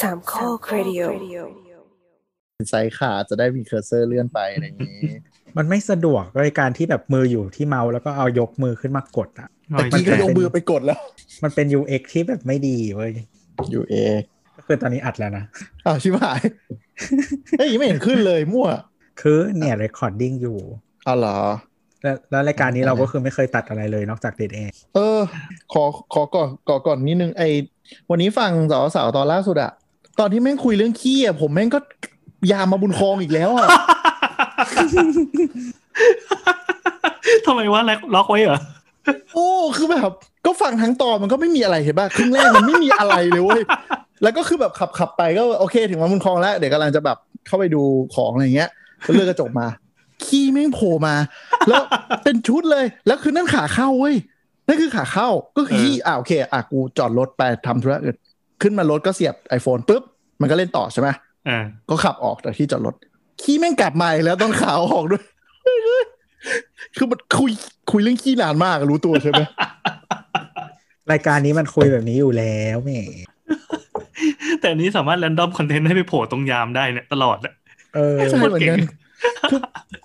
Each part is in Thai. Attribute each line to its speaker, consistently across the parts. Speaker 1: สามข้อครดิโอ
Speaker 2: ไซส์ขาจะได้มีเคอร์เซอร์เลื่อนไปอะไรอย่างนี้
Speaker 3: มันไม่สะดวกเลยการที่แบบมืออยู่ที่เมาส์แล้วก็เอายกมือขึ้นมากดอ่ะ
Speaker 4: หน่
Speaker 2: แต่
Speaker 4: อย
Speaker 2: กี้ก็ย
Speaker 4: แต่
Speaker 2: กมือไปกดแล้ว
Speaker 3: มันเป็น UX ที่แบบไม่ดีเว้ย
Speaker 2: อยู่เอ
Speaker 3: ก็คือตอนนี้อัดแล้วนะ
Speaker 2: อ้าวชิบหาย เฮ้ยยังไม่เห็นขึ้นเลยมั่ว
Speaker 3: คือเนี่ย recording อยู่
Speaker 2: อ้าวเหรอ
Speaker 3: แล้วแล้วรายการนี้เราก็คือไม่เคยตัดอะไรเลยนอกจากเดทเอง
Speaker 2: เออ ขอขอก่อนก่อก่อนนิดนึงไอวันนี้ฟังสาวสาวๆตอนล่าสุดอะตอนที่แม่งคุยเรื่องขี้อะผมแม่งก็ยามมาบุญคลองอีกแล้วอะ
Speaker 4: ทำไมว่าล็อกไว้เหรอ
Speaker 2: โอ้ คือแบบก็ฟังทั้งตอนมันก็ไม่มีอะไรเห็นป่ะครึ่งแรกมันไม่มีอะไรเลยเว้ย แล้วก็คือแบบขับขับไปก็โอเค ถึงวันมุนคลองแล้ว เดี๋ยวกำลังจะแบบเข้าไปดูของอะไรเงี้ยก็เลื่อนกระจกมา ขี้แม่งโผล่มา แล้วเป็นชุดเลยแล้วคือนั่นขาเข้าเว้ยนั่นคือขาเข้าก็คือขี้อ่าโอเคอ่ะกูจอดรถไปทำธุระอื่นขึ้นมารถก็เสียบ iPhone ปุ๊บมันก็เล่นต่อใช่ไหม
Speaker 4: อ่า
Speaker 2: ก็ขับออกจากที่จอดรถ ขี้แม่งกลับมาอีกแล้วต้องขาออกด้วย คือมันคุยคุยเรื่องขี้นานมากอะรู้ตัวใช่ไหม
Speaker 3: รายการนี้มันคุยแบบนี้อยู่แล้วแหม
Speaker 4: แต่อันนี้สามารถ r รนดอมคอนเทนต์ให้ไปโผล่ตรงยามได้เนี่ยตลอดอะ
Speaker 3: เออ
Speaker 2: ใช่เหมือนกัน
Speaker 4: เก่ง
Speaker 2: คือ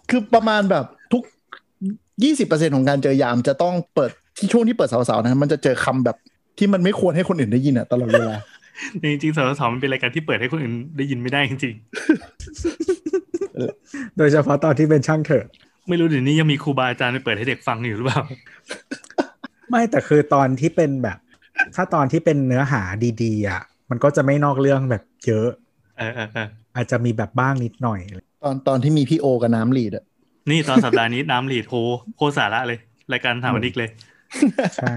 Speaker 2: คือประมาณแบบทุกยี่สิบเปอร์เซ็นของการเจอยามจะต้องเปิดที่ช่วงที่เปิดสาวๆนะมันจะเจอคำแบบที่มันไม่ควรให้คนอื่นได้ยินอ่ะตลอดเวลา
Speaker 4: จริงๆสาวสาวมันเป็นรายการที่เปิดให้คนอื่นได้ยินไม่ได้จริง
Speaker 3: โดยเฉพาะตอนที่เป็นช่างเถอะ
Speaker 4: ๆ ไม่รู้เดี๋ยวนี้ยังมีครูบาอาจารย์ไปเปิดให้เด็กฟังอยู่หรือเปล่า
Speaker 3: ไม่แต่คือตอนที่เป็นแบบ ถ้าตอนที่เป็นเนื้อหาดีๆอ่ะ มันก็จะไม่นอกเรื่องแบบเยอะ
Speaker 4: เออเออเออ
Speaker 3: อาจจะมีแบบบ้างนิดหน่อย
Speaker 2: ตอนตอนที่มีพี่โอกับน้ำลีดอ่ะ
Speaker 4: นี่ตอนสัปดาห์นี้น้ำหลีดโหโคตรสาระเลย รายการถามวันนี้เลย
Speaker 3: ใช่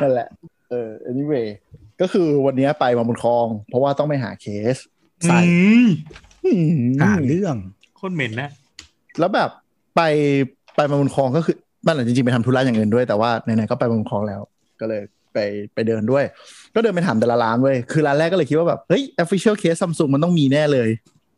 Speaker 2: นั่นแหละเออ anyway ก็คือวันนี้ไปมาบุญคลอง เพราะว่าต้องไปหาเคสใส่
Speaker 4: อืม
Speaker 2: อืม
Speaker 3: หาเรื่อง
Speaker 4: โคตรเหม็นนะ
Speaker 2: แล้วแบบไปไปมาบุญคลองก็คือนั่นแหละจริงๆไปทำธุระอย่างอื่นด้วยแต่ว่าไหนๆก็ไปมาบุญคลองแล้ว ก็เลยไปไปเดินด้วย ก็เดินไปถามแต่ละร้านเว้ยคือร้านแรกก็เลยคิดว่าแบบเฮ้ย official case Samsung มันต้องมีแน่เลย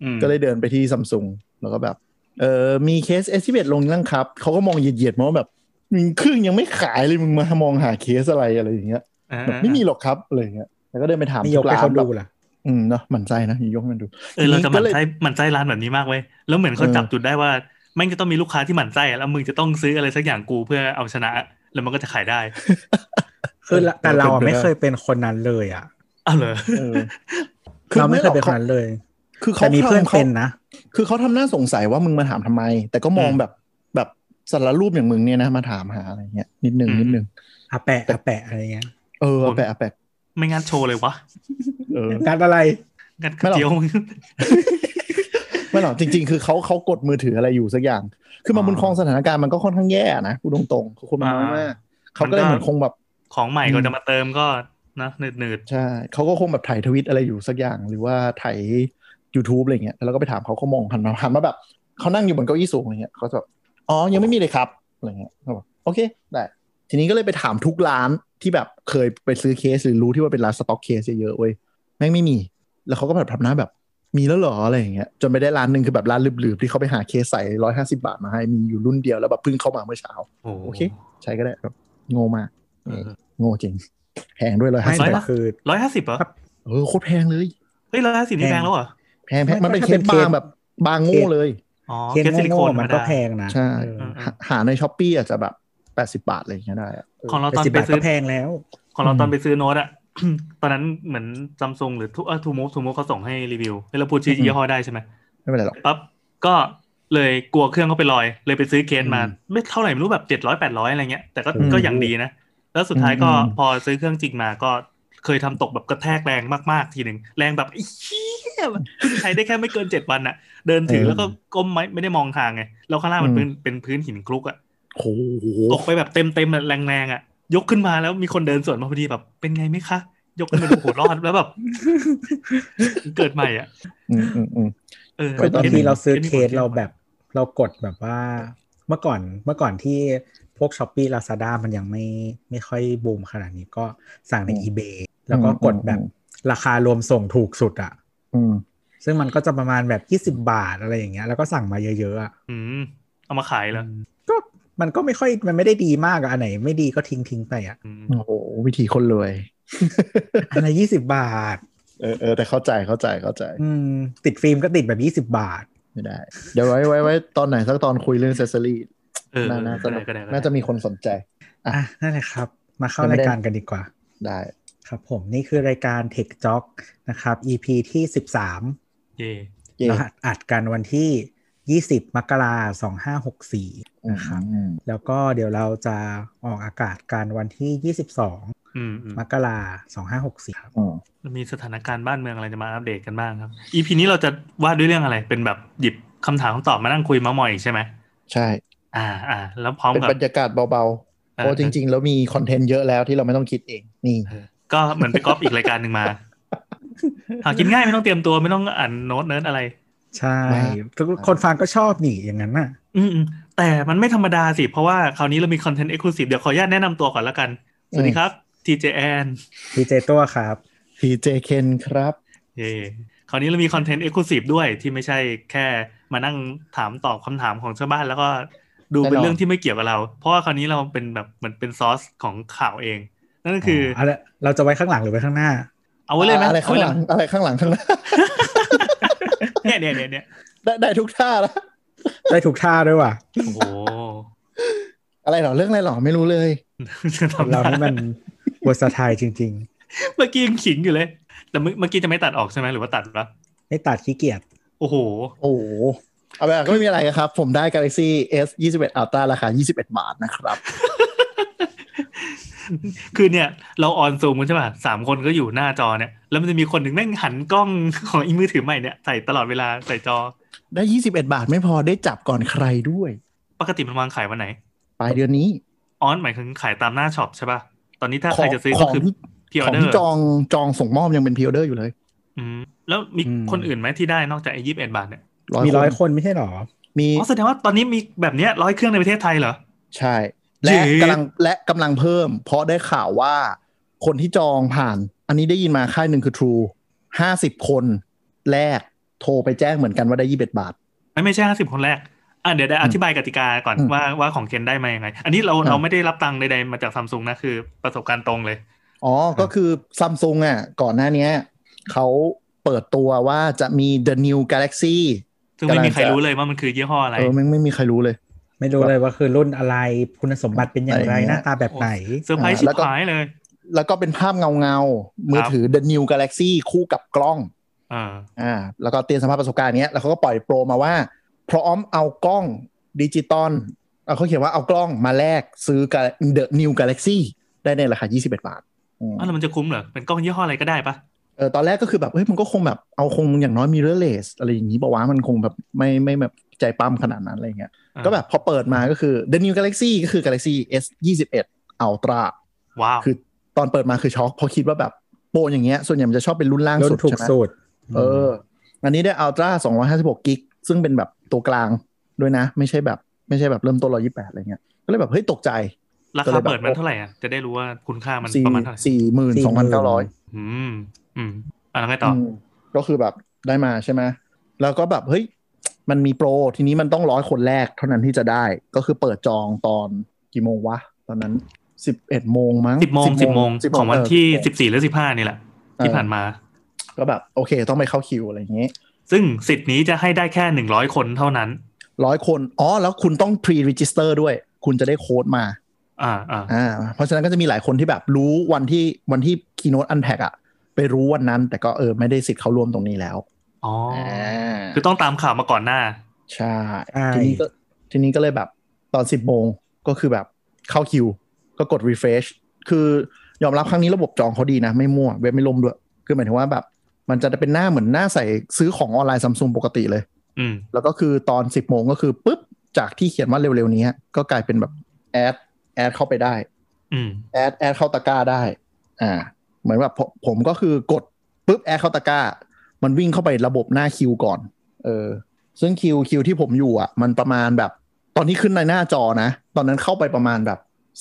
Speaker 4: อืม
Speaker 2: ก็เลยเดินไปที่ซัมซุงแล้วก็แบบ เออมีเคส estimate ลงนั่งครับ เขาก็มองเหยียดๆมาว่าแบบมึงครึ่งยังไม่ขายเลยมึงมามองหาเคสอะไรอะไรอย่างเงี้ย
Speaker 4: อ่า
Speaker 2: แบบไม่มีหรอกครับอะไรอย่างเงี้ยแล้วก็เดินไปถาม
Speaker 3: ไม่ยก
Speaker 2: ทุ
Speaker 3: ให้
Speaker 2: ร้าน
Speaker 3: เขา
Speaker 2: แบ
Speaker 3: ดู
Speaker 2: บ
Speaker 3: ล่ะ
Speaker 2: อืมเนาะหมันไส้นะอย่ายกให้มันดู
Speaker 4: เออเราจะห
Speaker 2: ก็
Speaker 4: มั่น
Speaker 2: เลย
Speaker 4: ไส้หมั่นไส้ร้านแบบนี้มากเว้ยแล้วเหมือนเขา
Speaker 2: เออ
Speaker 4: จับจุดได้ว่าแม่งจะต้องมีลูกค้าที่หมั่นไส้แล้วมึงจะต้องซื้ออะไรสักอย่างกูเพื่อเอาชนะ แล้วมันก็จะขายได้
Speaker 3: คือละแต่เราอะ
Speaker 2: เป็นไปได้
Speaker 3: ไม่เคยเป็นคนนั้นเลยอ่ะ
Speaker 4: อ้าวเหรอ
Speaker 2: เออ
Speaker 3: เราไม่เคยเป็น
Speaker 2: ห
Speaker 3: ค
Speaker 2: ร
Speaker 3: น
Speaker 2: อก
Speaker 3: นั้นเลย
Speaker 2: คือเขา
Speaker 3: แต่มีเพื่อน
Speaker 2: ทำขา
Speaker 3: เป็นนะ
Speaker 2: คือเขาทำหน้าสงสัยว่ามึงมาถามทำไม แต่ก็มอง
Speaker 4: อืม
Speaker 2: แบบแบบสารรูปอย่างมึงเนี่ยนะมาถามหาอะไรเงี้ยนิดนึง
Speaker 4: อืม
Speaker 2: นิดนึง
Speaker 3: อาแปะอาแปะอะไรเงี้ย
Speaker 2: เออเอาแปะเอาแปะ
Speaker 4: ไม่งั้นโชว์เลยวะ
Speaker 2: เออ
Speaker 3: งานอะไร
Speaker 4: งั้น
Speaker 2: ไม่หรอก
Speaker 4: เจียวมึง
Speaker 2: ไม่หรอกจริง ๆ คือเขาเขากดมือถืออะไรอยู่สักอย่าง คือมา
Speaker 3: อ๋อ
Speaker 2: บุญครองสถานการณ์มันก็ค่อนข้างแย่นะพูดตรงๆคือคนมันน้อยมากเขาก็เลย
Speaker 4: มันก็
Speaker 2: เหมือนคงแบบ
Speaker 4: ของใหม่
Speaker 2: อืม
Speaker 4: ก็จะมาเติมก็นะหนืดหนืด
Speaker 2: ใช่เขาก็คงแบบถ่ายทวิตอะไรอยู่สักอย่าง หรือว่าถ่าย YouTube อะไรเงี้ยแล้วเราก็ไปถามเขาเขามองหันมาหันมาแบบเขานั่งอยู่บนเก้าอี้สูงอะไรเงี้ยเขาจะแบบอ๋อยังไม่มีเลยครับอะไรเงี้ยเขาบอกโอเคได้ทีนี้ก็เลยไปถามทุกร้านที่แบบเคยไปซื้อเคสหรือรู้ที่ว่าเป็นร้านสต็อกเคสเยอะๆเว้ยแม่งไม่มี แล้วเขาก็แบบทำหน้าแบบ มีแล้วเหรออะไรอย่างเงี้ยจนไปได้ร้านหนึ่งคือแบบร้านลืบๆที่เขาไปหาเคสใส่ร้อยห้าสิบาทมาให้มีอยู่รุ่นเดียวแล้วแบบเพิ่งเข้ามาเมื่อเช้า
Speaker 4: ๆโอ
Speaker 2: โอ
Speaker 4: เค
Speaker 2: เค ใช้ก็ได้แบบโง่มาก
Speaker 4: เออ
Speaker 2: โง่จริงแพงด้วยร้อย
Speaker 3: ไม่
Speaker 2: ห้าสิบ
Speaker 3: แต่
Speaker 2: บาท
Speaker 3: คือ
Speaker 4: ร้อยห้าสิบเหรอ
Speaker 2: เออโคตรแพงเลย
Speaker 4: เฮ้ยร้อยห้าสิบนี่
Speaker 3: แพ
Speaker 4: แพ
Speaker 3: ง
Speaker 4: งแล้วเหรอ
Speaker 2: แพงแพง
Speaker 3: ไม่
Speaker 2: มันเป็น
Speaker 3: ถ้า
Speaker 2: เค
Speaker 3: เป็
Speaker 2: ส
Speaker 3: นเคส
Speaker 2: บางแบบบางโง่เลย
Speaker 4: อ๋อ
Speaker 3: เคน
Speaker 4: สซิลิโค
Speaker 3: โง่
Speaker 4: น
Speaker 3: ๆมันก็แพงนะ
Speaker 2: ใช่
Speaker 3: เออ
Speaker 4: เออ
Speaker 2: หาหาในช้อปปี้อาจจะแบบแปดสิบาทอะไรอย่างเงี้ยได้อะ
Speaker 4: ของเรา
Speaker 3: แต่
Speaker 4: ตอน
Speaker 3: สิบ
Speaker 4: ไป
Speaker 3: บาท
Speaker 4: ซื้
Speaker 3: ก็
Speaker 4: อ
Speaker 3: แพงแล้ว
Speaker 4: ของเราตอนไปซื้อโน้ตอะ ตอนนั้นเหมือนซัมซุงหรือทูทูมูฟทูมูฟเขาส่งให้รีวิวเราพูดชื่อยี่ห้อได้ใช่ไหม
Speaker 2: ไม่เป็นไรหรอก
Speaker 4: ปั๊บก็เลยกลัวเครื่องเขาไปลอย เลยไปซื้อเคนมา
Speaker 2: อืม
Speaker 4: ไม่เท่าไหร่ไม่รู้แบบเจ็ดร้อยแปดร้อยอะไรเงี้ยแต่ก็
Speaker 2: อืม
Speaker 4: ก็อย่างดีนะ แล้วสุดท้ายก็
Speaker 2: อืม
Speaker 4: พอซื้อเครื่องจริงมาก็เคยทำตกแบบกระแทกแรงมากๆทีหนึ่งแรงแบบไอ้เหี้ยเพิ่งใช้ได้แค่ไม่เกินเจ็ดวันอะเดินถือแล้วก็ก้มไม่ไม่ได้มองทางไงแล้วข้างล่างมันเป็นเป็นพื้นหินคลุกอะ
Speaker 2: โอ้โห
Speaker 4: ตกไปแบบเต็มเต็มๆอะแรงๆอ่ะ ยกขึ้นมาแล้วมีคนเดินสวนมาพอดีแบบ เป็นไงไหมคะ ยกขึ้นมาดูโหรอดแล้วแบบ เกิดใหม่อ่ะ
Speaker 2: อืมอืมอืม
Speaker 4: เออ
Speaker 2: ไป
Speaker 3: บาง
Speaker 4: คส
Speaker 3: ทีเราซื้อเค
Speaker 4: มี
Speaker 3: สเราแบบเรากดแบบว่าเมื่อก่อนเมื่อก่อนที่พวกช้อปปี้ลาซาด้ามันยังไม่ไม่ค่อยบูมขนาดนี้ก็สั่งใน
Speaker 2: อืม
Speaker 3: eBay แล้วก็กดแบบราคารวมส่งถูกสุดอ่ะ
Speaker 2: อืม
Speaker 3: ซึ่งมันก็จะประมาณแบบ 20 บาทอะไรอย่างเงี้ยแล้วก็สั่งมาเยอะๆอ่ะ
Speaker 4: อืมเอามาขายแล้ว
Speaker 3: ก็มันก็ไม่ค่อยมันไม่ได้ดีมากอะอันไหนไม่ดีก็ทิ้งทิ้งๆไปอ่ะ
Speaker 4: อืม
Speaker 2: โอ้โหวิธีคนรวย
Speaker 3: อันละยี่สิบบาท
Speaker 2: เออเออแต่เข้าใจเข้าใจเข้าใจ
Speaker 3: อืม ติดฟิล์มก็ติดแบบยี่สิบ20 บาท
Speaker 2: ไม่ได้ เดี๋ยวไว้ไว้ไว้ตอนไหนสักตอนคุยเรื่องเซสซอรี่
Speaker 4: เออ
Speaker 2: น่า
Speaker 4: ก็
Speaker 2: จะ
Speaker 4: ได้ก็ได้ก็ได้
Speaker 2: น่าจะมีคนสนใจ อ่ะ
Speaker 3: อ่ะนั่นแหละครับ มาเข้ารายการกันดีกว่า
Speaker 2: ได้
Speaker 3: ครับผมนี่คือรายการ Tech Jock นะครับ EP ที่ 13
Speaker 4: เย่
Speaker 2: เย่
Speaker 3: เราอัดกันวันที่ 20 มกราสองห้าหกสี่นะครับ
Speaker 2: อืม
Speaker 3: แล้วก็เดี๋ยวเราจะออกอากาศกันวันที่ 22
Speaker 4: อืมอืม
Speaker 3: มกราสองห้าหกสี่ครับ
Speaker 2: อืม
Speaker 4: มีสถานการณ์บ้านเมืองอะไรจะมาอัปเดตกันบ้างครับ อีพีนี้เราจะว่าด้วยเรื่องอะไร เป็นแบบหยิบคำถามคำตอบมานั่งคุยเมาส์มอยอีกใช่ไหม
Speaker 2: ใช่
Speaker 4: อ่าอ่าแล้วพร้อม
Speaker 2: เป็น
Speaker 4: กับบ
Speaker 2: รรยากาศเบาๆ
Speaker 4: เอ
Speaker 2: เพราะ
Speaker 4: อ
Speaker 2: จริง ๆ แล้วมีคอนเทนต์เยอะแล้วที่เราไม่ต้องคิดเองนี่
Speaker 4: เออก็เหมือนไปก๊อปอีกรายการหนึ่ง มาหากินง่ายไม่ต้องเตรียมตัวไม่ต้องอ่านโน้ตเนิร์ดอะไร
Speaker 3: ใช่
Speaker 2: มา
Speaker 3: ทุกคนฟังก็ชอบนี่อย่างนั้นน่ะ
Speaker 4: อืมอืมแต่มันไม่ธรรมดาสิ เพราะว่าคราวนี้เรามีคอนเทนต์เอ็กซ์คลูซีฟเดี๋ยวขออนุญาตแนะนำตัวก่อนละกัน สวัสดีครับ TJN
Speaker 3: ดีเจตัวครับ
Speaker 2: พีเจเคนครับ
Speaker 4: เย่คราวนี้เรามีคอนเทนต์เอ็กซ์คลูซีฟด้วยที่ไม่ใช่แค่มานั่งถามตอบคำถามของชาวบ้านแล้วก็ดูเป็น
Speaker 2: แน่นอน
Speaker 4: เรื่องที่ไม่เกี่ยวกับเรา เพราะว่าคราวนี้เราเป็นแบบเหมือนเป็นซอสของข่าวเอง นั่นก็คืออ
Speaker 3: เาละเราจะไว้ข้างหลังหรือไว้ข้างหน้า
Speaker 4: เอาไว้เลยไหม
Speaker 2: อะไร
Speaker 4: เอา
Speaker 2: ข้าง
Speaker 4: ไว้
Speaker 2: ห
Speaker 4: เล
Speaker 2: ลั
Speaker 4: ย
Speaker 2: งอะไรข้างหลังข้างหน้า
Speaker 4: เนี่ยเนี่ยเนี่ยเนี่ย
Speaker 2: ได้ได้ทุกท่าละ
Speaker 3: ได้ถูกท่าด้วย ว่ะ
Speaker 4: โอ้โห
Speaker 2: อะไรหรอเรื่องอะไรหรอไม่รู้เลย
Speaker 3: คนเรานี่มันวัสไทยจริง
Speaker 4: เมื่อกี้ยังขิงอยู่เลย แต่เมื่อเมื่อกี้จะไม่ตัดออกใช่ไหมหรือว่าตัดวะ
Speaker 3: ๆ ไม่ตัดขี้เกียจ
Speaker 4: โอ้โห
Speaker 2: โอ้โหเอาแบบก็ไม่มีอะไรครับ ผมได้ Galaxy S 21 Ultra ราคา 21 บาทนะครับ
Speaker 4: คือเนี่ยเราออนซูมกันใช่ป่ะสามคนก็อยู่หน้าจอเนี่ย แล้วมันจะมีคนหนึ่งแม่งหันกล้อง ของอีมือถือใหม่เนี่ยใส่ตลอดเวลาใส่จอ
Speaker 2: ได้ 21 บาทไม่พอได้จับก่อนใครด้วย
Speaker 4: ปกติมันวางขายวันไหน
Speaker 2: ปลายเดือนนี้
Speaker 4: ออนหมายถึงขายตามหน้าช็อปใช่ป่ะ ตอนนี้ถ้า
Speaker 2: ข
Speaker 4: ใคร
Speaker 2: อง
Speaker 4: จะซื้อ
Speaker 2: ข
Speaker 4: ก็
Speaker 2: อง
Speaker 4: คือ
Speaker 2: ที่
Speaker 4: พิอ
Speaker 2: ข
Speaker 4: อ
Speaker 2: อง
Speaker 4: เดอ
Speaker 2: ที่
Speaker 4: ร์
Speaker 2: จองจองส่งมอบยังเป็นพ r e ออเดอร์อยู่เลย
Speaker 4: แล้วมีคนอื่นไหมที่ได้นอกจากไอ้ยี่สิบเอ็ดบาทเนี่ย
Speaker 3: มีร้อยคนไม่ใช่หรอ
Speaker 2: มี
Speaker 4: อ๋อแสดงว่าตอนนี้มีแบบเนี้ยร้อยเครื่องในประเทศไทยเหรอ
Speaker 2: ใช่ และ
Speaker 4: เจ๋
Speaker 2: กำลังและกำลังเพิ่ม เพราะได้ข่าวว่าคนที่จองผ่าน อันนี้ได้ยินมาค่ายหนึ่งคือ True 50 คนแรกโทรไปแจ้งเหมือนกันว่าได้ 21 บาท
Speaker 4: ไม่ไม่ใช่ห้าสิบคนแรกอ่ะเดี๋ยวได้อธิบายกติกาก่อน
Speaker 2: อืม
Speaker 4: ว่าว่าของเคนได้มายังไง อันนี้เรา
Speaker 2: อ่ะ
Speaker 4: เราไม่ได้รับตังค์ใดๆมาจากซัมซุงนะคือประสบการณ์ตรงเลย
Speaker 2: อ๋อ ก็คือซัมซุงอ่ะ ก่อนหน้าเนี้ยเขาเปิดตัวว่าจะมี the new galaxy
Speaker 4: ซึ่งไม่มีใคร
Speaker 2: กำลังจะ
Speaker 4: รู้เลยว่ามันคือยี่ห้ออะไร
Speaker 2: เออไม่งไม่มีใครรู้เลย
Speaker 3: ไม่รู้เลยว่าคือรุ่นอะไรคุณสมบัติเป็นอย่างไร
Speaker 2: อะไรอย่างเงี้ย
Speaker 3: หน้าตาแบบไหน
Speaker 4: เซอร์ไพร
Speaker 2: อ่า
Speaker 4: ส์ชิ
Speaker 2: แล้
Speaker 4: บ
Speaker 2: วก็
Speaker 4: หายเลย
Speaker 2: แล้วก็เป็นภาพเงาเงาๆมือถือ the new galaxy คู่กับกล้อง
Speaker 4: อ่า
Speaker 2: อ่าแล้วก็เตือนสมภาพประสบการณ์เนี้ยแล้วเขาก็ปล่อยโปรมาว่า พร้อมเอากล้องดิจิตอลเอาเขาเขียนว่าเอากล้องมาแลกซื้อกับ The New Galaxy ได้ในราคา 21 บาทอืม
Speaker 4: อ้าวแล้วมันจะคุ้มเหรอ เป็นกล้องยี่ห้ออะไรก็ได้ปะ
Speaker 2: เออตอนแรกก็คือแบบเฮ้ยมันก็คงแบบเอาคงอย่างน้อยมีเรเลสอะไรอย่างนี้บอกว่าวะมันคงแบบไม่ไม่แบบใจปั้มขนาดนั้นอะไรอย่างเงี้ย
Speaker 4: อ่า
Speaker 2: ก็แบบพอเปิดมาก็คือ The New Galaxy ก็คือ Galaxy S 21 Ultra
Speaker 4: ว้าว
Speaker 2: คือตอนเปิดมาคือช็อกเพราะคิดว่าแบบโปรอย่างเงี้ยส่วนใหญ่มันจะชอบเป็นรุ่นล่าง
Speaker 3: รุ่
Speaker 2: สุ
Speaker 3: น
Speaker 2: ด
Speaker 3: ถู
Speaker 2: ใช่
Speaker 3: ก
Speaker 2: ไหม
Speaker 3: สุด
Speaker 2: เออ อันนี้ได้อัลตร้าสองร้อยห้าสิบหกกิก ซึ่งเป็นแบบตัวกลางด้วยนะ ไม่ใช่แบบไม่ใช่แบบเริ่มต้นร้อยี่แปดอะไรเงี้ย ก็เลยแบบ เฮ้ย ตกใจ
Speaker 4: ราคาเปิดมันเท่าไหร่อ่ะ จะได้รู้ว่าคุณค่ามัน
Speaker 2: สี่
Speaker 4: ประมาณเท่าไหร่
Speaker 2: สี่หมื่นสองพันเก้าร้อย
Speaker 4: อืม อืมอ่ะแล้วไงต่ออ
Speaker 2: ก็คือแบบได้มาใช่ไหม แล้วก็แบบ เฮ้ย มันมีโปร ทีนี้มันต้องร้อยคนแรกเท่านั้นที่จะได้ ก็คือเปิดจองตอนกี่โมงวะ ตอนนั้นสิบเอ็ดโมงมั้ง
Speaker 4: สิบโมงสิบโมง
Speaker 2: 10
Speaker 4: ของวันที่
Speaker 2: เ10
Speaker 4: สิบสี่หรือสิบห้านี่แหละ ที่ผ่านมา
Speaker 2: ก็แบบโอเค ต้องไปเข้าคิวอะไรอย่างเงี้ย
Speaker 4: ซึ่งสิทธิ์นี้จะให้ได้แค่หนึ่งร้อยคนเท่านั้น
Speaker 2: ร้อยคน อ๋อ แล้วคุณต้อง pre register ด้วย คุณจะได้โค้ดมา
Speaker 4: อ่าอ่า
Speaker 2: อ่าเพราะฉะนั้นก็จะมีหลายคนที่แบบรู้วันที่วันที่คีโนตอันแพ็กอะไปรู้วันนั้น แต่ก็เออไม่ได้สิทธิ์เข้าร่วมตรงนี้แล้ว
Speaker 4: อ๋ออคื
Speaker 2: คือ อ
Speaker 4: ต้องตามข่าวมาก่อนหน้า
Speaker 2: ใช่
Speaker 3: ใช่
Speaker 2: ทีนี้ก็ทีนี้ก็เลยแบบตอนสิบโมงก็คือแบบเข้าคิว ก็กด refresh คือยอมรับครั้งนี้ระบบจองเขาดีนะ ไม่มั่วเว็บไม่ล่มด้วย คือหมายถึงว่าแบบ มันจะเป็นหน้าเหมือนหน้าใส่ซื้อของออนไลน์ซัมซุงปกติเลย
Speaker 4: อืม
Speaker 2: แล้วก็คือตอน 10 โมงก็คือปุ๊บจากที่เขียนว่าเร็วๆนี้ก็กลายเป็นแบบแอดแอดเข้าไปได้
Speaker 4: อืม
Speaker 2: แอดแอดเข้าตะกร้าได้ อ่า เหมือนแบบผมผมก็คือกดปุ๊บแอดเข้าตะกร้า มันวิ่งเข้าไประบบหน้าคิวก่อน เออ ซึ่งคิวคิวที่ผมอยู่อ่ะ มันประมาณแบบ ตอนนี้ขึ้นในหน้าจอนะ ตอนนั้นเข้าไปประมาณแบบ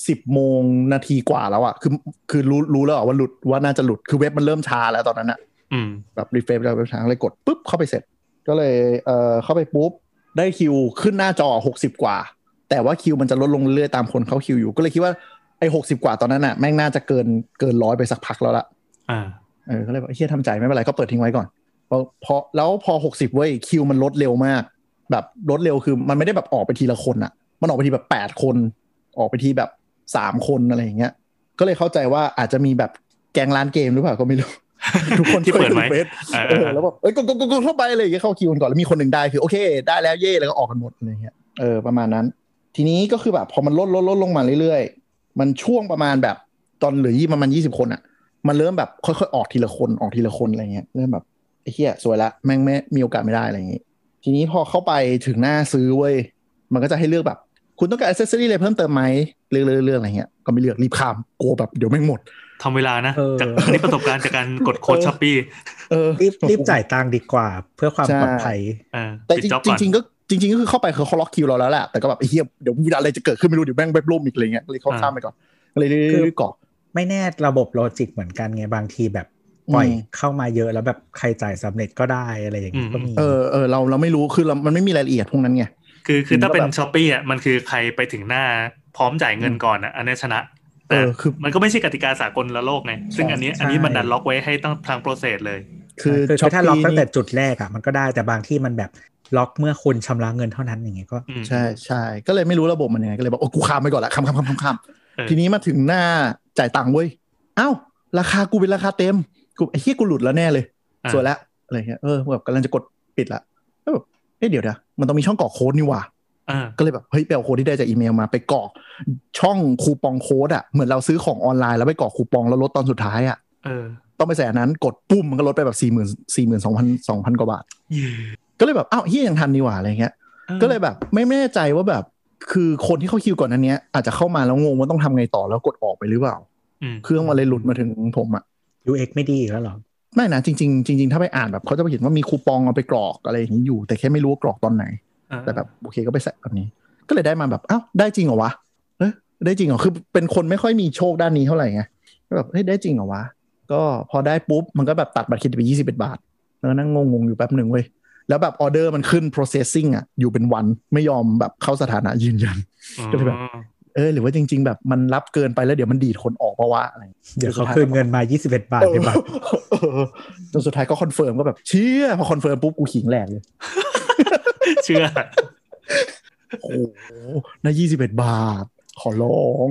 Speaker 2: สิบโมงนาทีกว่าแล้วอ่ะ คือคือรู้รู้แล้วอะว่าหลุดว่าน่าจะหลุด คือเว็บมันเริ่มช้าแล้วตอนนั้นอ่ะ
Speaker 4: อืม
Speaker 2: แบบรีเฟรชแล้วเว็บช้าเลยกดปุ๊บเข้าไปเสร็จ ก็เลยเอ่อเข้าไปปุ๊บได้คิวขึ้นหน้าจอ 60 กว่า แต่ว่าคิวมันจะลดลงเรื่อยๆตามคนเข้าคิวอยู่ ก็เลยคิดว่าไอ้หกสิบกว่าตอนนั้นน่ะแม่งน่าจะเกินเกินร้อยไปสักพักแล้วละ
Speaker 4: อ่า
Speaker 2: เออก็เลยบอกเฮียทำใจไม่เป็นไรก็เปิดทิ้งไว้ก่อนพอพอแล้วพอหกสิบเว้ยคิวมันลดเร็วมาก แบบลดเร็วคือมันไม่ได้แบบออกไปทีละคนอะมันออกไปทีแบบแปดคน ออกไปทีแบบสามคนอะไรอย่างเงี้ย ก็เลยเข้าใจว่าอาจจะมีแบบแกงร้านเกมหรือเปล่าก็ไม่รู้ ทุกคน
Speaker 4: ที่เปิด
Speaker 2: ช่
Speaker 4: ไว้
Speaker 2: วยเฟซ
Speaker 4: เออ
Speaker 2: เอ
Speaker 4: เอ
Speaker 2: อ
Speaker 4: อ
Speaker 2: แล้วแบบเอ้ยก็ก็ก็ก็เข้าไปอะไรอย่างเงี้ยเข้าคิวกันก่อนแล้วมีคนหนึ่งได้คือโอเค ได้แล้วเย่แล้วก็ออกกันหมดอะไรเงี้ยเออประมาณนั้น ทีนี้ก็คือแบบพอมันลดลดลดลงมาเรื่อยๆ มันช่วงประมาณแบบตอนเหลือยี่ประมาณยี่สิบคนอ่ะ มันเริ่มแบบค่อยๆออกทีละคนออกทีละคนอะไรเงี้ยเริ่มแบบไอ้เหี้ยสวยละแม่งไม่มีโอกาสไม่ได้อะไรอย่างงี้ ทีนี้พอเข้าไปถึงหน้าซื้อเว้ยมันก็จะให้เลือกแบบ คุณต้องการอิสเซอรี่อะไรเพิ่มเติมไหมเลือกเลือกเลือกอะไรเงี้ยก็ไม่เลือกรีบข้ามกลัวแบบเดี๋ยวแม่งหมด
Speaker 4: ทำเวลานะ
Speaker 3: เออ
Speaker 4: จาก นี่ประสบการณ์จากการกดโค้ด
Speaker 2: เออ
Speaker 4: ช้อปปี้
Speaker 2: เออ
Speaker 3: รีบรีบจ่ายตังค์ดีกว่า เพื่อความ
Speaker 2: ใช่
Speaker 3: ปลอดภัย
Speaker 4: เออ
Speaker 2: แต่จ
Speaker 4: ปิด
Speaker 2: ริง
Speaker 4: จ็อบก่อน
Speaker 2: จริงๆก็จริงๆก็คือเข้าไปคือเขาล็อกคิวเราแล้วแหละแต่ก็แบบไอ้เฮียเดี๋ยวมีอะไรจะเกิดขึ้นไม่รู้เดี๋ยวแม่งไปล่มอีกอะไรเงี้ยก็เลยเข้าข้ามไปก่อนก็เลยเรื่
Speaker 3: คือ
Speaker 2: อยๆเกาะ
Speaker 3: ไม่แน่ระบบโลจิกเหมือนกันไงบางทีแบบปล่อย
Speaker 2: อืม
Speaker 3: เข้ามาเยอะแล้วแบบใครจ่ายสำเร็จก็ได้อะไรอย่างนี้ก็มี
Speaker 2: เออเออเราเราไม่รู้คือเรามันไม่มีรายละเอียดพวกนั้นไง
Speaker 4: คือคือถ้าเป็น
Speaker 2: แบบ
Speaker 4: ช้อปปี้อ่ะมันคือใครไปถึงหน้าพร้อมจ่ายเงินก่อนอ่ะอันนี้ชนะ แต่
Speaker 2: เออคือ
Speaker 4: มันก็ไม่ใช่กติกาสากลละโลกไงซึ่งอันนี้
Speaker 3: ใช่
Speaker 4: อันนี้มันดันล็อกไว้ให้ตั้งทางโปรเซสเลย
Speaker 2: คือ
Speaker 3: ใช่
Speaker 2: ช้อป
Speaker 3: ถ้าล็อก
Speaker 2: ปี้
Speaker 3: ตั้งแต่
Speaker 2: นี่
Speaker 3: จุดแรกอ่ะมันก็ได้แต่บางที่มันแบบล็อกเมื่อคุณชำระเงินเท่านั้นอย่างเงี้ยก็
Speaker 4: อืม
Speaker 2: ใช่ใช่ก็เลยไม่รู้ระบบมันยังไงก็เลยบอกโอ้กูข้ามไปก่อนละข้ามข้ามข้ามข้ามข้าม
Speaker 4: เออ
Speaker 2: ทีนี้มาถึงหน้าจ่ายตังค์เว้ยอ้าวราคากูเป็นราคาเต็มกูไอ้เฮียกูหลุดแล้วแน่เลย
Speaker 4: อ่ะ
Speaker 2: สวยแล้วอะไรเงี้ยเออแบบกำลังจะกดปิดละแล้วแบบเอ๊ะเดี๋ยวนะมันต้องมีช่องกรอกโค้ดนี่หว่า
Speaker 4: เออ
Speaker 2: ก็เลยแบบเฮ้ยไปเอาโค้ดที่ได้จากอีเมลมาไปกรอกช่องคูปองโค้ดอ่ะเหมือนเราซื้อของออนไลน์แล้วไปกรอกคูปองแล้วลดตอนสุดท้ายอ่ะ
Speaker 4: เออ
Speaker 2: ต้องไปใส่อันนั้นกดปุ่มมันก็ลดไปแบบสี่หมื่นสี่หมื่นสองพันสองพันกว่าบาท ก็เลยแบบอ้าวเฮียยังทันดีหว่าอะไรเงี้ย
Speaker 4: ออ
Speaker 2: ก็เลยแบบไม่แน่ใจว่าแบบคือคนที่เข้าคิวก่อนนั้นเนี้ยอาจจะเข้ามาแล้วงงว่าต้องทำไงต่อแล้วกดออกไปหรือเปล่า
Speaker 4: อืม
Speaker 2: เครื่องมันเลยหลุดมาถึงผมอ่ะ
Speaker 3: UX ไม่ดีอีกแล้วเหรอ
Speaker 2: ไม่นะจริงๆจริงๆถ้าไปอ่านแบบเขาจะเห็นว่ามีคูปองเอาไปกรอกอะไรอย่างนี้อยู่ แต่แค่ไม่รู้ว่ากรอกตอนไหน แต่แบบโอเคก็ไปใส่แบบนี้ ก็เลยได้มาแบบอ้าวได้จริงเหรอวะเอ้ยได้จริงเหรอคือเป็นคนไม่ค่อยมีโชคด้านนี้เท่าไหร่ไงก็แบบเฮ้ยได้จริงเหรอวะก็พอได้ปุ๊บมันก็แบบตัดบัตรเครดิตไปยี่สิบเอ็ดบาท แล้วก็นั่งงงๆอยู่แป๊บหนึ่งเว้ยแล้วแบบออเดอร์มันขึ้น processing อ่ะอยู่เป็นวันไม่ยอมแบบเข้าสถานะยืนยัน ก็เลยแบบ เออหรือว่าจริง ๆ แบบมันรับเกินไปแล้วเดี๋ยวมันดีดคนออกเพราะว่าอะไรอย่างเงี้ย
Speaker 3: เดี๋ยวเขาคืนเงินมา 21 บาท
Speaker 2: เออ
Speaker 3: ได้ปะ
Speaker 2: เออจนสุดท้ายก็คอนเฟิร์มก็แบบเชี่ยพอคอนเฟิร์มปุ๊บกูขิงแหลกเลย
Speaker 4: เชื่อ
Speaker 2: โอ้โหนะยี่สิบเอ็ดบาท ขอร้อง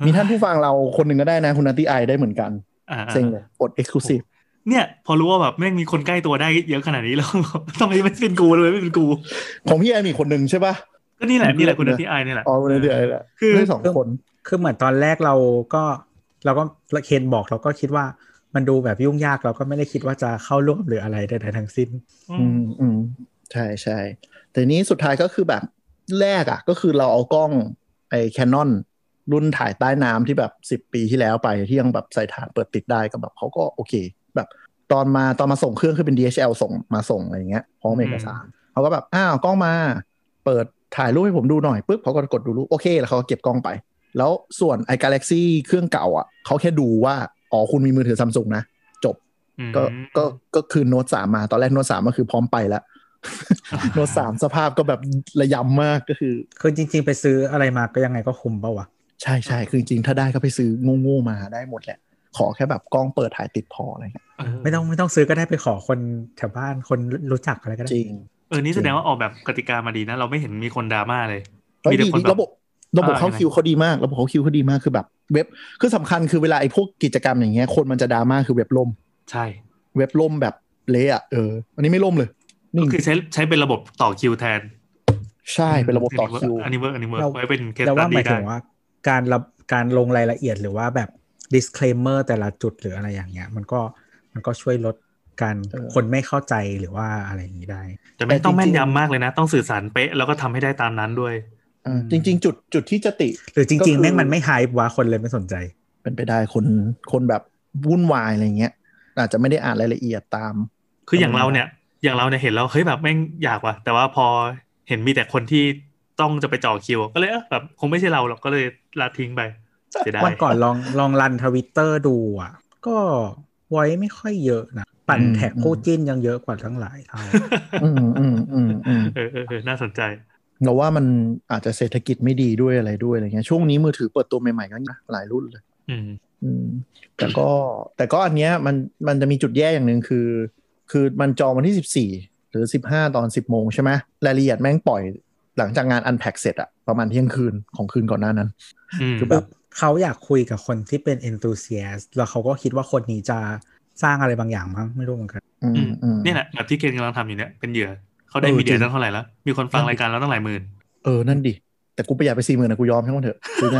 Speaker 2: มีท่านผู้ฟังเราคนหนึ่งก็ได้นะ คุณนัตตี้ไอได้เหมือนกัน
Speaker 4: อ่า
Speaker 2: เซ็งเลยอด Exclusive
Speaker 4: เนี่ย พอรู้ว่าแบบแม่งมีคนใกล้ตัวได้เยอะขนาดนี้แล้ว ทำไมไม่เป็นกูเลยไม่เป็นกู
Speaker 2: ของพี่ไอมีคนหนึ่งใช่ป่ะ
Speaker 4: ก็นี่แหละ
Speaker 2: ผม
Speaker 4: นี่แหละ
Speaker 2: เลือก
Speaker 4: คุณ
Speaker 2: นะ
Speaker 4: ที่ไอนี่แหละ
Speaker 2: อ๋อคนนั้นเดียวแหละ
Speaker 4: คือ
Speaker 2: ได้สองคน
Speaker 3: คือเหมือนตอนแรกเราก็เราก็เคนบอกเราก็คิดว่ามันดูแบบยุ่งยากเราก็ไม่ได้คิดว่าจะเข้าร่วมหรืออะไรใดๆทั้งสิ้น
Speaker 4: อื
Speaker 2: อื
Speaker 4: ม
Speaker 2: มอืมใช่ใช่แต่นี้สุดท้ายก็คือแบบแรกอ่ะ ก็คือเราเอากล้องไอ้แคนนอนรุ่นถ่ายใต้น้ำที่แบบสิบ10 ปีที่แล้วไปที่ยังแบบใส่ฐานเปิดติดได้ก็แบบเขาก็โอเค แบบตอนมาตอนมาส่งเครื่องคือเป็น DHL ส่งมาส่งอะไรอย่างเงี้ยพร้อมเอกสารเขาก็แบบอ้าวกล้องมาเปิดถ่ายรูปให้ผมดูหน่อยปุ๊บเขาก็กดดูรูปโอเค แล้วเขาก็เก็บกล้องไป แล้วส่วนไอ้ Galaxy เครื่องเก่าอ่ะเขาแค่ดูว่าอ๋อคุณมีมือถือซัมซุงนะ จบ ก็ก็ก็คือโน้ตสามมาตอนแรกโน้ตสามก็คือพร้อมไป แล้ว โน้ตสามสภาพก็แบบระยำมากก็คือ
Speaker 3: คือจริง ๆ ไปซื้ออะไรมาก็ยังไงก็คุ้มปะวะ
Speaker 2: ใช่ใช่คือจริงๆถ้าได้ก็ไปซื้อโง่ๆมาได้หมดแหละ ขอแค่แบบกล้องเปิดถ่ายติดพออะไรเงี้ย
Speaker 4: เออ
Speaker 3: ไม่ต้องไม่ต้องซื้อก็ได้ไปขอคนแถวบ้านคนรู้จักอะไรก็ได้
Speaker 2: จริง
Speaker 4: เออนี่แสดงว่าออกแบบกติกามาดีนะ เราไม่เห็นมีคนดราม่าเลย
Speaker 2: แล้ว
Speaker 4: มีแต่
Speaker 2: ดี
Speaker 4: คนแบบ
Speaker 2: ระบบระบบ
Speaker 4: อ่า
Speaker 2: เข้า
Speaker 4: ยังไง
Speaker 2: คิวเขาดีมากระบบเข้าคิวเขาดีมากคือแบบเว็บคือสำคัญคือเวลาไอ้พวกกิจกรรมอย่างเงี้ยคนมันจะดราม่าคือเว็บล่ม
Speaker 4: ใช่
Speaker 2: เว็บล่มแบบเละอะเอออันนี้ไม่ล่มเลย
Speaker 4: ก็
Speaker 2: นิ่ง
Speaker 4: คือใช้ใช้เป็นระบบต่อคิวแทน
Speaker 2: ใช่เป็นระบบต่อคิว
Speaker 4: อันนี้เวิร์กอันนี้เวิร์ก
Speaker 3: เรา
Speaker 4: ไว้เป็นเคส
Speaker 3: แต่
Speaker 4: ตั
Speaker 3: ว่า
Speaker 4: ด
Speaker 3: ห
Speaker 4: ดี
Speaker 3: มายถึ
Speaker 4: ได้
Speaker 3: งว่าการรับการลงรายละเอียดหรือว่าแบบ disclaimer แต่ละจุดหรืออะไรอย่างเงี้ย มันก็มันก็ช่วยลดการ
Speaker 2: เออ
Speaker 3: คนไม่เข้าใจหรือว่าอะไรอย่างนี้ได้
Speaker 4: แต่ไม่งต้อง
Speaker 2: แต่
Speaker 4: แม่
Speaker 2: จริ
Speaker 4: น
Speaker 2: งๆ
Speaker 4: ยำมากเลยนะ ต้องสื่อสารเป๊ะแล้วก็ทำให้ได้ตามนั้นด้วย
Speaker 2: อ่าจริง ๆ จุดจุดที่จะติ
Speaker 3: หรือจ
Speaker 2: ก็คื
Speaker 3: ริง
Speaker 2: อ
Speaker 3: ๆแม่งมันไม่ไฮป์วะคนเลยไม่สนใจ
Speaker 2: เป็นไปได้คนคนแบบวุ่นวายอะไรเงี้ย อาจจะไม่ได้อ่านรายละเอียดตาม
Speaker 4: คืออย่าง
Speaker 2: ทำไม
Speaker 4: เราเนี่ย อย่างเราเนี่ยเห็นแล้วเฮ้ยแบบแม่งอยากว่ะ แต่ว่าพอเห็นมีแต่คนที่ต้องจะไปจ่อคิว ก็เลยเอ้อแบบคงไม่ใช่เราหรอกก็เลยลาทิ้งไปเสียดาย
Speaker 3: วันก่อนลองลองรันทวิตเตอร์ดูอ่ะ ก็ไว้ไม่ค่อยเยอะนะ ปั่น
Speaker 2: อืม
Speaker 3: แท็กคู่จิ้นยังเยอะกว่าทั้งหลายเท่า
Speaker 2: อืมอืมอืมอืม
Speaker 4: เออเออเออน่าสนใจ
Speaker 2: เราว่ามันอาจจะเศรษฐกิจไม่ดีด้วยอะไรด้วยอะไรเงี้ยช่วงนี้มือถือเปิดตัวใหม่ๆก็หลายรุ่นเลย
Speaker 4: อืม
Speaker 2: อืมแต่ก็แต่ก็อันเนี้ยมันมันจะมีจุดแย่อย่างหนึ่งคือ คือมันจองวันที่สิบสี่หรือสิบห้าตอนสิบโมงใช่ไหมรายละเอียดแม่งปล่อยหลังจากงานอันแพ็กเสร็จอะประมาณเที่ยงคืนของคืนก่อนหน้านั้น
Speaker 4: อืม
Speaker 2: คือแบบ
Speaker 3: เขาอยากคุยกับคนที่เป็น enthusiast แล้วเขาก็คิดว่าคนนี้จะสร้างอะไรบางอย่างมั้งไม่รู้เหมือนกัน
Speaker 2: อื
Speaker 4: อื
Speaker 2: ม
Speaker 4: ม
Speaker 2: อืม
Speaker 4: เนี่ยแหละแบบที่เกณฑ์กำลังทำอยู่เนี่ยเป็นเหยื่อเขาได้
Speaker 2: เออ
Speaker 4: มี
Speaker 2: จ
Speaker 4: เดี
Speaker 2: ริ
Speaker 4: ย
Speaker 2: ง
Speaker 4: ตั้งเท่าไหร่แล้ว มีคนฟังรายการแล้วตั้งหลายหมื่น
Speaker 2: เออ นั่นดิ แต่กูประหยัดไปสี่หมื่นนะกูยอมให้มันเถอะคือไง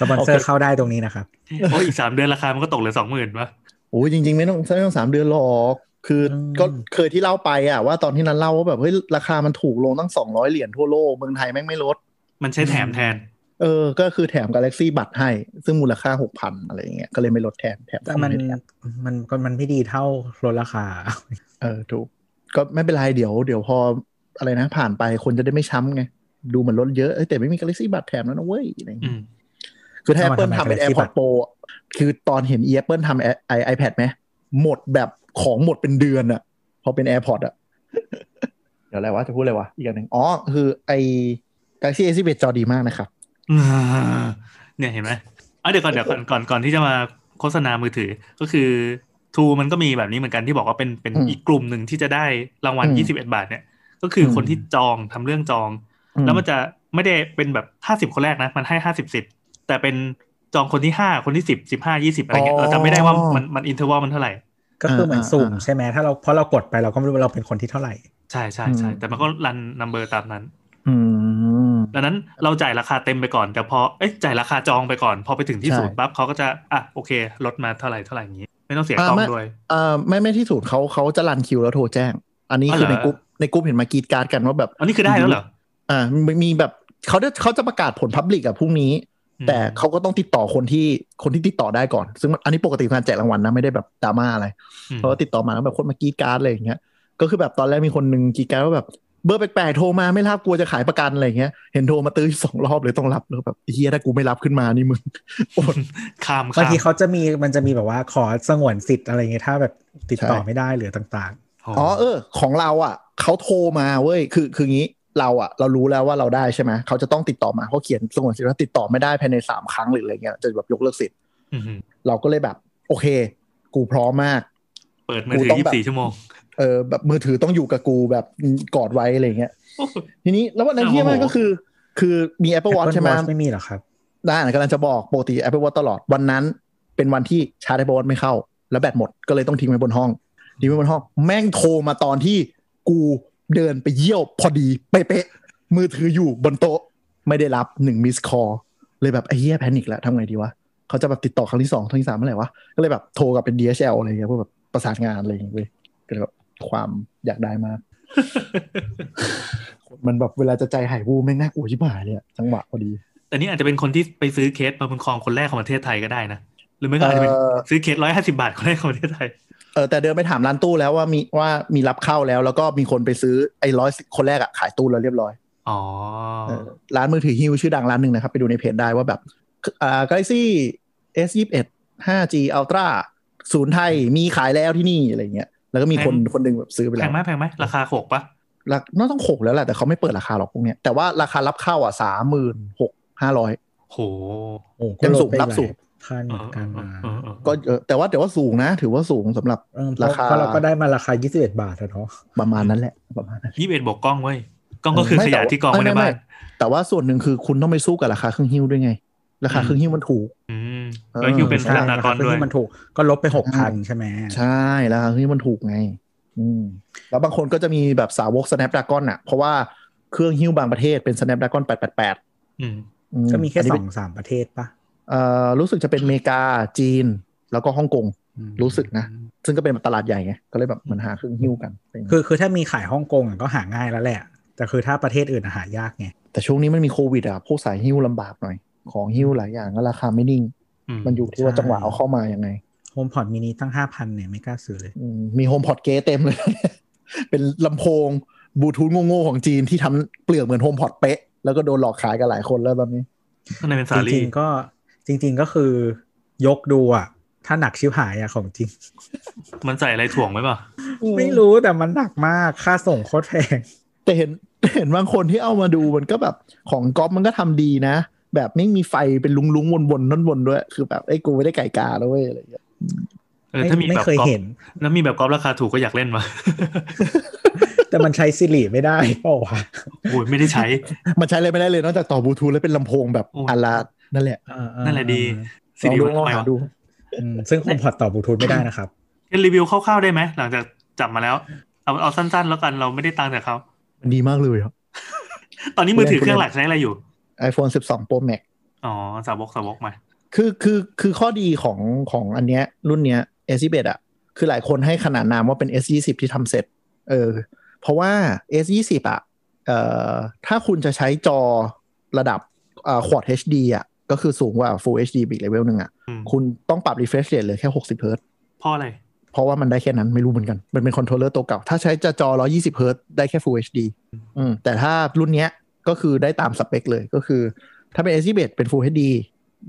Speaker 3: สปอนเซอ
Speaker 2: โอ
Speaker 3: ร์
Speaker 2: เค
Speaker 3: เข้าได้ตรงนี้นะครับ
Speaker 4: โอ้ยอีกสามเดือนราคามันก็ตกเหลือสองหมื่นป่ะ
Speaker 2: โอ้ยจริง ๆ ไม่ต้องไม่ต้องสามเดือนหรอก คืออ
Speaker 3: ม
Speaker 2: ก็เคยที่เล่าไปอะว่าตอนที่นั้นเล่าว่าแบบเฮ้ยราคามันถูกลงตั้งสองร้อยเหรียญทั่วโลกเมืองไทยแม่งไม่ลด
Speaker 4: มันใช้แถมแทน
Speaker 2: เออ ก็คือแถม Galaxy บัตรให้ ซึ่งมูลค่า 6,000 อะไรอย่างเงี้ย ก็เลยไม่ลดแถมแถม
Speaker 3: แต่มัน
Speaker 2: ให้แถ
Speaker 3: มันก็มันไม่ดีเท่าลดราคา
Speaker 2: เออ ถูก ก็ไม่เป็นไร เดี๋ยว เดี๋ยวพออะไรนะ ผ่านไปคนจะได้ไม่ช้ำไง ดูเหมือนลดเยอะเอ้ยแต่ไม่มี Galaxy บัตรแถมแล้วนะเว้ยอะไรอย่าง
Speaker 4: อื
Speaker 2: เงี้ย
Speaker 4: ม
Speaker 2: คือถ้า Apple
Speaker 3: ทำไม
Speaker 2: ทำเป็น
Speaker 3: Galaxy
Speaker 2: AirPod
Speaker 3: บัตร
Speaker 2: Pro อะคือตอนเห็น Apple ทำไอ iPad ไหมหมดแบบของหมดเป็นเดือนอะพอเป็น AirPod อะ เดี๋ยวอะไรวะ จะพูดอะไรวะ อีกอย่างหนึ่งอ๋อ คือไอ Galaxy S11 จอดีมากนะครับ
Speaker 4: เนี่ยเห็นไหมอ่ะเดี๋ยวก่อนเดี๋ยวก่อนก่อนก่อนที่จะมาโฆษณามือถือก็คือทูมันก็มีแบบนี้เหมือนกันที่บอกว่าเป็นเป็น
Speaker 2: อืม
Speaker 4: อีกกลุ่มหนึ่งที่จะได้รางวัล
Speaker 2: อืม
Speaker 4: ยี่สิบเอ็ดบาทเนี่ย ก็คืออ
Speaker 2: ม
Speaker 4: คนที่จองทำเรื่องจอง แล้วมันจะไม่ได้เป็นแบบห้าสิบ50 คนแรกนะ มันให้ห้าสิบสิบแต่เป็นจองคนที่ห้าคนที่สิบสิบห้ายี่สิบอะไรเงี้ยเราจำไม่ได้ว่ามันมันอินเทอร์วมันเท่าไหร่
Speaker 3: ก็คือเหมือน
Speaker 2: อ่า
Speaker 3: สุ่ม
Speaker 2: อ่า
Speaker 3: ใช่ไหมถ้าเราเพราะเรากดไปเราก็ไม่รู้ว่าเราเป็นคนที่เท่าไหร่
Speaker 4: ใช่ใช่ใช่
Speaker 2: อืม
Speaker 4: แต่มันก็รันนัมเบอร์ตามนั้น
Speaker 2: อืม
Speaker 4: ดังนั้นเราจ่ายราคาเต็มไปก่อน แต่พอเอ้ยจ่ายราคาจองไปก่อน พอไปถึงที่
Speaker 2: ใช่
Speaker 4: ศูนย์ปั๊บเขาก็จะอ่ะโอเคลดมาเท่าไหร่เท่าไหร่อย่างนี้ ไม่ต้องเสีย
Speaker 2: อ่า
Speaker 4: ต้อง
Speaker 2: ไม่
Speaker 4: ด้วย
Speaker 2: เอ่อไม่ไม่ที่ศูนย์เขาเขาจะรันคิวแล้วโทรแจ้ง อันนี้
Speaker 4: อ๋อ
Speaker 2: คือใน
Speaker 4: เหรอ
Speaker 2: กรุ๊ปในกรุ๊ปเห็นมากรีดการ์ดกันว่าแบบ
Speaker 4: อันนี้คือได้แล้วเหรอ
Speaker 2: อ่ามีมีแบบเขาจะเขาจะประกาศผลพับลิกอะพรุ่งนี้ แต่เขาก็ต้องติดต่อคนที่คนที่ติดต่อได้ก่อน ซึ่งมันอันนี้ปกติการแจกรางวัลนะไม่ได้แบบดราม่าอะไร
Speaker 4: อืม
Speaker 2: เขาก็ติดต่อมาแล้วแบบคนมากรีดการ์ดอะไรอย่างเงี้ยก็คือแบบตอนแรกมีคนหนึ่งกรีดการ์ดว่าแบบเบอร์แปลกๆโทรมาไม่รับกลัวจะขายประกันอะไรอย่างเงี้ยเห็นโทรมาตื้อสองรอบเลยต้องรับแล้วแบบเฮียถ้ากูไม่รับขึ้นมานี่มึงโอด
Speaker 4: ข้าม
Speaker 3: บาง
Speaker 4: ข้าม
Speaker 3: ทีเขาจะมีมันจะมีแบบว่าขอสงวนสิทธิ์อะไรเงี้ยถ้าแบบติดต่อ
Speaker 2: ใช่
Speaker 3: ไม่ได้หรือต่าง
Speaker 2: อ๋อเออของเราอ่ะเขาโทรมาเว้ยคือคืองี้เราอ่ะเรารู้แล้วว่าเราได้ใช่ไหมเขาจะต้องติดต่อมาเขาเขียนสงวนสิทธิ์ว่าติดต่อไม่ได้ภายในสามครั้งหรืออะไรเงี้ยจะแบบยกเลิกสิทธิ์
Speaker 4: อืม
Speaker 2: เราก็เลยแบบ โอเค กูพร้อมมาก
Speaker 4: เปิดมือถื
Speaker 2: กู
Speaker 4: อ
Speaker 2: ต้อง
Speaker 4: ยี่
Speaker 2: แบบ
Speaker 4: สี่ชั่วโมง
Speaker 2: เออแบบมือถือต้องอยู่กับกูแบบกอดไว้อะไรเงี้ย
Speaker 4: โอ้โห
Speaker 2: ทีนี้แล้ววันนั้นที่มากก็คือ คือมี
Speaker 3: ๆ
Speaker 2: Apple Watch ใช่ไหม
Speaker 3: Apple Watch ไม่มีหรอครับ
Speaker 2: ได้กำลังจะบอกปกติ Apple Watch ตลอดวันนั้นเป็นวันที่ชาร์จ Apple Watch ไม่เข้า แล้วแบตหมดก็เลยต้องทิ้งไว้บนห้องทิ้งไว้บนห้อง แม่งโทรมาตอนที่กูเดินไปเยี่ยวพอดีเป๊ะๆมือถืออยู่บนโต๊ะ ไม่ได้รับหนึ่งมิสคอลเลยแบบไอ้เหี้ยแพนิคแล้วทำไงดีวะเขาจะแบบติดต่อครั้งที่สองครั้งที่สามเมื่อไหร่วะ ก็เลยแบบโทรกลับเป็น DHL อะไรเงี้ยเพื่อแบบประสานงานอะไรอย่างเงี้ยเว้ยก็เลยแบบความอยากได้มาก มันแบบเวลาจะใจหายวูบแม่งน่ากลัวชิบหายเลยอะจังหวะพอดี
Speaker 4: แต่นี่อาจจะเป็นคนที่ไปซื้อเคสมาบุญครองคนแรกของประเทศไทยก็ได้นะ หรือไม่ก็อาจจะเป็น
Speaker 2: เอ่อ
Speaker 4: ซื้อเคสร้อยห้าสิบาทคนแรกของประเทศไทย
Speaker 2: เออแต่เดินไปถามร้านตู้แล้วว่ามีว่ามีรับเข้าแล้ว แล้วก็มีคนไปซื้อไอ้ร้อยคนแรกอะขายตู้แล้วเรียบร้อย
Speaker 4: อ๋อ
Speaker 2: เออร้านมือถือฮิวชื่อดังร้านหนึ่งนะครับ ไปดูในเพจได้ว่าแบบอ่า Galaxy S ยี่สิบเอ็ด 5G Ultra ศูนย์ไทยมีขายแล้วที่นี่อะไรเงี้ยแล้วก็มีคนคนหนึ่งแบบซื้อไป
Speaker 4: แพ
Speaker 2: แล้ว
Speaker 4: งไหมแพงไหมราคาหกปะ
Speaker 2: ราคน่าต้องหกแล้วแหละแต่เขาไม่เปิดราคาหรอกพวกเนี้ยแต่ว่าราคารับเข้าอ่ะสามหมื่นหกห้าร้อย
Speaker 4: โห
Speaker 3: โอ้
Speaker 2: ยัง
Speaker 3: ก็ล
Speaker 2: สู
Speaker 3: ด
Speaker 2: ง
Speaker 3: ไปห
Speaker 2: รั
Speaker 3: ลา
Speaker 2: บ
Speaker 3: ย
Speaker 2: สูง
Speaker 3: พันเหมือนกันนะ
Speaker 4: เออเออเออ
Speaker 2: ก็เออแต่ว่าแต่ว่าสูงนะ ถือว่าสูงสำหรับ
Speaker 3: เออเพรา
Speaker 2: ราคา
Speaker 3: เพราะเราก็ได้มาราคา 21 บาทอะเนาะ
Speaker 2: ประมาณนั้นแหละประมาณนั้น
Speaker 4: ยี่สิบเอ็ดบวกกล้องเว้ยกล้องก็คือ
Speaker 2: ไม่
Speaker 4: ข
Speaker 2: แต่
Speaker 4: ยะ
Speaker 2: ว่า
Speaker 4: ที่กองไว้ใน
Speaker 2: ไม่ไม่
Speaker 4: บ้าน
Speaker 2: ไม่ แต่ว่าส่วนหนึ่งคือคุณต้องไปสู้กับราคาเครื่องหิ้วด้วยไง ราคา
Speaker 4: อืม
Speaker 2: เครื่องหิ้วมันถูก
Speaker 4: อืม
Speaker 2: เออ
Speaker 4: แล้วฮิวเป็นพ
Speaker 3: ใช่
Speaker 4: ลังงานกร
Speaker 3: ซึ่ง
Speaker 4: ด้วย
Speaker 3: มันถูกก็ลบไป 6,000 ใช่ไหม
Speaker 2: ใช่ราคาเครื่องหิ้วมันถูกไง อืมแล้วบางคนก็จะมีแบบสาวก snapdragon อ่ะ เพราะว่าเครื่องหิ้วบางประเทศเป็น snapdragon 888
Speaker 4: อืม
Speaker 2: อื
Speaker 3: ก็มีแค่
Speaker 2: นนี้
Speaker 3: ส
Speaker 2: เป็
Speaker 3: อนงสามประเทศปะ
Speaker 2: เอ่อรู้สึกจะเป็นอเมริกาจีน แล้วก็ฮ่องกง
Speaker 3: อืม
Speaker 2: รู้สึกนะ ซึ่งก็เป็นแบบตลาดใหญ่ไงก็เลยแบบเหมันหาเครื่องหิ้วกันอะไรอย่างเงี้ย
Speaker 3: คือคือถ้ามีขายฮ่องกงอะก็หาง่ายแล้วแหละ แต่คือถ้าประเทศอื่นอะหายากไง
Speaker 2: แต่ช่วงนี้มันมีโควิดอ่ะพวกสายหิ้วลำบากหน่อย ของหิ้วหลายอย่างก็ราคาไม่นิ่ง มันอยู่ที่ว่า
Speaker 3: ใช่
Speaker 2: จังหวะเอาเข้ามายังไง
Speaker 3: โฮมพอดมินิตั้ง 5,000เนี่ยไม่กล้าซื้อเลย
Speaker 2: อืมมีโฮมพอดเกเต็มเลย เป็นลำโพงบลูทูธโง่ๆของจีนที่ทำเปลือกเหมือนโฮมพอดเป๊ะ แล้วก็โดนหลอกขายกันหลายคนแล้วตอนนี้
Speaker 4: ข้างในเป็นสา
Speaker 3: จ
Speaker 4: ลี
Speaker 3: ริงๆก็จริง ๆก็คือยกดูอ่ะ ถ้าหนักชิบหายอ่ะของจริง
Speaker 4: มันใส่อะไรถ่วงไว้ป่ะ
Speaker 3: ไม่รู้แต่มันหนักมากค่าส่งโคตรแพง
Speaker 2: แต่เห็นแต่เห็นบางคนที่เอามาดูมันก็แบบของก๊อฟมันก็ทำดีนะ แบบไม่มีไฟเป็นลุงๆวนๆนั่นๆด้วย คือแบบไอ้ยกูไม่ได้ไก่กาแล้วเว้ยอะไรอย่างเงี้ย
Speaker 4: เออถ้ามี
Speaker 3: ไม่
Speaker 4: แบบ
Speaker 3: เคย
Speaker 4: กอล์ฟ
Speaker 3: เห็น
Speaker 4: แล้วมีแบบกอล์ฟราคาถูกก็อยากเล่นวะ
Speaker 3: แต่มันใช้ซิริไม่ได้เปล่าวะ
Speaker 4: โอ้ยไม่ได้ใช้
Speaker 2: มันใช้อะไรไม่ได้เลยนอกจากต่อบลูทูธแล้วเป็นลำโพงแบบ
Speaker 4: โอ้ย
Speaker 2: อาลานั่นแหละ
Speaker 4: นั่นแหละดี
Speaker 2: ลองดู
Speaker 4: มัน
Speaker 2: ลอง
Speaker 4: ทำ
Speaker 2: หาว
Speaker 4: ไมะ
Speaker 2: ดู
Speaker 3: อืมซึ่งคอมพอร์ตต่อบลูทูธไม่ได้นะครับ
Speaker 4: เป็นรีวิวคร่าวๆได้ไหมหลังจากจับมาแล้ว เอาเอาสั้นๆ แล้วกันเราไม่ได้ตังค์จากเขา
Speaker 2: มันดีมากเลยครับ
Speaker 4: ตอนนี้มือถือ
Speaker 2: คุณเล่น
Speaker 4: เครื่องหลักใช้อะไรอยู่
Speaker 2: iPhone 12 Pro Max
Speaker 4: อ๋อสาวกสาวกมา
Speaker 2: คือคือคือข้อดีของของอันเนี้ยรุ่นเนี้ย S21 อ่ะ คือหลายคนให้ขนานนามว่าเป็น S20 ที่ทำเสร็จ เออ เพราะว่า S20 อ่ะเอ่อถ้าคุณจะใช้จอระดับอ่า Quad HD อ่ะ ก็คือสูงกว่า Full HD ไปอีกเลเวลหนึ่งอ่ะ
Speaker 4: อืม
Speaker 2: คุณต้องปรับ refresh rate เหลยแค่ 60 h z
Speaker 4: เพ่ออะไร
Speaker 2: เพราะว่ามันได้แค่นั้นไม่รู้เหมือนกัน มันเป็นคอนโทรลเลอร์ตัวเก่า ถ้าใช้จะจอ 120 h z ได้แค่ Full HD อืมแต่ถ้ารุ่นเนี้ยก็คือได้ตามสเปคเลยก็คือ ถ้าเป็น S21 เป็น Full HD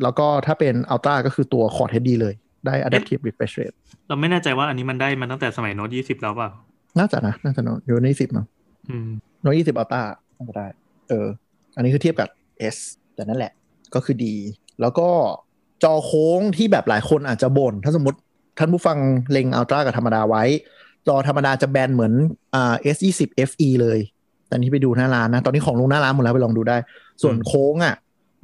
Speaker 2: แล้วก็ถ้าเป็น Ultra ก็คือตัว Quad HD เลยได้ Adaptive Refresh Rate
Speaker 4: เราไม่แน่ใจว่าอันนี้มันได้มาตั้งแต่สมัยโน้ตยี่สิบแล้วเปล่า
Speaker 2: น่าจะนะ น่าจะเนอะอยู่ใน20มั้ง
Speaker 4: อืม
Speaker 2: น้อย20 Ultra น่าจะได้ เออ อันนี้คือเทียบกับ S แต่นั่นแหละก็คือดี แล้วก็จอโค้งที่แบบหลายคนอาจจะบ่นถ้าสมมติท่านผู้ฟังเล็ง Ultra กับธรรมดาไว้ จอธรรมดาจะแบนเหมือนอ่า S20 FE เลยตอนนี้ไปดูหน้าร้านนะ ตอนนี้ของลงหน้าร้านหมดแล้วไปลองดูได้ ส่วน
Speaker 4: อืม
Speaker 2: โค้งอ่ะ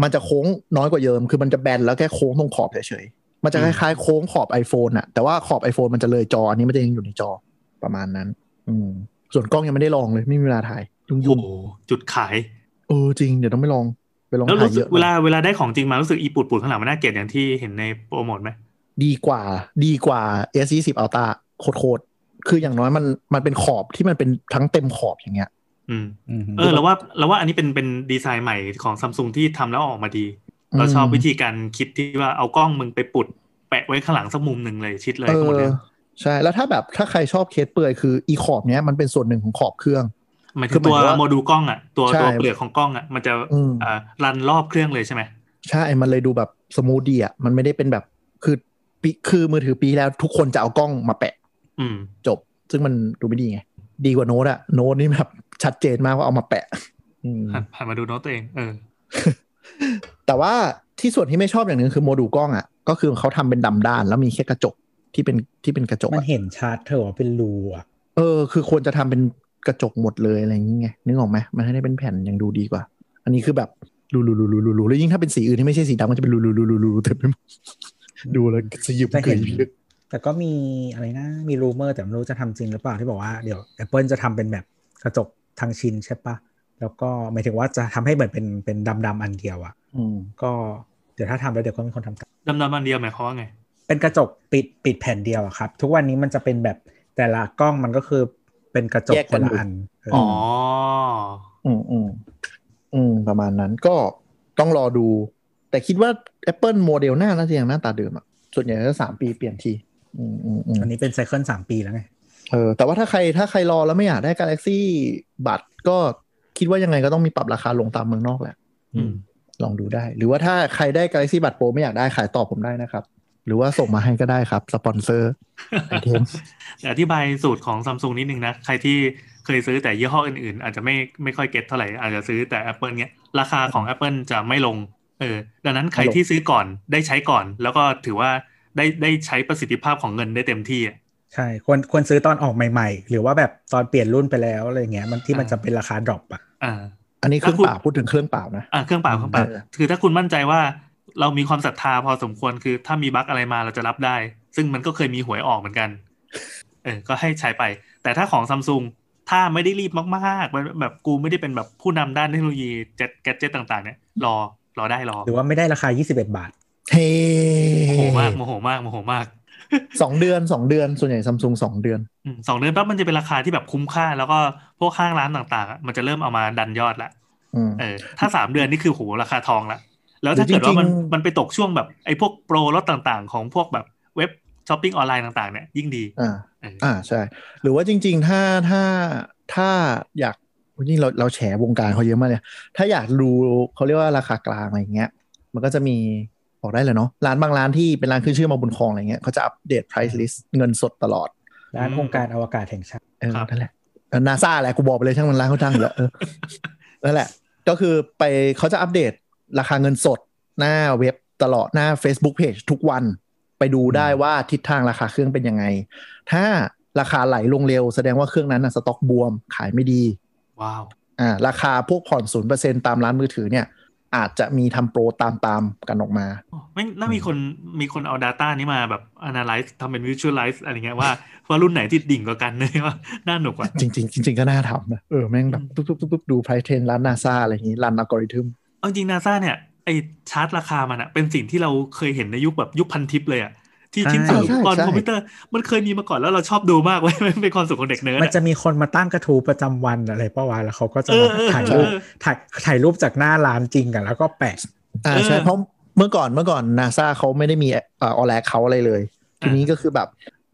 Speaker 2: มันจะโค้งน้อยกว่าเยิม คือมันจะแบนแล้วแค่โค้งตรงขอบเฉยๆ มันจะค
Speaker 4: อืม
Speaker 2: ล้ายๆโค้งขอบ iPhone อ่ะ แต่ว่าขอบ iPhone มันจะเลยจอ อันนี้มันจะยังอยู่ในจอประมาณนั้น อืม ส่วนกล้องยังไม่ได้ลองเลยไม่มีเวลาถ่ายยุ่ง
Speaker 4: โอ้โหจุดขาย
Speaker 2: ๆเออจริงเดี๋ยวต้องไปลองไปลอง
Speaker 4: แล้ว
Speaker 2: ถ่าย
Speaker 4: รู้สึ
Speaker 2: เย
Speaker 4: ก
Speaker 2: อะ
Speaker 4: เวลาเวลาได้ของจริงมารู้สึกอีปูดปูดข้างหลังมันน่าเกลียดอย่างที่เห็นในโปรโมทไหม
Speaker 2: ดีกว่า ดีกว่า S20 Ultra โคตรๆคืออย่างน้อยมันมันเป็นขอบที่มันเป็นทั้งเต็มขอบอย่างเงี้ย
Speaker 4: อืม
Speaker 3: อืม
Speaker 4: เออเราว่าเราว่าอันนี้เป็นเป็นดีไซน์ใหม่ของซัมซุงที่ทำแล้วออกมาดี
Speaker 2: อืม
Speaker 4: เราชอบวิธีการคิดที่ว่าเอากล้องมึงไปปุด แปะไว้ข้างหลังสักมุมหนึ่งเลยชิดเลย
Speaker 2: เอ
Speaker 4: ทั้งหมดเล
Speaker 2: อย ใช่แล้วถ้าแบบถ้าใครชอบเคสเปลือยคืออีขอบเนี้ยมันเป็นส่วนหนึ่งของขอบเครื่อง
Speaker 4: หมาย
Speaker 2: คื
Speaker 4: ถึ
Speaker 2: อง หมาย
Speaker 4: ตัว
Speaker 2: ถึงว่า
Speaker 4: โมดูลกล้องอ่ะตัว
Speaker 2: ใช่
Speaker 4: ตัวเปลือกของกล้องอ่ะมันจะ
Speaker 2: อืม
Speaker 4: เอ่อรันรอบเครื่องเลยใช่ไหม
Speaker 2: ใช่มันเลยดูแบบสมูทดีอ่ะมันไม่ได้เป็นแบบคือปีคือมือถือปีแล้วทุกคนจะเอากล้องมาแปะ
Speaker 4: อืม
Speaker 2: จบ ซึ่งมันดูไม่ดีไง ดีกว่าโน้ตอะโน้ตนี่แบบชัดเจนมากว่าเอามาแปะ อืม
Speaker 4: หันหันมาดูโน้ตตัวเองเออ
Speaker 2: แต่ว่าที่ส่วนที่ไม่ชอบอย่างหนึ่งคือโมดูลกล้องอ่ะก็คือเขาทำเป็นดำด้าน แล้วมีแค่กระจกที่เป็นที่เป็นกระจก
Speaker 3: มัน
Speaker 2: อะ
Speaker 3: เห็นชัดเธอว่าเป็นรูอ่ะ
Speaker 2: เออคือควรจะทำเป็นกระจกหมดเลยอะไรอย่างงี้ไงนึกออกไหมมันให้ได้เป็นแผ่นยังดูดีกว่า อันนี้คือแบบรูรูรูรูรูรูแล้วยิ่งถ้าเป็นสีอื่นที่ไม่ใช่สีดำมันจะเป็นรูรูรูรูรูเต็มไปหมดดูแล้วสยิบ
Speaker 3: แต่
Speaker 2: เก
Speaker 3: เห็
Speaker 2: ย
Speaker 3: น
Speaker 2: พิลึก
Speaker 3: แต่ก็มีอะไรนะ มีรูเมอร์แต่ไม่รู้จะทำจริงหรือเปล่าที่บอกว่าเดี๋ยว Apple จะทำเป็นแบบกระจกทางชิ้นใช่ปะแล้วก็หมายถึงว่าจะทำให้เหมือนเป็นเป็นดำๆอันเดียวอ่ะ
Speaker 2: อืม
Speaker 3: ก็เดี๋ยวถ้าทำแล้วเดี๋ยวก็มีคนทำตาม
Speaker 4: ดำดำๆอันเดียวหมายความว่าไง
Speaker 3: เป็นกระจกปิดปิดแผ่นเดียวอะครับ ทุกวันนี้มันจะเป็นแบบแต่ละกล้องมันก็คือเป็นกระจกคนละอันเอออ
Speaker 4: อ๋อ
Speaker 2: อืมอืมอืมประมาณนั้นก็ต้องรอดู แต่คิดว่า Apple โมเดลหน้าน่าจะยังหน้าตาเดิมอะส่วนใหญ่ก็สามปีเปลี่ยนที อืมอืมอืม
Speaker 3: อันนี้เป็นไซเคิลสามปีแล้วไง
Speaker 2: เออแต่ว่าถ้าใครถ้าใครรอแล้วไม่อยากได้ Galaxy บัตรก็คิดว่ายังไงก็ต้องมีปรับราคาลงตามเมืองนอกแหละ
Speaker 4: อืม
Speaker 2: ลองดูได้ หรือว่าถ้าใครได้ Galaxy บัตรโปรไม่อยากได้ขายต่อผมได้นะครับ หรือว่าส่งมาให้ก็ได้ครับ สปอนเซอร์ไอเท ม
Speaker 4: อธิบายสูตรของซัมซุงนิดนึงนะ ใครที่เคยซื้อแต่ยี่ห้ออื่นๆ อาจจะไม่ไม่ค่อยเก็ตเท่าไหร่ อาจจะซื้อแต่ Apple เนี้ย ราคาของ Apple จะไม่ลง เออ ดังนั้นใครที่ซื้อก่อนได้ใช้ก่อน แล้วก็ถือว่าได้ได้ใช้ประสิทธิภาพของเงินได้เต็มที่อะ
Speaker 3: ใช่ควรควรซื้อตอนออกใหม่ ๆ หรือว่าแบบตอนเปลี่ยนรุ่นไปแล้วอะไรเงี้ยมันที่มัน
Speaker 4: อ่า
Speaker 3: จะเป็นราคาดรอปอ่ะ
Speaker 4: อ่า
Speaker 2: อันนี้เครื่อง
Speaker 4: ถ้าคุณ
Speaker 2: เปล่าพูดถึงเครื่องเปล่านะ
Speaker 4: อ่าเครื่องเปล่าเครื่องเปล่า
Speaker 2: เออ
Speaker 4: คือถ้าคุณมั่นใจว่าเรามีความศรัทธาพอสมควรคือถ้ามีบั๊กอะไรมาเราจะรับได้ ซึ่งมันก็เคยมีหวยออกเหมือนกัน เออ ก็ให้ใช้ไป แต่ถ้าของซัมซุงถ้าไม่ได้รีบมากๆแบบแบบกูไม่ได้เป็นแบบผู้นำด้านเทคโนโลยีแจ็ตแกดเจ็ตต่างๆเนี่ยรอรอได้รอ
Speaker 3: หรือว่าไม่ได้ราคา 21 บาท
Speaker 2: เฮ้
Speaker 4: โมโหมากโมโหมากโมโหมาก
Speaker 2: สองเดือนสองเดือนส่วนใหญ่ซัมซุงสองเดือน
Speaker 4: อืมสองเดือนปั๊บมันจะเป็นราคาที่แบบคุ้มค่า แล้วก็พวกข้างร้านต่างๆอะมันจะเริ่มเอามาดันยอดละ
Speaker 2: อืม
Speaker 4: เออถ้าสามเดือนนี่คือโหราคาทองละ แล้วถ้าเกิดว่ามัน
Speaker 2: จริงๆ
Speaker 4: มันไปตกช่วงแบบไอ้พวกโปรลดต่างๆ ของพวกแบบเว็บช้อปปิ้งออนไลน์ต่างๆเนี่ยยิ่งดี
Speaker 2: อ่า
Speaker 4: เอออ
Speaker 2: อ่าใช่ หรือว่าจริง ๆ ถ้าถ้าถ้าอยากนี่เราเราแฉวงการเขาเยอะมากเลยถ้าอยากดูเขาเรียกว่าราคากลางอะไรอย่างเงี้ย มันก็จะมีบอกได้เลยเนาะร้านบางร้านที่เป็นร้านขึ้นชื่อมาบุญคลองอะไรเงี้ยเขาจะอัปเดต price list เงินสดตลอด
Speaker 3: ร้านองค์การอวกาศแห่งชาติ
Speaker 2: เออนั่นแหละนาซาแหละกูบอกไปเลยช่างมันร้านเขาจ้างอยู่แล้วเออนั่นแหละ ก็คือไปเขาจะอัปเดต ราคาเงินสดหน้าเว็บตลอดหน้า Facebook Page ทุกวันไปดูได้ว่าทิศทางราคาเครื่องเป็นยังไง ถ้าราคาไหลลงเร็วแสดงว่าเครื่องนั้นนะสต็อกบวมขายไม่ดี
Speaker 4: ว้าว
Speaker 2: อ่าราคาพวกผ่อนศูนเปอร์เซ็นตามร้านมือถือเนี่ย อาจจะมีทำโปรตามตามๆกันออกมา
Speaker 4: ไม่น่ามีคนมีคนเอา Data นี้มาแบบ Analyze ทำเป็น Visualize อะไรเงี้ยว่าว่ารุ่นไหนที่ดิ่งกว่ากัน เลยว่าน่าหนุกกว่า
Speaker 2: จริง ๆ จริง ๆ ก็น่าทำนะ เออ แม่งแบบตุ๊บตุ๊บตุ๊บตุ๊บดูไพรเทนร้านนาซาอะไรอย่างงี้รันอัลกอริทึม
Speaker 4: เอาจริงนาซาเนี่ยไอชาร์ตราคามันอะเป็นสิ่งที่เราเคยเห็นในยุคแบบยุคพันทิปเลยอะที่
Speaker 3: ใช่
Speaker 4: ชิ้นส่วนอุปกรณ์คอมพิวเตอร์มันเคยมีมาก่อนแล้วเราชอบดูมากเว้ย มันเป็นความสุขของเด็กเนิร์ด
Speaker 3: มัน
Speaker 4: อะ
Speaker 3: จะมีคนมาตั้งกระทู้ประจำวันอะไรป้าวะแล้วเขาก็จะ
Speaker 4: เอ
Speaker 3: มา
Speaker 4: อเออ
Speaker 3: ถ่าย
Speaker 4: เอ
Speaker 3: รูป
Speaker 4: อ
Speaker 3: ถ่ายถ่ายรูปจากหน้าร้านจริงกันแล้วก็แปะ
Speaker 2: อ่า
Speaker 4: เออ
Speaker 2: ใช่เพราะเมื่อก่อนเมื่อก่อนนาซาเขาไม่ได้มีเอ่ออแลเขาอะไรเลย
Speaker 4: อ่า
Speaker 2: ทีนี้ก็คือแบบ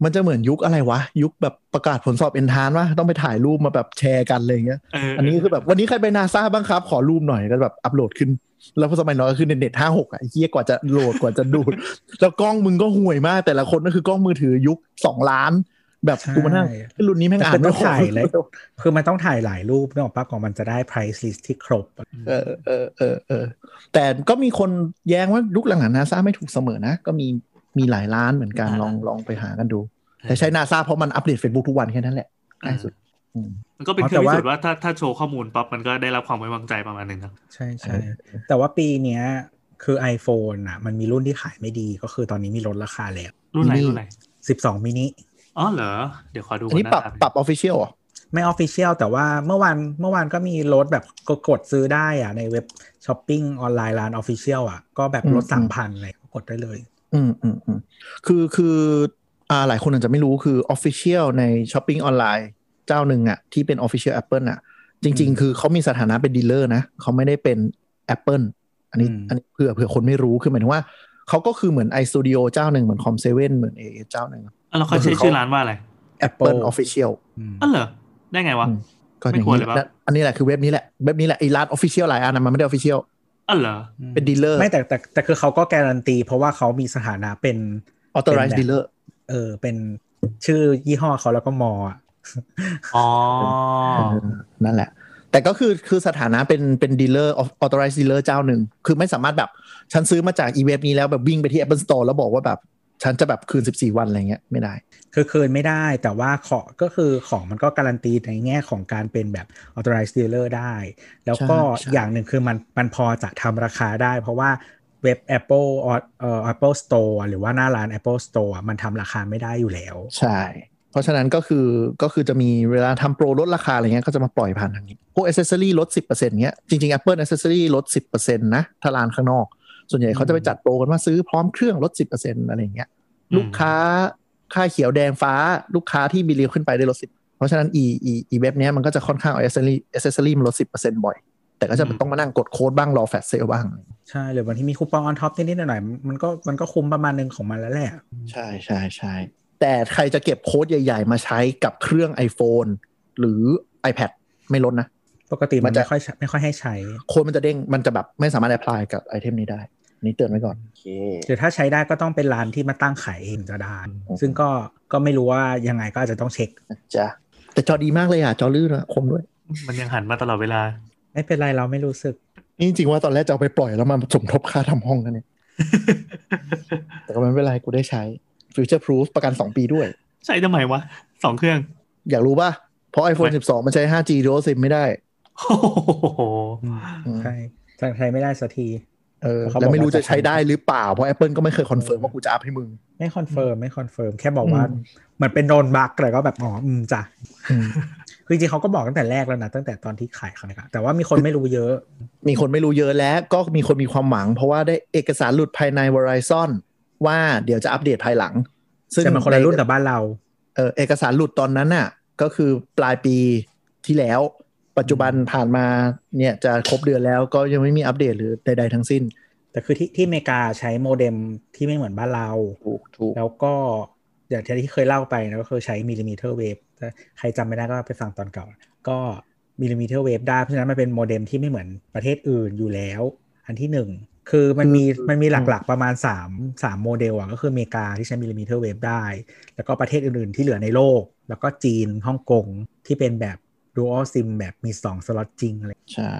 Speaker 2: มันจะเหมือนยุคอะไรวะ ยุคแบบประกาศผลสอบเอนทานวะต้องไปถ่ายรูปมาแบบแชร์กันอะไรอย่างเงี้ย
Speaker 4: เออ
Speaker 2: อันนี้คือแบบวันนี้ใครไปนาซาบ้างครับ ขอรูปหน่อยก็แบบอัปโหลดขึ้น แล้วพอสมัยน้อยก็คือเน็ตห้าหกอ่ะไอ้เฮียกว่าจะโหลด กว่าจะดูด แล้วกล้องมึงก็ห่วยมาก แต่ละคนก็คือกล้องมือถือยุคสองล้าน แบบกูมานั่ง
Speaker 3: ใช่
Speaker 2: รุ่นนี้แม่งอ่านไม่ออก
Speaker 3: ถ่ายเลยคือมันต้องถ่ายหลายรูปนกออกปะกว่ามันจะได้ price list ที่ครบ
Speaker 2: เออเออเออเออแต่ก็มีคนแย้งว่ายุคหลังๆนาซาไม่ถูกเสมอนะ ก็มีมีหลายร้านเหมือนกันลองลองไปหากันดู แต่ใช้นาซาเพราะมันอัปเดต Facebook ทุกวันแค่นั้นแหละง่ายสุด
Speaker 4: มันก็เป็น
Speaker 3: อ๋อ
Speaker 4: เครื่องพิ
Speaker 3: แต่ว่า
Speaker 4: สูจน์ว่าถ้าถ้าโชว์ข้อมูลปั๊บมันก็ได้รับความไว้วางใจประมาณหนึ่งนะ
Speaker 3: ใช่ใช่แต่ว่าปีเนี้ยคือ iPhone อ่ะมันมีรุ่นที่ขายไม่ดีก็คือตอนนี้มีลดราคาแล้ว
Speaker 4: รุ่นไหน
Speaker 2: นี่
Speaker 4: รุ่นไหน
Speaker 3: 12 มินิ
Speaker 4: อ๋อเหรอ เดี๋ยวขอดู
Speaker 2: อันนี้
Speaker 4: หา
Speaker 2: ปรับ
Speaker 4: ตา
Speaker 2: ปรับออฟฟิเชียลอ่ะ
Speaker 3: ไม่ออฟฟิเชียลแต่ว่าเมื่อวานเมื่อวานก็มีลดแบบก็กดซื้อได้อ่ะในเว็บช้อปปิ้งออนไลน์ร้านออฟฟิเชียลอ่ะก็แบบลดสามพันเลยก็กดได้เลย
Speaker 2: อืมอืมอืมคือคืออ่าหลายคนอาจจะไม่รู้คือออฟฟิเชียลในช้อปปิ้งออนไลน์เจ้าหนึ่งอ่ะ ที่เป็นออฟฟิเชียลแอปเปิลอ่ะ จริง
Speaker 3: อืม
Speaker 2: ๆ คือเขามีสถานะเป็นดีลเลอร์นะเขาไม่ได้เป็น Apple อันนี้
Speaker 3: อืม
Speaker 2: อันนี้เผื่อเผื่อคนไม่รู้คือหมายถึงว่าเขาก็คือเหมือน iStudio เจ้าหนึ่งเหมือน Com7 เหมือน a เจ้าหนึ่ง
Speaker 4: อ่ะแล้วเขาใช้ชื่อร้านว่าอะไร
Speaker 2: Apple
Speaker 3: Apple
Speaker 2: Official
Speaker 3: อืม
Speaker 4: อ๋อเหรอได้ไงวะ
Speaker 2: อืม ก็อย่างนี้
Speaker 4: ไม่ควรเลยปะ
Speaker 2: และอันนี้แหละคือเว็บนี้แหละ เว็บนี้แหละไอ้ร้าน Official หลายอันนะมันไม่ได้ Official
Speaker 4: อ๋อเหรอ
Speaker 2: เป็นดีลเลอร์
Speaker 3: ไม่แต่แต่แต่คือเขาก็การันตี เพราะว่าเขามีสถานะเป็น
Speaker 2: Authorized
Speaker 3: เป็นแบบ
Speaker 2: Dealer
Speaker 3: เออเป็นชื่อยี่ห้อเขาแล้วก็มออ่ะ
Speaker 4: อ๋อ
Speaker 2: เออนั่นแหละ แต่ก็คือคือสถานะเป็นเป็นดีลเลอร์ Authorized Dealer เจ้าหนึ่ง คือไม่สามารถแบบ ฉันซื้อมาจากอีเว็บนี้แล้วแบบวิ่งไปที่ Apple Store แล้วบอกว่าแบบ ฉันจะแบบคืน 14 วันอะไรเงี้ยไม่ได้
Speaker 3: คือคืนไม่ได้แต่ว่าขอก็คือของมันก็การันตีในแง่ของการเป็นแบบ authorized dealer ได้ แล้วก็
Speaker 2: ใช่
Speaker 3: อย่างหนึ่งคือมันมันพอจะทำราคาได้ เพราะว่าเว็บ Apple เอ่อ Apple Store หรือว่าหน้าร้าน Apple Store อะมันทำราคาไม่ได้อยู่แล้ว
Speaker 2: ใช่ เพราะฉะนั้นก็คือก็คือจะมีเวลาทำโปรลดราคาอะไรเงี้ยก็จะมาปล่อยผ่านทางนี้พวกอ c เซ s ซอรี่ลด 10%เงี้ยจริงๆ Apple a c เซ s ซอรี่ลด 10%นะถ้าร้านข้างนอก ส่วนใหญ่เขาจะไปจัดโปรกันว่าซื้อพร้อมเครื่องลด 10%อะไรอย่างเงี้ยลูกค้าค่าเขียวแดงฟ้าลูกค้าที่บิลเลียวขึ้นไปได้ลด 10 เพราะฉะนั้นอีอีอีเว็บเนี้ยมันก็จะค่อนข้างเอาอ c เซ s ซอรี่อเซซอรี่มันลด 10%บ่อย แต่ก็จะต้องมานั่งกดโค้ดบ้างรอแฟลชเซลบ้าง
Speaker 3: ใช่หรือบางที่มีคูปอง on top นิดๆหน่อยๆมันก็มันก็คุ้มประมาณหนึงของมันแล้วแหละ
Speaker 2: ใช่ใช่ใช่แต่ใครจะเก็บโค้ดใหญ่ ๆ มาใช้กับเครื่อง iPhone หรือ iPad ไม่ลดนะ
Speaker 3: ปกติ
Speaker 2: มั
Speaker 3: มัน น
Speaker 2: จะ
Speaker 3: ไม่ค่อยใช้ไม่ค่อยให้ใช้
Speaker 2: โค้ดมันจะเด้ง มันจะแบบไม่สามารถแอพพลายกับไอเทมนี้ได้ นี่เตือนไว้ก่อน
Speaker 3: หรือถ้าใช้ได้ก็ต้องเป็นร้านที่มาตั้งขายเองจะได้ ซึ่งก็ก็ไม่รู้ว่ายังไงก็อาจจะต้องเช็ค
Speaker 2: นะจ้ะแต่จอดีมากเลยอ่ะ จอลื่นอะคมด้วย
Speaker 4: มันยังหันมาตลอดเวลา
Speaker 3: ไม่เป็นไรเราไม่รู้สึก
Speaker 2: นี่จริงๆว่าตอนแรกจะเอาไปปล่อยแล้วมาสมทบค่าทำห้องกันเนี่ย แต่ก็ไม่เป็นไรกูได้ใช้ Future Proof ประกัน 2 ปีด้วย
Speaker 4: ใช่ทำไมวะสองเครื่อง
Speaker 2: อยากรู้ป่ะ เพราะ iPhone 12 มันใช้ 5G Dual SIM ไม่ได้
Speaker 4: โอ้โห
Speaker 3: อืม
Speaker 2: อืม
Speaker 3: ใช่ทางไทยไม่ได้สักที
Speaker 2: เออ
Speaker 3: เขาบอกว่า
Speaker 2: แล้วไม่รู้จะใช้ได้หรือเปล่า เพราะ Apple ก็ไม่เคยคอนเฟิร์มว่ากูจะอัพให้มึง
Speaker 3: ไม่คอนเฟิร์มไม่คอนเฟิร์มแค่บอกว่า
Speaker 2: อืม
Speaker 3: เหมือนเป็นโดนบั๊กแต่ก็แบบอ๋ออืมจ้ะ
Speaker 2: อืม
Speaker 3: คือจริงๆเขาก็บอกตั้งแต่แรกแล้วนะตั้งแต่ตอนที่ขายครั้งแรกอะแต่ว่ามีคนไม่รู้เยอะ
Speaker 2: มีคนไม่รู้เยอะและก็มีคนมีความหวัง เพราะว่าได้เอกสารหลุดภายใน Verizon ว่าเดี๋ยวจะอัปเดตภายหลัง ซึ่ง
Speaker 3: แต่มันคนละรุ่นกับบ้านเรา
Speaker 2: เออเอกสารหลุดตอนนั้นน่ะ ก็คือปลายปีที่แล้ว ปัจจุบันผ่านมาเนี่ยจะครบเดือนแล้วก็ยังไม่มีอัปเดตหรือใด ๆ ทั้งสิ้น
Speaker 3: แต่คือที่ที่อเมริกาใช้โมเด็มที่ไม่เหมือนบ้านเรา
Speaker 2: ถูกถูก
Speaker 3: แล้วก็อย่างที่เคยเล่าไปนะก็คือใช้มิลลิเมตรเวฟใครจำไม่ได้ก็ไปฟังตอนเก่า ก็มิลลิเมตรเวฟได้เพราะฉะนั้นมันเป็นโมเด็มที่ไม่เหมือนประเทศอื่นอยู่แล้ว อันที่หนึ่งคือมันมีมันมีหลักๆประมาณ3 3โมเดลอะก็คืออเมริกาที่ใช้มิลลิเมตรเวฟได้ แล้วก็ประเทศอื่นๆที่เหลือในโลก แล้วก็จีนฮ่องกงที่เป็นแบบ dual sim แบบมี2สล็อตจริงอะไร
Speaker 2: ใช่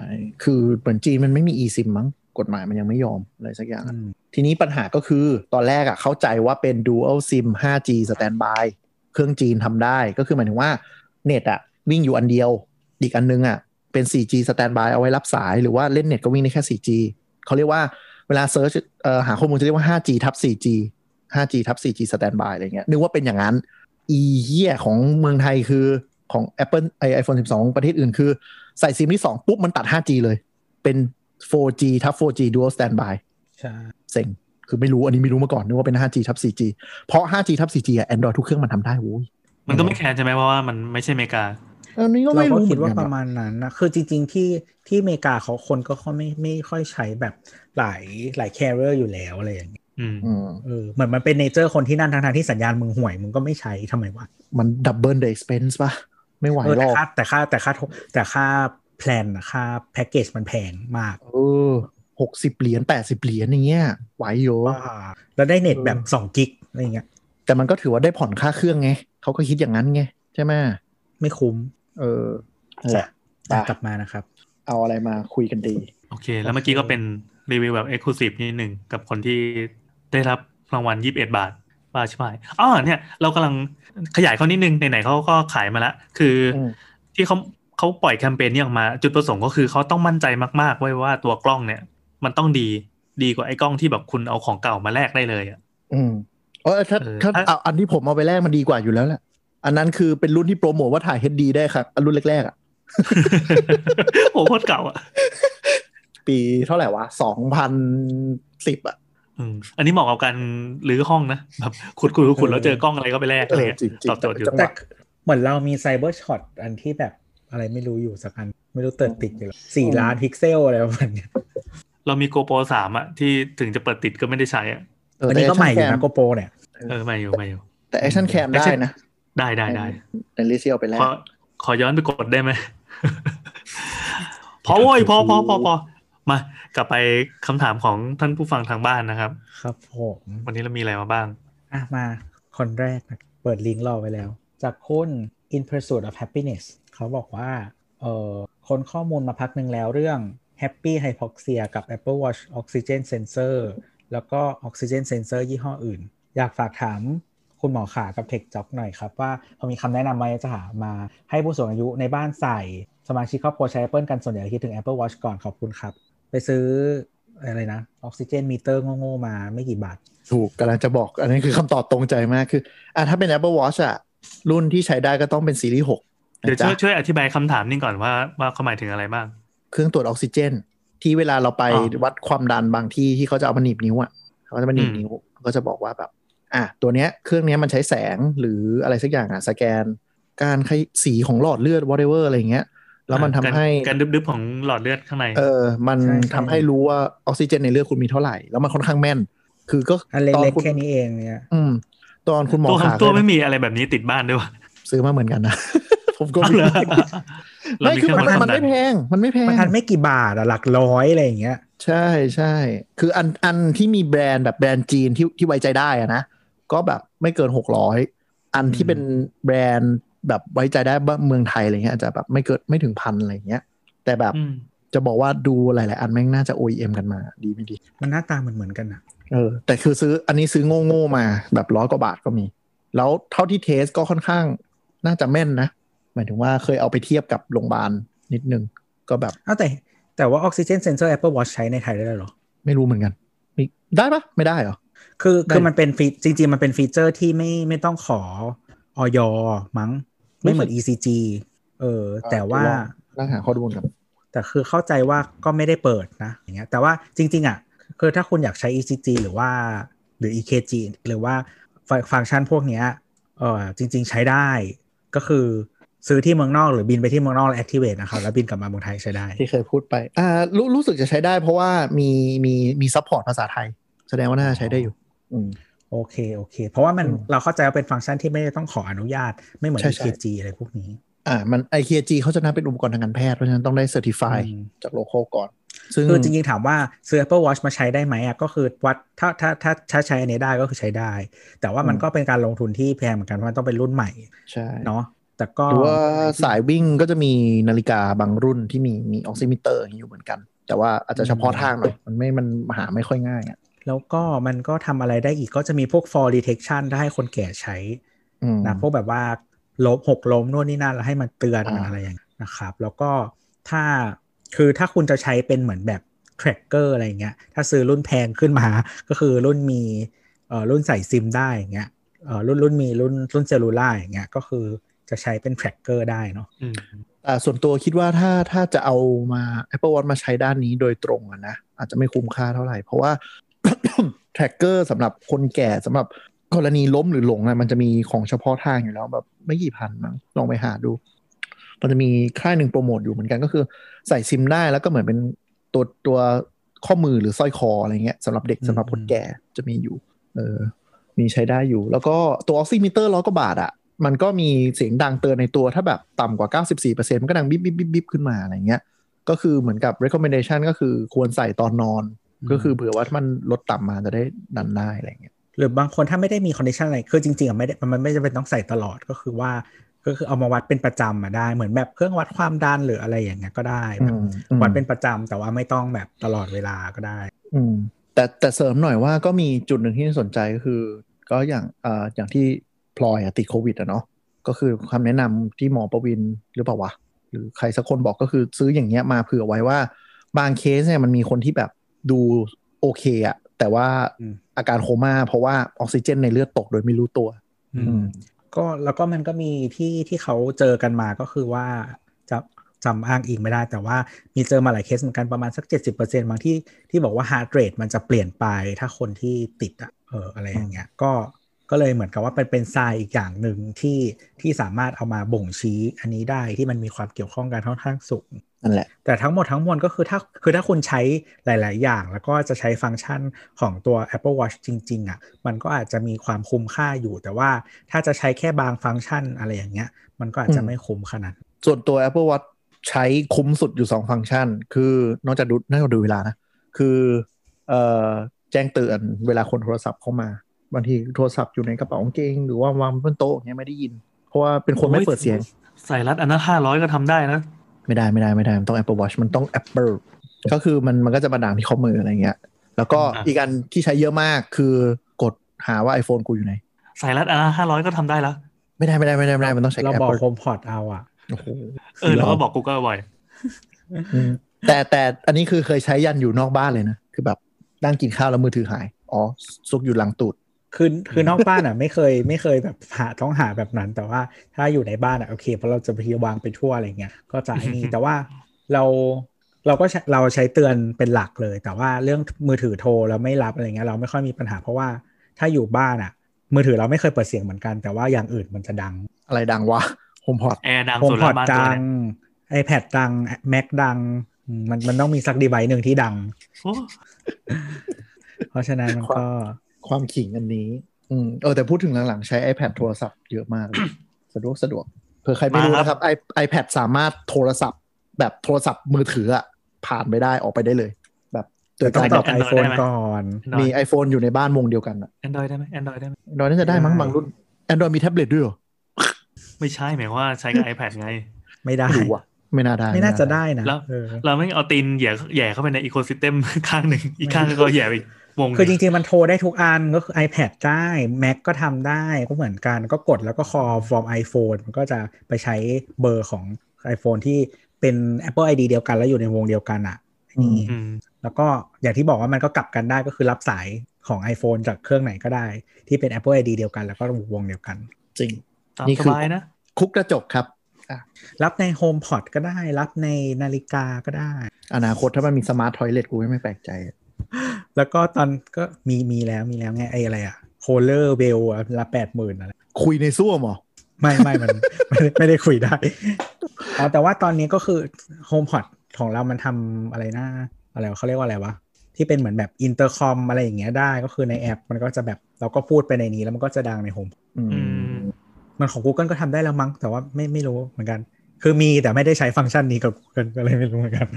Speaker 2: คือเหมือนจีนมันไม่มี eSIM มั้ง กฎหมายมันยังไม่ยอมอะไรสักอย่าง
Speaker 3: อืม
Speaker 2: ทีนี้ปัญหาก็คือตอนแรกอะเข้าใจว่าเป็น dual sim 5G standby เครื่องจีนทำได้ ก็คือหมายถึงว่าเน็ตอะวิ่งอยู่อันเดียว อีกอันนึงอะเป็น 4G standby เอาไว้รับสาย หรือว่าเล่นเน็ตก็วิ่งได้แค่ 4G เขาเรียกว่าเวลาเซิร์ชหาข้อมูลจะเรียกว่า 5G ทับ 4G 5G ทับ 4G standby อะไรเงี้ยนึกว่าเป็นอย่างนั้น อีเหี้ยของเมืองไทยคือของ Apple ไอ iPhone 12 ประเทศอื่นคือ ใส่ซิมที่ 2 ปุ๊บมันตัด 5G เลย เป็น 4G ทับ 4G dual standby
Speaker 3: ใช่
Speaker 2: เซ็งคือไม่รู้อันนี้ไม่รู้มาก่อนนึกว่าเป็น 5G ทับ 4G เพราะ 5G ทับ 4G อ่ะ Android ทุกเครื่องมันทำได้โว้ย
Speaker 4: มันก็ไม่แคร์ใช่ไหมเพราะว่ามันไม่ใช่อเมริกา
Speaker 2: อันนี้ก็
Speaker 3: เรา
Speaker 2: ไม่
Speaker 3: ก็
Speaker 2: รู้เห
Speaker 3: คิ
Speaker 2: มือน
Speaker 3: ดว่า
Speaker 2: กัน
Speaker 3: ประ
Speaker 2: อะ
Speaker 3: มาณนั้นนะคือจริง ๆ ที่ที่อเมริกาเขาคนก็เขาไม่ไม่ค่อยใช้แบบหลายหลายแคเรอร์อยู่แล้วอะไรอย่างเงี้ย
Speaker 4: อืม
Speaker 2: อืม
Speaker 3: เออเหมือนมันเป็นเนเจอร์คนที่นั่นทางๆที่สัญญาณมึงห่วยมึงก็ไม่ใช้ทำไมวะ
Speaker 2: มัน double the expense ป่ะ ไม่ไหว
Speaker 3: เออ
Speaker 2: หร
Speaker 3: แต่
Speaker 2: อก
Speaker 3: ค่าแต่ค่าแต่ค่าโทรแต่ค่าแพลนอะค่าแพ็กเกจมันแพงมาก
Speaker 2: เออหกสิบเหรียญแปดสิบเหรียญอย่างเงี้ยไหวอยู่
Speaker 3: แล้วได้เน็ตแบบ
Speaker 2: เออ
Speaker 3: สองกิกอะไรเงี้ย
Speaker 2: แต่มันก็ถือว่าได้ผ่อนค่าเครื่องไงเขาก็คิดอย่างนั้นไง ใช่ไหม
Speaker 3: ไม่คุ้ม
Speaker 2: เออนั่นแหละ
Speaker 3: อ่ะ
Speaker 2: ไป
Speaker 3: กลับมานะครับ
Speaker 2: เอาอะไรมาคุยกันดี
Speaker 4: โอเค แล้วเมื่อกี้ก็เป็นรีวิวแบบเอ็กซ์คลูซีฟนิดหนึ่งกับคนที่ได้รับรางวัล 21 บาทบาชิบหายอ๋อเนี่ย เรากำลังขยายเขานิดนึง ไหนๆเขาก็ขายมาละคืออ
Speaker 2: ม
Speaker 4: ที่เขาเขาปล่อยแคมเปญนี้ออกมา จุดประสงค์ก็คือเขาต้องมั่นใจมากๆไว้ว่าตัวกล้องเนี่ย มันต้องดีดีกว่าไอ้กล้องที่แบบคุณเอาของเก่ามาแลกได้เลยอะ
Speaker 2: อืมเออถ้า
Speaker 4: เออ
Speaker 2: ถ้า
Speaker 4: ถ้า
Speaker 2: เอาอันที่ผมเอาไปแลกมันดีกว่าอยู่แล้วแหละอันนั้นคือเป็นรุ่นที่โปรโมทว่าถ่าย HD ได้ครับอันรุ่นแรกๆอะ
Speaker 4: โอ้โหโคตรเก่าอ่ะ
Speaker 2: ปีเท่าไหร่วะสองพันสิบอะ
Speaker 4: อืมอันนี้เหมาะกับการรื้อห้องนะแบบขุดขุดขุดแล้วเจอกล้องอะไรก็ไปแลกอะไรเงี้ย
Speaker 2: จริงจริง
Speaker 4: ตอบโจทย์อยู่
Speaker 2: จังห
Speaker 3: แต่
Speaker 2: วะ
Speaker 3: เหมือนเรามีไซเบอร์ช็อตอันที่แบบอะไรไม่รู้อยู่สักอัน ไม่รู้เติร์ดติดอยู่หรอสี่ล้านพิกเซลอะไรประมาณเนี้ย
Speaker 4: เรามีโกโปรสามอะที่ถึงจะเปิดติดก็ไม่ได้ใช้อะ
Speaker 2: เออ
Speaker 3: อัน
Speaker 2: แต่
Speaker 3: นี้ก็ใหม่อยู่นะ
Speaker 2: แค
Speaker 3: โกโปรเนี่ย
Speaker 4: เออไม่อยู่ไม่อยู่
Speaker 2: แต่แอคชั่นแคม
Speaker 4: แอค
Speaker 2: ได้
Speaker 4: ชั่น
Speaker 2: นะ
Speaker 4: ได้ได้ได้
Speaker 2: ในลิเซียเอาไปแล้ว
Speaker 4: ขอขอย้อนไปกดได้ไหม พอโว้ยพอพอพอพอมากลับไปคำถามของท่านผู้ฟังทางบ้านนะครับ
Speaker 3: ครับผม
Speaker 4: วันนี้เรามีอะไรมาบ้าง
Speaker 3: อ่ะมาคนแรกนะเปิดลิงก์รอไว้แล้ว จากคุณ In Pursuit of Happiness เขาบอกว่าเออคนข้อมูลมาพักหนึ่งแล้วเรื่อง Happy Hypoxia กับ Apple Watch Oxygen Sensor แล้วก็ Oxygen Sensor ยี่ห้ออื่น อยากฝากถามคุณหมอขากับเทคจ็อกหน่อยครับ ว่าพอมีคำแนะนำไหมจะหามาให้ผู้สูงอายุในบ้านใส่ สมาชิกครอบครัวใช้ Apple กันส่วนใหญ่คิดถึง Apple Watch ก่อนขอบคุณครับ ไปซื้ออะไรนะออกซิเจนมิเตอร์โง่ๆมาไม่กี่บาท
Speaker 2: ถูกกำลังจะบอกอันนี้คือคำตอบตรงใจมากคืออ่ะถ้าเป็น Apple Watch อะรุ่นที่ใช้ได้ก็ต้องเป็นซีรีส์หก
Speaker 4: เดี๋ยว
Speaker 2: นะ
Speaker 4: ช่วย
Speaker 2: จ๊ะ
Speaker 4: ช่วยอธิบายคำถามนี่ก่อนว่าว่าเขาหมายถึงอะไรบ้าง
Speaker 2: เครื่องตรวจออกซิเจน ที่เวลาเราไป
Speaker 4: อ๋อ
Speaker 2: วัดความดันบางที่ที่เขาจะเอามาหนีบนิ้วอะเขาจะมาหนีบ
Speaker 4: อืม
Speaker 2: นิ้วก็จะบอกว่าแบบ อ่ะตัวเนี้ยเครื่องเนี้ยมันใช้แสงหรืออะไรสักอย่างอะสแกน การขยสีของหลอดเลือด whatever อะไรอย่างเงี้ย แล้วมันทำ
Speaker 4: การ
Speaker 2: ให้
Speaker 4: การดึบๆของหลอดเลือดข้างใน
Speaker 2: เออ มัน
Speaker 3: ใช่ใช่
Speaker 2: ทำให้รู้ว่าออกซิเจนในเลือดคุณมีเท่าไหร่ แล้วมันค่อนข้างแม่น คือก็
Speaker 3: อันเล็
Speaker 2: ตอน
Speaker 3: ก
Speaker 2: คุ
Speaker 3: ๆ
Speaker 2: ณ
Speaker 3: แค่นี้เองเนี่ย
Speaker 2: อืม ตอนคุณหมอ
Speaker 4: ตัว
Speaker 2: ขา
Speaker 4: ตัว
Speaker 2: เคย
Speaker 4: ไม่มีอะไรแบบนี้ติดบ้านด้วยวะ
Speaker 2: ซื้อมาเหมือนกันนะ ผมก็
Speaker 4: เอาเหรอเรา
Speaker 2: ไม่
Speaker 4: มี
Speaker 2: คือ
Speaker 4: เครื่อง
Speaker 2: มั
Speaker 4: วัด
Speaker 2: นมั
Speaker 4: ควาน มดั
Speaker 2: ไม่
Speaker 4: น
Speaker 2: แพง มันไม่แพ
Speaker 3: มัน
Speaker 2: ง
Speaker 3: ทันไม่กี่บาทอะหลักร้อยอะไรอย่างเงี้ย
Speaker 2: ใช่ใช่ คืออันอันที่มีแบรนด์แบบแบรนด์จีนที่ที่ไว้ใจได้อะนะ ก็แบบไม่เกินหกร้อยอันที่เป็นแบรนด์แบบไว้ใจได้บ้างเมืองไทยอะไรเงี้ยอาจจะแบบไม่เกินไม่ถึงพันอะไรเงี้ย แต่แบบ
Speaker 4: อืม
Speaker 2: จะบอกว่าดูหลาย ๆ อันแม่งน่าจะ OEM กันมาดีไม่ดี
Speaker 3: มันหน้าตาเหมือนเหมือนๆกันอะ
Speaker 2: เออแต่คือซื้ออันนี้ซื้อโง่ๆมาแบบร้อยกว่าบาทก็มี แล้วเท่าที่เทสก็ค่อนข้างน่าจะแม่นนะ หมายถึงว่าเคยเอาไปเทียบกับโรงพยาบาลนิดนึง ก็แบบ
Speaker 3: เอาแต่แต่ว่าออกซิเจนเซนเซอร์ Apple Watch ใช้ในไทยได้แล้วเหรอ
Speaker 2: ไม่รู้เหมือนกันมีได้ปะไม่ได้เหรอ
Speaker 3: คือ
Speaker 2: ได้
Speaker 3: คือมันเป็นฟีจริง ๆ มันเป็นฟีเจอร์ที่ไม่ไม่ต้องขอออยมั้ง ไม่เหมือน ECG เออ แต่ว่า
Speaker 2: ร่างหาข้อมูลกับ
Speaker 3: แต่คือเข้าใจว่าก็ไม่ได้เปิดนะอย่างเงี้ยแต่ว่าจริง ๆ อ่ะ คือถ้าคุณอยากใช้ ECG หรือว่าหรือ EKG หรือว่าฟังฟังก์ชันพวกเนี้ยเออจริง ๆ ใช้ได้ ก็คือซื้อที่เมืองนอกหรือบินไปที่เมืองนอกแล้ว activate นะครับแล้วบินกลับมาเมืองไทยใช้ได้
Speaker 2: ที่เคยพูดไป อ่ารู้รู้สึกจะใช้ได้เพราะว่ามีมีมีซัพพอร์ตภาษาไทย แสดงว่าน่าจะใช้ได้อยู่ อืม
Speaker 3: โอเค โอเค เพราะว่ามัน
Speaker 2: อืม
Speaker 3: เราเข้าใจว่าเป็นฟังก์ชันที่ไม่ได้ต้องขออนุญาตไม่เหมือน
Speaker 2: ใช่ใช่
Speaker 3: EKG อะไรพวกนี้
Speaker 2: อ่ามันไอเคจีเขาจะนับเป็นอุปกรณ์ทางการแพทย์เพราะฉะนั้นต้องได้เซอร์ติฟาย
Speaker 3: อืม
Speaker 2: จากโลโก้ก่อน ซึ่ง
Speaker 3: คือจริงๆถามว่าซื้อ Apple Watch มาใช้ได้ไหมอ่ะก็คือวัดถ้าถ้าถ้าถ้าใช้อันนี้ได้ก็คือใช้ได้ แต่ว่ามัน
Speaker 2: อืม
Speaker 3: ก็เป็นการลงทุนที่แพงเหมือนกันเพราะมันต้องเป็นรุ่นใหม่
Speaker 2: ใช่
Speaker 3: เนาะแต่ก็
Speaker 2: หรือว่าสายวิ่งก็จะมีนาฬิกาบางรุ่นที่มีมีออกซิมิเตอร์อยู่เหมือนกัน แต่ว่าอาจจะเฉพาะทางหน่อยมันไม่มันหาไม่ค่อยง่ายอ่ะ
Speaker 3: แล้วก็มันก็ทำอะไรได้อีกก็จะมีพวก fall detection ถ้าให้คนแก่ใช้
Speaker 2: อืม
Speaker 3: นะพวกแบบว่าล้มหกล้มนู่นนี่นั่นแล้วให้มันเตือน
Speaker 2: อ่า
Speaker 3: อะไรอย่างนี้นะครับ แล้วก็ถ้าคือถ้าคุณจะใช้เป็นเหมือนแบบ tracker อะไรอย่างเงี้ยถ้าซื้อรุ่นแพงขึ้นมา ก็คือรุ่นมีเอ่อรุ่นใส่ซิมได้อย่างเงี้ยเอ่อรุ่นรุ่นมีรุ่นรุ่นเซลลูล่าอย่างเงี้ยก็คือจะใช้เป็น tracker ได้เนาะ
Speaker 4: อืม
Speaker 2: แต่ส่วนตัวคิดว่าถ้าถ้าจะเอามา Apple Watch มาใช้ด้านนี้โดยตรงอะนะอาจจะไม่คุ้มค่าเท่าไหร่ เพราะ ว่า tracker สำหรับคนแก่สำหรับกรณีล้มหรือหลงอะมันจะมีของเฉพาะทางอยู่แล้วแบบไม่กี่พันมั้งลองไปหาดู มันจะมีค่ายหนึ่งโปรโมทอยู่เหมือนกันก็คือใส่ซิมได้แล้วก็เหมือนเป็นตัวตัวข้อมือหรือสร้อยคออะไรเงี้ยสำหรับเด็ก
Speaker 3: อืม
Speaker 2: สำหรับคนแก่จะมีอยู่ เออ มีใช้ได้อยู่ แล้วก็ตัวออกซิมิเตอร์ร้อยกว่าบาทอะ่ะ มันก็มีเสียงดังเตือนในตัวถ้าแบบต่ำกว่า 94%มันก็ดังบิบบิบบิบบิบขึ้นมาอะไรเงี้ย ก็คือเหมือนกับ recommendation ก็คือควรใส่ตอนนอน ก็คือเผื่อว่าถ้ามันลดต่ำมาจะได้ดันได้อะไรเงี้ย
Speaker 3: หรือบางคนถ้าไม่ได้มีคอนดิชันอะไร คือจริงๆอ่ะไม่ได้มันไม่จำเป็นต้องใส่ตลอดก็คือว่าก็คือเอามาวัดเป็นประจำอ่ะได้ เหมือนแบบเครื่องวัดความดันหรืออะไรอย่างเงี้ยก็ได้แบบวัดเป็นประจำแต่ว่าไม่ต้องแบบตลอดเวลาก็ได้
Speaker 2: อืมแต่แต่เสริมหน่อยว่าก็มีจุดหนึ่งที่น่าสนใจก็คือ ก็อย่างเอ่ออย่างที่พลอยอะติดโควิดอะเนาะก็คือคำแนะนำที่หมอประวินหรือเปล่าวะ หรือใครสักคนบอกก็คือซื้ออย่างเงี้ยมาเผื่อไว้ว่าบางเคสเนี่ยมันมีคนที่แบบดูโอเคอะแต่ว่า
Speaker 3: อืม
Speaker 2: อาการโคม่าเพราะว่าออกซิเจนในเลือดตกโดยไม่รู้ตัว
Speaker 3: อืมก็แล้วก็มันก็มีที่ที่เขาเจอกันมาก็คือว่าจะจำอ้างอิงไม่ได้ แต่ว่ามีเจอมาหลายเคสเหมือนกันประมาณสัก 70%บางที่ที่บอกว่า heart rate มันจะเปลี่ยนไปถ้าคนที่ติดอะเอออะไรอย่างเงี้ยก็ก็เลยเหมือนกับว่าเป็นเป็นทรายอีกอย่างหนึ่งที่ที่สามารถเอามาบ่งชี้อันนี้ได้ที่มันมีความเกี่ยวข้องกันค่อนข้างสูง
Speaker 2: นั่นแหละ
Speaker 3: แต่ทั้งหมดทั้งมวลก็คือถ้าคือถ้าคุณใช้หลาย ๆ อย่าง แล้วก็จะใช้ฟังก์ชันของตัว Apple Watch จริง ๆ อ่ะ มันก็อาจจะมีความคุ้มค่าอยู่ แต่ว่าถ้าจะใช้แค่บางฟังก์ชันอะไรอย่างเงี้ย มันก็อาจจะ
Speaker 2: อืม
Speaker 3: ไม่คุ้มขนาดนั้น
Speaker 2: ส่วนตัว Apple Watch ใช้คุ้มสุดอยู่ 2 ฟังก์ชัน คือนอกจากดูนอกจากดูเวลานะ คือเอ่อแจ้งเตือนเวลาคนโทรศัพท์เข้ามา บางทีโทรศัพท์อยู่ในกระเป๋ากางเกง หรือว่าวางบนโต๊ะอย่างเงี้ยไม่ได้ยิน เพราะว่าเป็นคนไม่เปิดเสียง
Speaker 4: ใส่รัดอันนั้นห้าร้อยก็ทำได้นะ
Speaker 2: ไม่ได้ไม่ได้ไม่ได้มันต้อง Apple Watch มันต้อง Apple ก็คือมันมันก็จะมาด่างที่ข้อมืออะไรเงี้ย แล้วก็อีกอันที่ใช้เยอะมากคือกดหาว่า iPhone กูอยู่ไหน
Speaker 4: ใส่รัดอันนั้นห้าร้อยก็ทำได้แล้ว
Speaker 2: ไม่ได้ไม่ได้ไม่ได้ไม่ได้มันต้องใช้
Speaker 3: เราบอก
Speaker 2: Apple
Speaker 3: HomePod เอาอ่ะ
Speaker 2: โอ้โห
Speaker 4: เออแล้วก็บอกกูก็บ่อย
Speaker 2: อืมแต่แต่อันนี้คือเคยใช้ยันอยู่นอกบ้านเลยนะ คือแบบนั่งกินข้าวแล้วมือถือหาย อ๋อ ซุกอยู่หลังตูด
Speaker 3: คือคือนอกบ้านอ่ะ ไม่เคยไม่เคยแบบหาต้องหาแบบนั้น แต่ว่าถ้าอยู่ในบ้านอ่ะโอเคเพราะเราจะไปวางไปทั่วอะไรเงี้ยก็จะไอ้นี่ แต่ว่าเราเราก็ใช้เราใช้เตือนเป็นหลักเลย แต่ว่าเรื่องมือถือโทรแล้วไม่รับอะไรเงี้ยเราไม่ค่อยมีปัญหาเพราะว่าถ้าอยู่บ้านอ่ะ มือถือเราไม่เคยเปิดเสียงเหมือนกันแต่ว่าอย่างอื่นมันจะดัง
Speaker 2: อะไรดังวะโฮมพอด
Speaker 4: แอร์ดัง
Speaker 3: โฮม
Speaker 4: สุด
Speaker 3: พ
Speaker 4: แล้
Speaker 3: อ
Speaker 4: ว
Speaker 3: ด
Speaker 4: บ้านตัว
Speaker 3: ดัง
Speaker 4: เนี่ย
Speaker 3: ไอแพดดังแม็กดังอืมมันมันต้องมีสักดีไวหนึ่งที่ดัง
Speaker 4: โอ้
Speaker 3: เพราะฉะนั้นมันก็
Speaker 2: ความขิงอันนี้อืมเออแต่พูดถึงหลังๆ ใช้ iPad โทรศัพท์เยอะมากเลย สะดวกสะดวกเผื่อใครไม่รู้นะครับ i iPad สามารถโทรศัพท์ แบบโทรศัพท์มือถืออะผ่านไปได้ออกไปได้เลย แบบโดย
Speaker 3: ต้อก
Speaker 2: าง ร
Speaker 3: ต
Speaker 2: แบบบ
Speaker 3: อ iPhone ก่อน
Speaker 2: มี iPhone อยู่ในบ้านวงเดียวกันอะ
Speaker 4: แอนดรอยได้ไหมแอนดรอยได้ไหม
Speaker 2: ดอยน่าจะได้มั้งบางรุ่น Android มีแท็บเล็ตด้วยเหรอ
Speaker 4: ไม่ใช่หมายความว่าใช้กับ iPad ไง
Speaker 3: ไม่ได้
Speaker 2: ไม่รู้อะไม่น่าได้
Speaker 3: ไม่น่าจะได้นะ
Speaker 4: แล้ว
Speaker 3: เออ
Speaker 4: เราไม่เอาตีนแหย่แหย่เข้าไปในอีโคซิสเต็ม ข้างหนึ่งอีกข้างก็แหย่ไปอีกวงหนึ่
Speaker 3: คือจริงๆ มันโทรได้ทุกอันก็คือ iPad ได้ Mac ก็ทำได้ก็เหมือนกันก็กดแล้วก็คอฟอร์ม iPhone มันก็จะไปใช้เบอร์ของ iPhone ที่เป็น Apple ID เดียวกันแล้วอยู่ในวงเดียวกันอ่ะ
Speaker 2: อืม
Speaker 3: นี่
Speaker 4: อืม
Speaker 3: แล้วก็อย่างที่บอกว่ามันก็กลับกันได้ก็คือรับสายของ iPhone จากเครื่องไหนก็ได้ ที่เป็น Apple ID เดียวกันแล้วก็วงเดียวกัน
Speaker 2: จริง
Speaker 4: ตาม
Speaker 2: นี่
Speaker 4: ส
Speaker 2: คือ
Speaker 4: บายนะ
Speaker 2: คุกกระจกครับ
Speaker 3: รับใน HomePod ก็ได้ รับในนาฬิกาก็ได้
Speaker 2: อนาคตถ้ามันมีสมาร์ททอยเลตกูไม่แปลกใจอะ
Speaker 3: แล้วก็ตอนก็มีมีแล้วมีแล้วไงไอ้อะไรอะโคเลอร์เบลละแปดหมื่น
Speaker 2: คุยในซ่วมเหรอ
Speaker 3: ไม่ไม่มัน ไม่ได้ไม่ได้คุยได้อ๋อแต่ว่าตอนนี้ก็คือ HomePod ของเรามันทำอะไรนะอะไรวะเขาเรียกว่าอะไรวะ ที่เป็นเหมือนแบบอินเตอร์คอมอะไรอย่างเงี้ยได้ก็คือในแอป มันก็จะแบบเราก็พูดไปในนี้แล้วมันก็จะดังใน Home
Speaker 2: อื
Speaker 4: อืม
Speaker 3: มันของ Google ก็ทำได้แล้วมั้งแต่ว่าไม่ไม่รู้เหมือนกัน คือมีแต่ไม่ได้ใช้ฟังก์ชันนี้กับ Google ก็เลยไม่รู้เหมือนกัน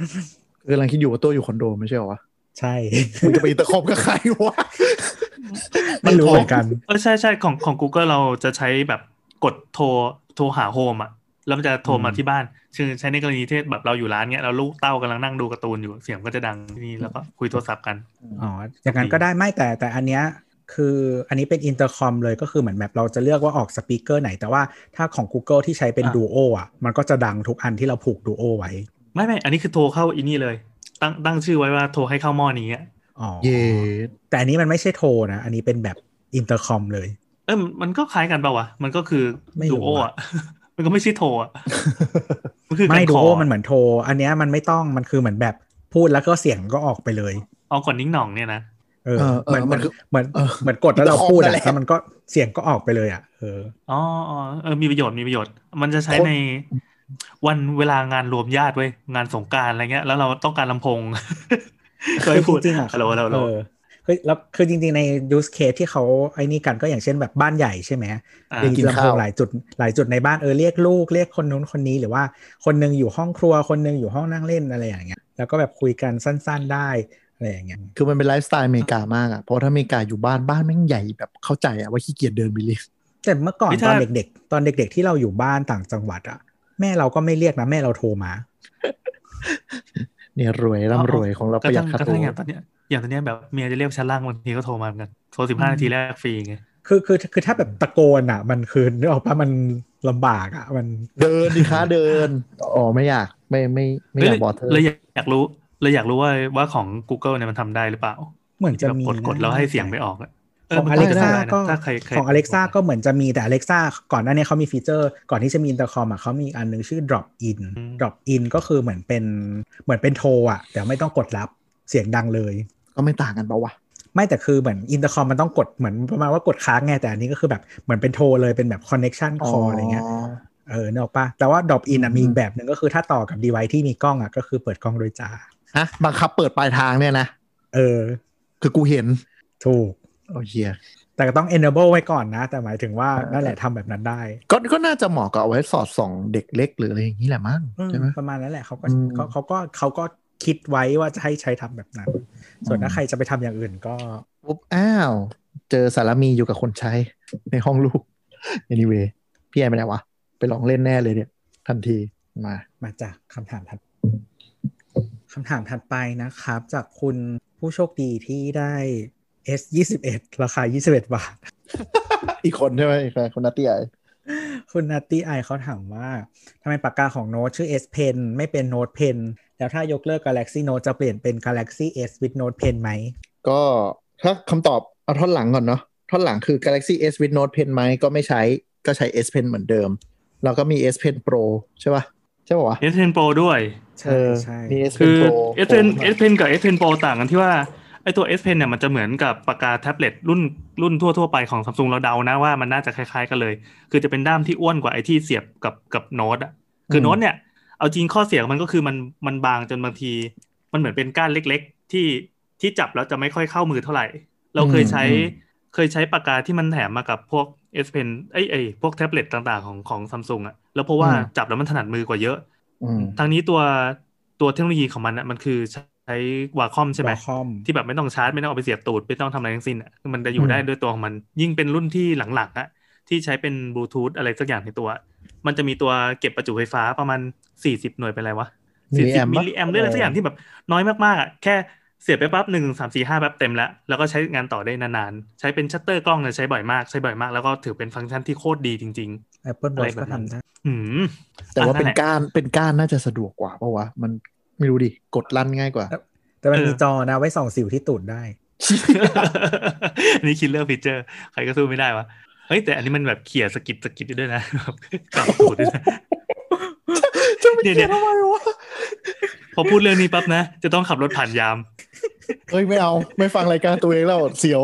Speaker 2: คือกำลังคิดอยู่ว่าตัวอยู่คอนโดไม่ใช่เหรอวะ
Speaker 3: ใช่
Speaker 2: มึงจะไปอินเตอร์คอมกับใครวะ
Speaker 3: ไม่รู้เหมือนกัน
Speaker 4: เออใช่ใช่ของของ Google เราจะใช้แบบกดโทรโทรหาโฮมอ่ะ แล้วมันจะโทรมาที่บ้าน ชื่อใช้ในกรณีที่แบบเราอยู่ร้านเนี้ยเราลูกเต้ากำลังนั่งดูการ์ตูนอยู่เสียงก็จะดังที่นี่แล้วก็คุยโทรศัพท์กัน
Speaker 3: อ๋อ อย่างนั้นก็ได้ไม่แต่แต่อันเนี้ยคืออันนี้เป็นอินเตอร์คอมเลยก็คือเหมือนแบบเราจะเลือกว่าออกสปีกเกอร์ไหน แต่ว่าถ้าของ Google ที่ใช้เป็น
Speaker 4: อ่ะ
Speaker 3: ดูโออ่ะ มันก็จะดังทุกอันที่เราผูกดูโอไว้
Speaker 4: ไม่ไม่อันนี้คือโทรเข้าอินี่เลย ตั้งตั้งชื่อไว้ว่าโทรให้เข้าหม้อนี้อะ
Speaker 3: อ๋อ
Speaker 2: เย่
Speaker 3: แต่อันนี้มันไม่ใช่โทรนะ อันนี้เป็นแบบอินเตอร์คอมเลย
Speaker 4: เอ้ยมันก็คล้ายกันเปล่าวะมันก็คือ
Speaker 3: ไม่รู้
Speaker 4: ดูโอ
Speaker 3: อะ
Speaker 4: อ่ะ มันก็ไม่ใช่โทรอ่ะมันคือ
Speaker 3: ไม่
Speaker 4: การ
Speaker 3: ดู
Speaker 4: ขอ
Speaker 3: โอมันเหมือนโทร อันเนี้ยมันไม่ต้องมันคือเหมือนแบบพูดแล้วก็เสียงก็ออกไปเลย
Speaker 4: เอาก่อนนิ้งหน่องเนี่ยนะ
Speaker 3: เออ
Speaker 2: เออเอ
Speaker 3: เหมือ
Speaker 2: อน มันคือ
Speaker 3: เหมือน
Speaker 2: เออ
Speaker 3: เหมือนกดแล้วเราพูด
Speaker 2: นั่น
Speaker 3: อ่ะ
Speaker 2: แหละ
Speaker 3: แล้วมันก็เสียงก็ออกไปเลยอ่ะเออ
Speaker 4: อ๋ออ๋อเออมีประโยชน์มีประโยชน์ มันจะใช้ในวันเวลางานรวมญาติเว้ยงานสงกรารอะไรเงี้ย แล้วเราต้องการลำโพง เคยพูด
Speaker 3: จริงๆอ่ะ
Speaker 4: ฮัลโหลฮัลโหลฮัลโหล
Speaker 3: เออคือแล้วคือจริงๆใน use case ที่เขาไอ้นี่กันก็อย่างเช่นแบบบ้านใหญ่ใช่ไหม
Speaker 4: อ่ะ
Speaker 2: จริง น
Speaker 3: ลำโพ
Speaker 2: ข้าว
Speaker 3: งหลายจุดหลายจุดในบ้านเออเรียกลูกเรียกคนนู้นคนนี้หรือว่าคนหนึงอยู่ห้องครัวคนหนึงอยู่ห้องนั่งเล่นอะไรอย่างเงี้ยแล้วก็แบบคุยกันสั้นๆได้อะไรอย่างเงี้ย
Speaker 2: คือมันเป็นไลฟ์สไตล์อเมริกามากอ่ะเพราะถ้าอเมริกาอยู่บ้านบ้านแม่งใหญ่แบบเข้าใจอ่ะว่าขี้เกียจเดินไปเรียน
Speaker 3: แต่เมื่อก่อนตอนเด็กๆ ตอนเด็ก ๆ ที่เราอยู่บ้านต่างจังหวัดอ่ะแม่เราก็ไม่เรียกนะแม่เราโทรมา
Speaker 2: เนี่ยรวยร่ำรวยของเราป
Speaker 4: ก
Speaker 2: ระ
Speaker 4: ระ
Speaker 2: หยั
Speaker 4: ทั่
Speaker 2: ด
Speaker 4: ง
Speaker 2: ค่าก
Speaker 4: ระ
Speaker 2: ตั
Speaker 4: ทั่
Speaker 2: ว
Speaker 4: งอย่างตอนเนี้ยอย่างตอนเนี้ยแบบเมียจะเรียกชั้นล่างบางทีก็โทรมาเหมือนกันโทรสิบห้านาทีแรกฟรีไง
Speaker 3: คือคือคือถ้าแบบตะโกนอ่ะ มันคือนึกออกปะมันลำบากอ่ะมัน
Speaker 2: เดินดิคะเดินอ๋อไม่อยากไม่ไม่ไม่อยากบอเธอ
Speaker 4: เลยอยากรู้เลยอยากรู้ว่าว่าของ Google เนี่ยมันทำได้หรือเปล่า
Speaker 3: เหมือนจะ
Speaker 4: แบบ
Speaker 3: มี
Speaker 4: กด
Speaker 3: นะ
Speaker 4: กดแล้วให้เสียงไม่ออกอะ
Speaker 3: ของ
Speaker 4: เมัน
Speaker 3: Alexa
Speaker 4: ได้นะ
Speaker 3: ก็
Speaker 4: ถ้าใครใคร
Speaker 3: ของ Alexa ก็เหมือนจะมีแต่ Alexa ก่อนหน้านี้เขามีฟีเจอร์ก่อนที่จะมีอินเตอร์คอมอ่ะเขามีอันนึงชื่อ drop in drop in ก็คือเหมือนเป็นเหมือนเป็นโทรอ่ะ แต่ไม่ต้องกดรับเสียงดังเลย
Speaker 2: ก็ไม่ต่างกันปะวะ
Speaker 3: ไม่แต่คือเหมือนอินเตอร์คอมมันต้องกดเหมือนประมาณว่ากดค้างไงแต่อันนี้ก็คือแบบเหมือนเป็นโทรเลยเป็นแบบ connection call อะไรเงี้ยเออเนกออกปะแต่ว่า drop in อ่ะมีอีกแบบหนึ่งก็คือถ้าต่อกับ device ที่มีกล้องอ่ะก็คือเปิดกล้องโดยจ่า
Speaker 2: ฮะบังคับเปิดปลายทางเนี่ยนะ
Speaker 3: เออ
Speaker 2: คือกูเห็น
Speaker 3: ถูก
Speaker 2: โอ้เหี้ย
Speaker 3: แต่ก็ต้อง enable ไว้ก่อนนะ แต่หมายถึงว่า
Speaker 2: เออ
Speaker 3: นั่นแหละทำแบบนั้นได้
Speaker 2: ก็ก็น่าจะเหมาะกับเอาไว้สอดส่องเด็กเล็กหรืออะไรอย่างนี้แหละมั้ง
Speaker 3: อืม
Speaker 2: ใช่ไหม
Speaker 3: ประมาณนั้นแหละเขาก็
Speaker 2: อืม
Speaker 3: เขาเขาก็เขาก็คิดไว้ว่าจะให้ใช้ทำแบบนั้น ส่วนถ้า
Speaker 2: อืม
Speaker 3: ใครจะไปทำอย่างอื่นก็
Speaker 2: ปุ๊บอ้าว เจอสารมีอยู่กับคนใช้ ในห้องลูก anyway พี่แอนไปไหนวะ ไปลองเล่นแน่เลยเนี่ย ทันทีมา
Speaker 3: มาจากคำถามถัดคำถามถัดไปนะครับ จากคุณผู้โชคดีที่ได้ S 2 1ราคา 21 บาท
Speaker 2: อีกคนใช่ไหมอีกคนคนนัตตี้ไอ
Speaker 3: คุณนัตตี้ไอเขาถามว่าทำไมปากกาของโน้ตชื่อ S Pen ไม่เป็น Note Pen แล้วถ้ายกเลิก Galaxy Note จะเปลี่ยนเป็น Galaxy S with Note Pen ไหม
Speaker 2: ก็ถ้าคำตอบเอาท่อนหลังก่อนเนาะท่อนหลังคือ Galaxy S with Note Pen ไหมก็ไม่ใช้ก็ใช้ S Pen เหมือนเดิม แล้วก็มี S Pen Pro ใช่ป่ะใช่ป่ะวะ
Speaker 4: เอสเพนโปรด้วย
Speaker 3: ใช่
Speaker 2: เออ
Speaker 3: ใช่
Speaker 2: มี S
Speaker 4: คื
Speaker 2: Pen
Speaker 4: อ
Speaker 2: Pro
Speaker 4: เอสเพนเอสเพนกับเอสเพนโปรต่างกันที่ว่าไอตัว S Pen เนี่ยมันจะเหมือนกับปากกาแท็บเล็ตรุ่นรุ่นทั่วๆไปของซัมซุงเราเดานะว่ามันน่าจะคล้ายๆกันเลย คือจะเป็นด้ามที่อ้วนกว่าไอที่เสียบกับกับโน้ตอะคือ
Speaker 2: ม
Speaker 4: โน้ตเนี่ย เอาจริงข้อเสียของมันก็คือมันมันบางจนบางที มันเหมือนเป็นก้านเล็กๆ ที่ที่จับแล้วจะไม่ค่อยเข้ามือเท่าไหร่ เราเคยใช้
Speaker 2: อืม
Speaker 4: เคยใช้ปากกาที่มันแถมมากับพวก S Pen ไอยไอพวกแท็บเล็ตต่างๆของของซัมซุงอะแล้วเพราะว่าจับแล้วมันถนัดมือกว่าเยอะ
Speaker 2: อืม
Speaker 4: ทางนี้ตัวตัวเทคโนโลยีของมันอ่ะมันคือใช้วาคอมใช่ไหม
Speaker 3: Qualcomm
Speaker 4: ที่แบบไม่ต้องชาร์จ ไม่ต้องเอาไปเสียบตูด ไม่ต้องทำอะไรทั้งสิ้นอ่ะมันจะอยู่ได้ด้วยตัวของมัน ยิ่งเป็นรุ่นที่หลังๆอ่ะที่ใช้เป็นบลูทูธอะไรสักอย่างในตัว มันจะมีตัวเก็บประจุไฟฟ้าประมาณ 40 หน่วยเป็นอะไรวะ
Speaker 2: มิลลิแอม
Speaker 4: 40
Speaker 2: ปะ
Speaker 4: มิลลิแอมหรืออะไรสักอย่างที่แบบน้อยมากๆอ่ะแค่เสียบไปปั๊บหนึ่งสามสี่ห้าแป๊บเต็มแล้ว แล้วก็ใช้งานต่อได้นานๆ ใช้เป็นชัตเตอร์กล้องเนี่ยใช้บ่อยมากใช้บ่อยมากแล้วก็ถือเป็นฟังก์ชันที่โคตรดีจริง
Speaker 3: Apple
Speaker 4: อะไร
Speaker 3: Watch
Speaker 4: แบบ
Speaker 3: ก็
Speaker 4: นั้น
Speaker 3: ทำได้
Speaker 4: ๆ อืม
Speaker 2: แต่ว่า
Speaker 4: อ่ะนั่
Speaker 2: เป็น น
Speaker 4: แหละ
Speaker 2: ก้านเป็นก้านน่าจะสะดวกกว่าเพราะวะมันไม่รู้ดิกดลั่นง่ายกว่า
Speaker 3: แต่มัน
Speaker 4: เออ
Speaker 3: มีจอนะไว้ส่องสิวที่ตูดได้
Speaker 4: อันนี้คิลเลอร์ฟีเจอร์ใครก็สู้ไม่ได้วะ เฮ้ย แต่อันนี้มันแบบเขี่ยสะกิดสะกิดด้วยนะ แบบกลับสูตรด้วยนะ
Speaker 2: จะไปเขี
Speaker 4: เนี่ย ย
Speaker 2: น
Speaker 4: เนี่ย
Speaker 2: ทำไมวะ
Speaker 4: พอพูดเรื่องนี้ปั๊บนะ จะต้องขับรถผ่านยาม
Speaker 2: เฮ้ยไม่เอาไม่ฟังรายการตัวเองแล้วเสี ยว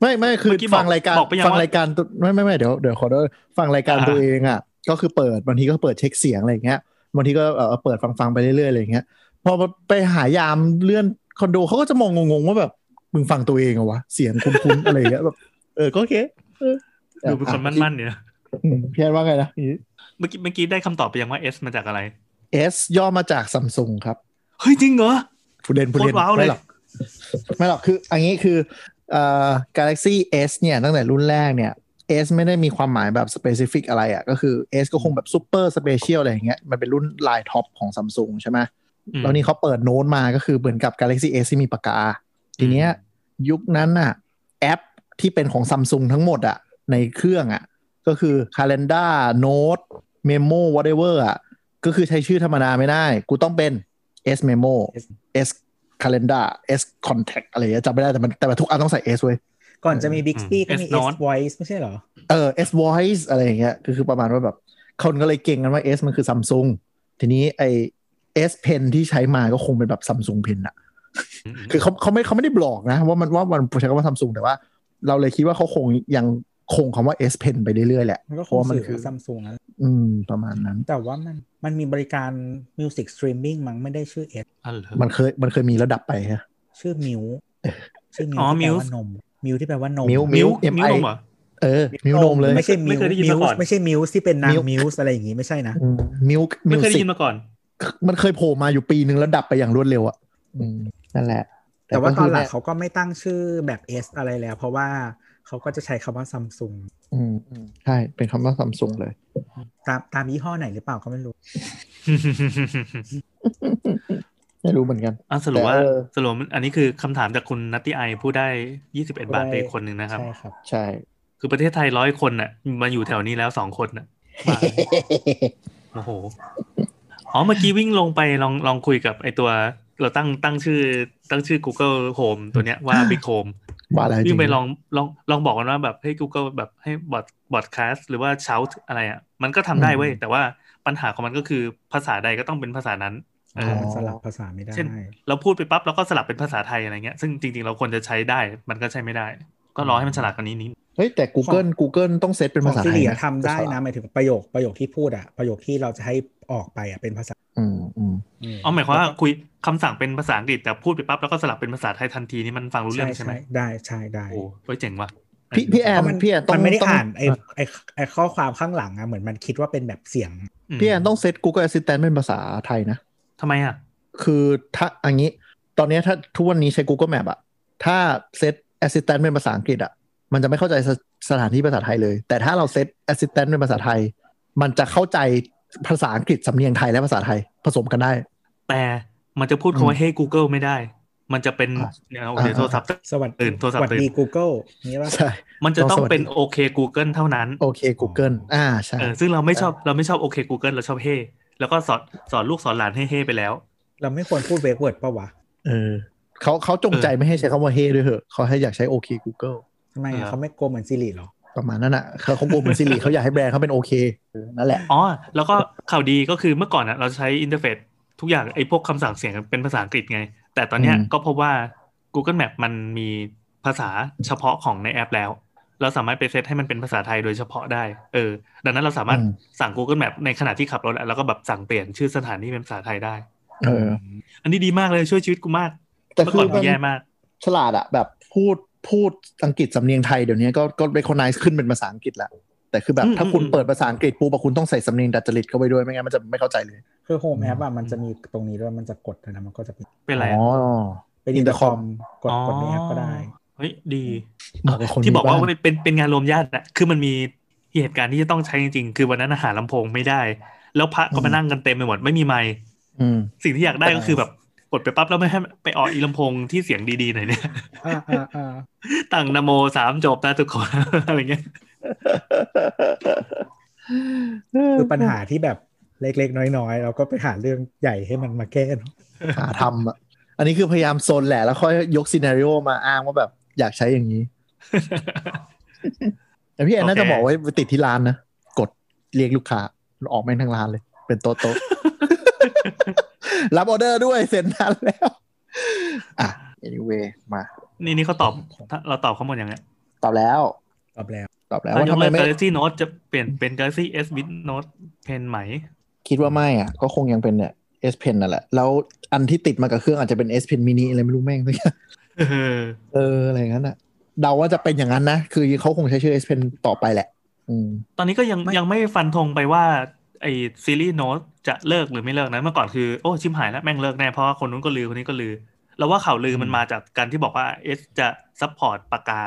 Speaker 2: ไม่ไม่คือ
Speaker 4: เมื่อกี้บอก
Speaker 2: ฟังรายการ
Speaker 4: บอกไปยัง
Speaker 2: ฟั
Speaker 4: ว่าร
Speaker 2: งายการตัวไม่ไม่ไม่เดี๋ยวเดี๋ยวขอโทษฟังรายการ
Speaker 4: อ่า
Speaker 2: ตัวเองอ่ะก็คือเปิดบางทีก็เปิดเช็คเสียงอะไรอย่างเงี้ยบางทีก็เออเปิดฟังฟังๆไปเรื่อยๆอะไรอย่างเงี้ยพอไปหายามเลื่อนคอนโดเขาก็จะมองงงๆว่าแบบมึงฟังตัวเองเหรอวะเสียงคุ้นๆอะไรอย่างเงี้ยแบบเออก็โอเคเออ
Speaker 4: ดูเป็นคนมั่นๆเนี่ยนะ
Speaker 2: อืมพี่แอนว่าไงนะ
Speaker 4: เมื่อกี้เมื่อกี้ได้คำตอบไปยังว่า S มาจากอะไร
Speaker 2: S ย่อมาจากซัมซุงครับ
Speaker 4: เฮ้ย จริงเหรอ
Speaker 2: ผู้เล่นผู้เล่น
Speaker 4: โคตรว้าวเล
Speaker 2: ไม่
Speaker 4: ย
Speaker 2: หรอกไม่หรอกคืออันนี้คือเอ่อ Galaxy S เนี่ยตั้งแต่รุ่นแรกเนี่ย S ไม่ได้มีความหมายแบบ specific อะไรอะ่ะ ก็คือ S ก็คงแบบ super special อะไรอย่างเงี้ยมันเป็นรุ่นลายท็อปของซัมซุงใช่ไหม
Speaker 4: อืม
Speaker 2: แล้วนี่เขาเปิดโน้ตมาก็คือเหมือนกับ Galaxy S ที่มีปากกา ทีเนี้ยยุคนั้นน่ะแอปที่เป็นของซัมซุงทั้งหมดอ่ะในเครื่องอ่ะก็คือ Calendar Note Memo whatever อ่ะก็คือใช้ชื่อธรรมดาไม่ได้ กูต้องเป็น S Memo
Speaker 3: S
Speaker 2: S Calendar S Contact อะไรอย่างเงี้ยจำไม่ได้แต่มันแต่ว่าทุกอันต้องใส่ S เว้ย
Speaker 3: ก่อนจะมี Bixby ก็
Speaker 4: อืม
Speaker 3: มี
Speaker 4: S Note
Speaker 3: S Voice ไม่ใช่เหรอ
Speaker 2: เออ S Voice อะไรอย่างเงี้ยก็คือประมาณว่าแบบคนก็เลยเก่งกันว่า S มันคือซัมซุงทีนี้ไอ S Pen ที่ใช้มาก็คงเป็นแบบซัมซุงเพนอะ
Speaker 4: ม
Speaker 2: คือเขาเขาไม่เขาไม่ได้บอกนะ ว่ามันว่ามันใช้คำว่าซัมซุงแต่ว่า เราเลยคิดว่าเขาคงยังคงคำว่า S Pen ไปเรื่อยๆแหละ
Speaker 3: มันก็ค
Speaker 2: เพราะ
Speaker 3: ง
Speaker 2: ว่ามัน
Speaker 3: สื่อ
Speaker 2: คือ
Speaker 3: ซัมซุงนะ
Speaker 2: อืม ประมาณนั้น
Speaker 3: แต่ว่ามันมันมีบริการ Music Streaming มั้งไม่ได้ชื่อ S
Speaker 4: อันเหรอ
Speaker 2: มันเคยมันเคยมีระดับไปฮะ
Speaker 3: ชื่อ Muse ชื่อ
Speaker 4: อ๋อ
Speaker 3: Muse ที่แปล
Speaker 4: Muse
Speaker 3: ว่านม Muse ที่แปลว่านม
Speaker 2: Muse
Speaker 4: มิ้ว
Speaker 2: Milk
Speaker 4: มิ้วนมเหรอ
Speaker 2: เออ มิวนมเลย
Speaker 3: ไม่ใช่
Speaker 4: ไม่เคยได้
Speaker 3: Muse
Speaker 4: ยินมาก่อน
Speaker 3: Muse ไม่ใช่ Muse ที่เป็นนาง
Speaker 2: Milk
Speaker 3: Muse อะไรอย่างงี้ไม่ใช่นะ
Speaker 2: มิว
Speaker 4: ไม่
Speaker 2: มิว
Speaker 4: เคยได้
Speaker 2: สิ
Speaker 4: ยินมาก่อน
Speaker 2: มันเคยโผล่มาอยู่ปีหนึ่งแล้วดับไปอย่างรวดเร็วอะอืมนั่นแหละ
Speaker 3: แต่ว่าต
Speaker 2: ก็
Speaker 3: อ
Speaker 2: คื
Speaker 3: นหลัง
Speaker 2: เย
Speaker 3: เขาก็ไม่ตั้งชื่อแบบ S อะไรแล้ว เพราะว่าเขาก็จะใช้คำว่าซัมซุง
Speaker 2: อืมอืมใช่เป็นคำว่าซัมซุงเลย
Speaker 3: ตามตามยี่ห้อไหนหรือเปล่าก็ไม่รู้
Speaker 2: ไม่รู้เหมือนกัน
Speaker 4: อ่ะสรุปว่า
Speaker 2: แต่เออ
Speaker 4: สรุปว่าอันนี้คือคำถามจากคุณนัตตี้ไอผู้ได้ยี่สิบเอ็ดบาทไปคนหนึ่งนะครับ
Speaker 3: ใช่ครับ
Speaker 2: ใช่
Speaker 4: คือประเทศไทยร้อยคนน่ะ มาอยู่แถวนี้แล้วสองคน น่ะบ้าโอ้โหอ๋อเมื่อกี้วิ่งลงไปลองลองคุยกับไอตัว เราตั้งตั้งชื่อตั้งชื่อ Google Home ตัวเนี้ยว่า Big Home
Speaker 2: ว่าอะไรจริ
Speaker 4: วิ่งไปลองลองลองบอกกันว่าแบบให้ Google แบบให้บอดบอดแคสหรือว่าเช้าอะไรอ่ะมันก็ทำได้เว้ยแต่ว่าปัญหาของมันก็คือภาษาใดก็ต้องเป็นภาษานั้นเอ
Speaker 3: อ๋
Speaker 4: อ
Speaker 3: อมันสลับภาษาไม่ได้
Speaker 4: เช่น เราพูดไปปั๊บเราก็สลับเป็นภาษาไทยอะไรเงี้ย ซึ่งจริงๆ เราควรจะใช้ได้ มันก็ใช้ไม่ได้ ก็รอให้มันฉลาดกว่านี้นิด
Speaker 2: เฮ้ยแต่ Google Google ต้องเซตเป็นภาษา
Speaker 3: ของ
Speaker 2: ไทย
Speaker 3: ริ
Speaker 2: นะ
Speaker 3: ทำได้นะหมายถึงประโยคประโยคที่พูดอะประโยคที่เราจะให้ออกไปอะเป็นภาษา
Speaker 2: อืมอืม
Speaker 3: ม
Speaker 4: อ๋อหมายความว่าคุยคำสั่งเป็นภาษาอังกฤษแต่พูดไปปั๊บแล้วก็สลับเป็นภาษาไทยทันทีนี่มันฟังรู้เรื่อ
Speaker 3: ใช่
Speaker 4: ง
Speaker 3: ใช่
Speaker 4: ใช่ไหม
Speaker 3: ได้ใช่ได้
Speaker 4: โอ้โหเจ๋งว่ะ
Speaker 2: พี่พี่แอน
Speaker 3: เพราะมัน
Speaker 2: พี่แอนต้อง
Speaker 3: มันไม่ได้
Speaker 2: ต้ง
Speaker 3: อ่านไอไอไอข้อความข้างหลังอะเหมือนมันคิดว่าเป็นแบบเสียง
Speaker 4: ม
Speaker 2: พี่แอนต้องเซต Google Assistant เป็นภาษาไทยนะ
Speaker 4: ทำไมอ่ะ
Speaker 2: คือถ้าอันนี้ ตอนเนี้ยถ้าทุกวันนี้ใช้ Google Map อะถ้าเซต Assistant เป็นภาษาอังกฤษอะมันจะไม่เข้าใจสสถานที่ภาษาไทยเลย แต่ถ้าเราเซต Assistant เป็นภาษาไทย มันจะเข้าใจภาษาอังกฤษสำเนียงไทยและภาษาไทยผสมกันได้
Speaker 4: แต่มันจะพูด
Speaker 2: อืม
Speaker 4: คำว่า Hey Google ไม่ได้ มันจะเป็น
Speaker 2: อ่ะ
Speaker 4: เดี๋ยวเอาเดี๋ยว
Speaker 2: อ่ะ
Speaker 4: โทรศัพท์
Speaker 3: สวัส
Speaker 4: ตื่
Speaker 3: ดี
Speaker 4: นโทรศัพท์
Speaker 3: สวัสดี
Speaker 4: ตื่น
Speaker 3: Google นี่ว่า
Speaker 2: ใช่
Speaker 4: มันจะต้องเป็นโอเค Google เท่านั้น
Speaker 2: โอเค Google อ่าใช่
Speaker 4: เออซึ่งเราไม่ชอบเราไม่ชอบโอเค Google เราชอบ Hey แล้วก็สอนสอนลูกสอนหลานให้ Hey ไปแล้ว
Speaker 3: เราไม่ควรพูดเวกเวิร์ดปะวะ
Speaker 2: เออเขาเขาจงใจไม่ให้ใช้คำว่าเฮด้วยเหอะเขาให้อยากใช้โอเค Google
Speaker 3: ทำไม
Speaker 4: เอ
Speaker 3: อะ
Speaker 4: อ
Speaker 3: เขาไม่โกลัวเหมือนซิริหรอ
Speaker 2: ประมาณนั้นอ่ะเขาคงกลัวเหมือนซิริเขาอยากให้แบรนด์เขาเป็นโอเคเออนั่นแหละ
Speaker 4: อ๋อ แล้วก็ข่าวดีก็คือเมื่อก่อนน่ะเราใช้อินเทอร์เฟซทุกอย่างไอ้พวกคำสั่งเสียงเป็นภาษาอังกฤษไง แต่ตอนเนี้ย
Speaker 2: อืม
Speaker 4: ก็พบว่า Google Map มันมีภาษาเฉพาะของในแอปแล้ว เราสามารถไปเซตให้มันเป็นภาษาไทยโดยเฉพาะได้เออดังนั้นเราสามารถ
Speaker 2: อืม
Speaker 4: สั่ง Google Map ในขณะที่ขับรถอะแล้วก็แบบสั่งเปลี่ยนชื่อสถานที่เป็นภาษาไทยได้
Speaker 2: เออ
Speaker 4: อันนี้ดีมากเลยช่วยชีวิตกูมาก
Speaker 2: แต่
Speaker 4: เมื่อ
Speaker 2: คื
Speaker 4: ก่อ
Speaker 2: อน
Speaker 4: กู
Speaker 2: มัน
Speaker 4: แย่มาก
Speaker 2: ฉลาดอ่ะแบบพูดพูดอังกฤษสำเนียงไทยเดี๋ยวนี้ก็ก็เรคอนไนซ์ขึ้นเป็นภาษาอังกฤษละแต่คือแบบ
Speaker 4: อืม
Speaker 2: ถ้าคุณ
Speaker 4: อืม
Speaker 2: เปิดภาษาอังกฤษปุ๊บอะคุณต้องใส่สำเนียงดัจจริตเข้าไปด้วยไม่งั้นมันจะไม่เข้าใจเลย
Speaker 3: คือโฮมแอปอะมันจะมีตรงนี้ด้วยมันจะกดด้วยนะมันก็จะเป็น
Speaker 4: เป็นไร
Speaker 2: อ๋
Speaker 4: อะ
Speaker 2: อ
Speaker 3: เป็นอินเตอร์คอม กด
Speaker 4: อ๋อก
Speaker 3: ดในแอปก็ได้
Speaker 4: เฮ้ยดี
Speaker 2: เหมาะกับคน
Speaker 4: ที่บอกว่า
Speaker 2: มีบ้าน
Speaker 4: เป็นเป็นเป็นงานรวมญาติอะคือมันมีเหตุการณ์ที่จะต้องใช้จริงๆ คือวันนั้นอาหารลำโพงไม่ได้ แล้วพระก็มานั่งกันเต็มไปหมดไม่มีไมค์
Speaker 2: อืม
Speaker 4: สิ่งที่อยากได้ก็คือแบบกดไปปั๊บแล้วไม่ให้ไปออกอีลำโพงที่เสียงดีๆหน่อยเนี่ย
Speaker 3: อ่าอ่าอ่า
Speaker 4: ตั้งนโมสามจบนะทุกคน อะไรเงี้ย
Speaker 3: คือปัญหาที่แบบเล็กๆ น้อยๆ เราก็ไปหาเรื่องใหญ่ให้มันมาแก้เนอะ
Speaker 2: หาทำอ่ะ อันนี้คือพยายามโซนแหละแล้วค่อยยกซีนารีโอมาอ้างว่าแบบอยากใช้อย่าง นี้ แต่พี่แอนน่า
Speaker 4: โอเค
Speaker 2: จะบอกไว้ติดที่ร้านนะ กดเรียกลูกค้า ออกแม่งทั้งร้านเลย เป็นโต๊ะโต๊ะ รับออเดอร์ด้วยเสร็จนานแล้ว อ่ะ anyway มา
Speaker 4: นี่นี่เขาตอบถ้าเราตอบเขาหมดอย่างเงี้ย
Speaker 2: ตอบแล้ว
Speaker 3: ตอบแล้ว
Speaker 2: ตอบแล้ว
Speaker 4: ถ้า
Speaker 2: ว่ายทำ
Speaker 4: ก
Speaker 2: ไม
Speaker 4: เลิก
Speaker 2: ไม่
Speaker 4: Galaxy Note จะเปลี่ยนเป็น Galaxy S with Note Pen ไหม
Speaker 2: คิดว่าไม่อ่ะ ก็คงยังเป็นเนี่ย S Pen นั่นแหละ แล้วอันที่ติดมากับเครื่องอาจจะเป็น S Pen mini อะไรไม่รู้แม่งสักอย่าง เออ อะไรอย่างนั้นอ่ะ เดาว่าจะเป็นอย่างนั้นนะ คือเขาคงใช้ชื่อ S Pen ต่อไปแหละ อืม
Speaker 4: ตอนนี้ก็ยัง
Speaker 3: ไม่
Speaker 4: ยังไม่ฟันธงไปว่าไอซีรีส์โน้ตจะเลิกหรือไม่เลิกนะเมื่อก่อนคือโอ้ชิมหายแล้วแม่งเลิกแน่เพราะว่าคนนู้นก็ลือคนนี้ก็ลือ แล้วว่าข่าวลือมันมาจากการที่บอกว่าเอสจะซัพพอร์ตปากกา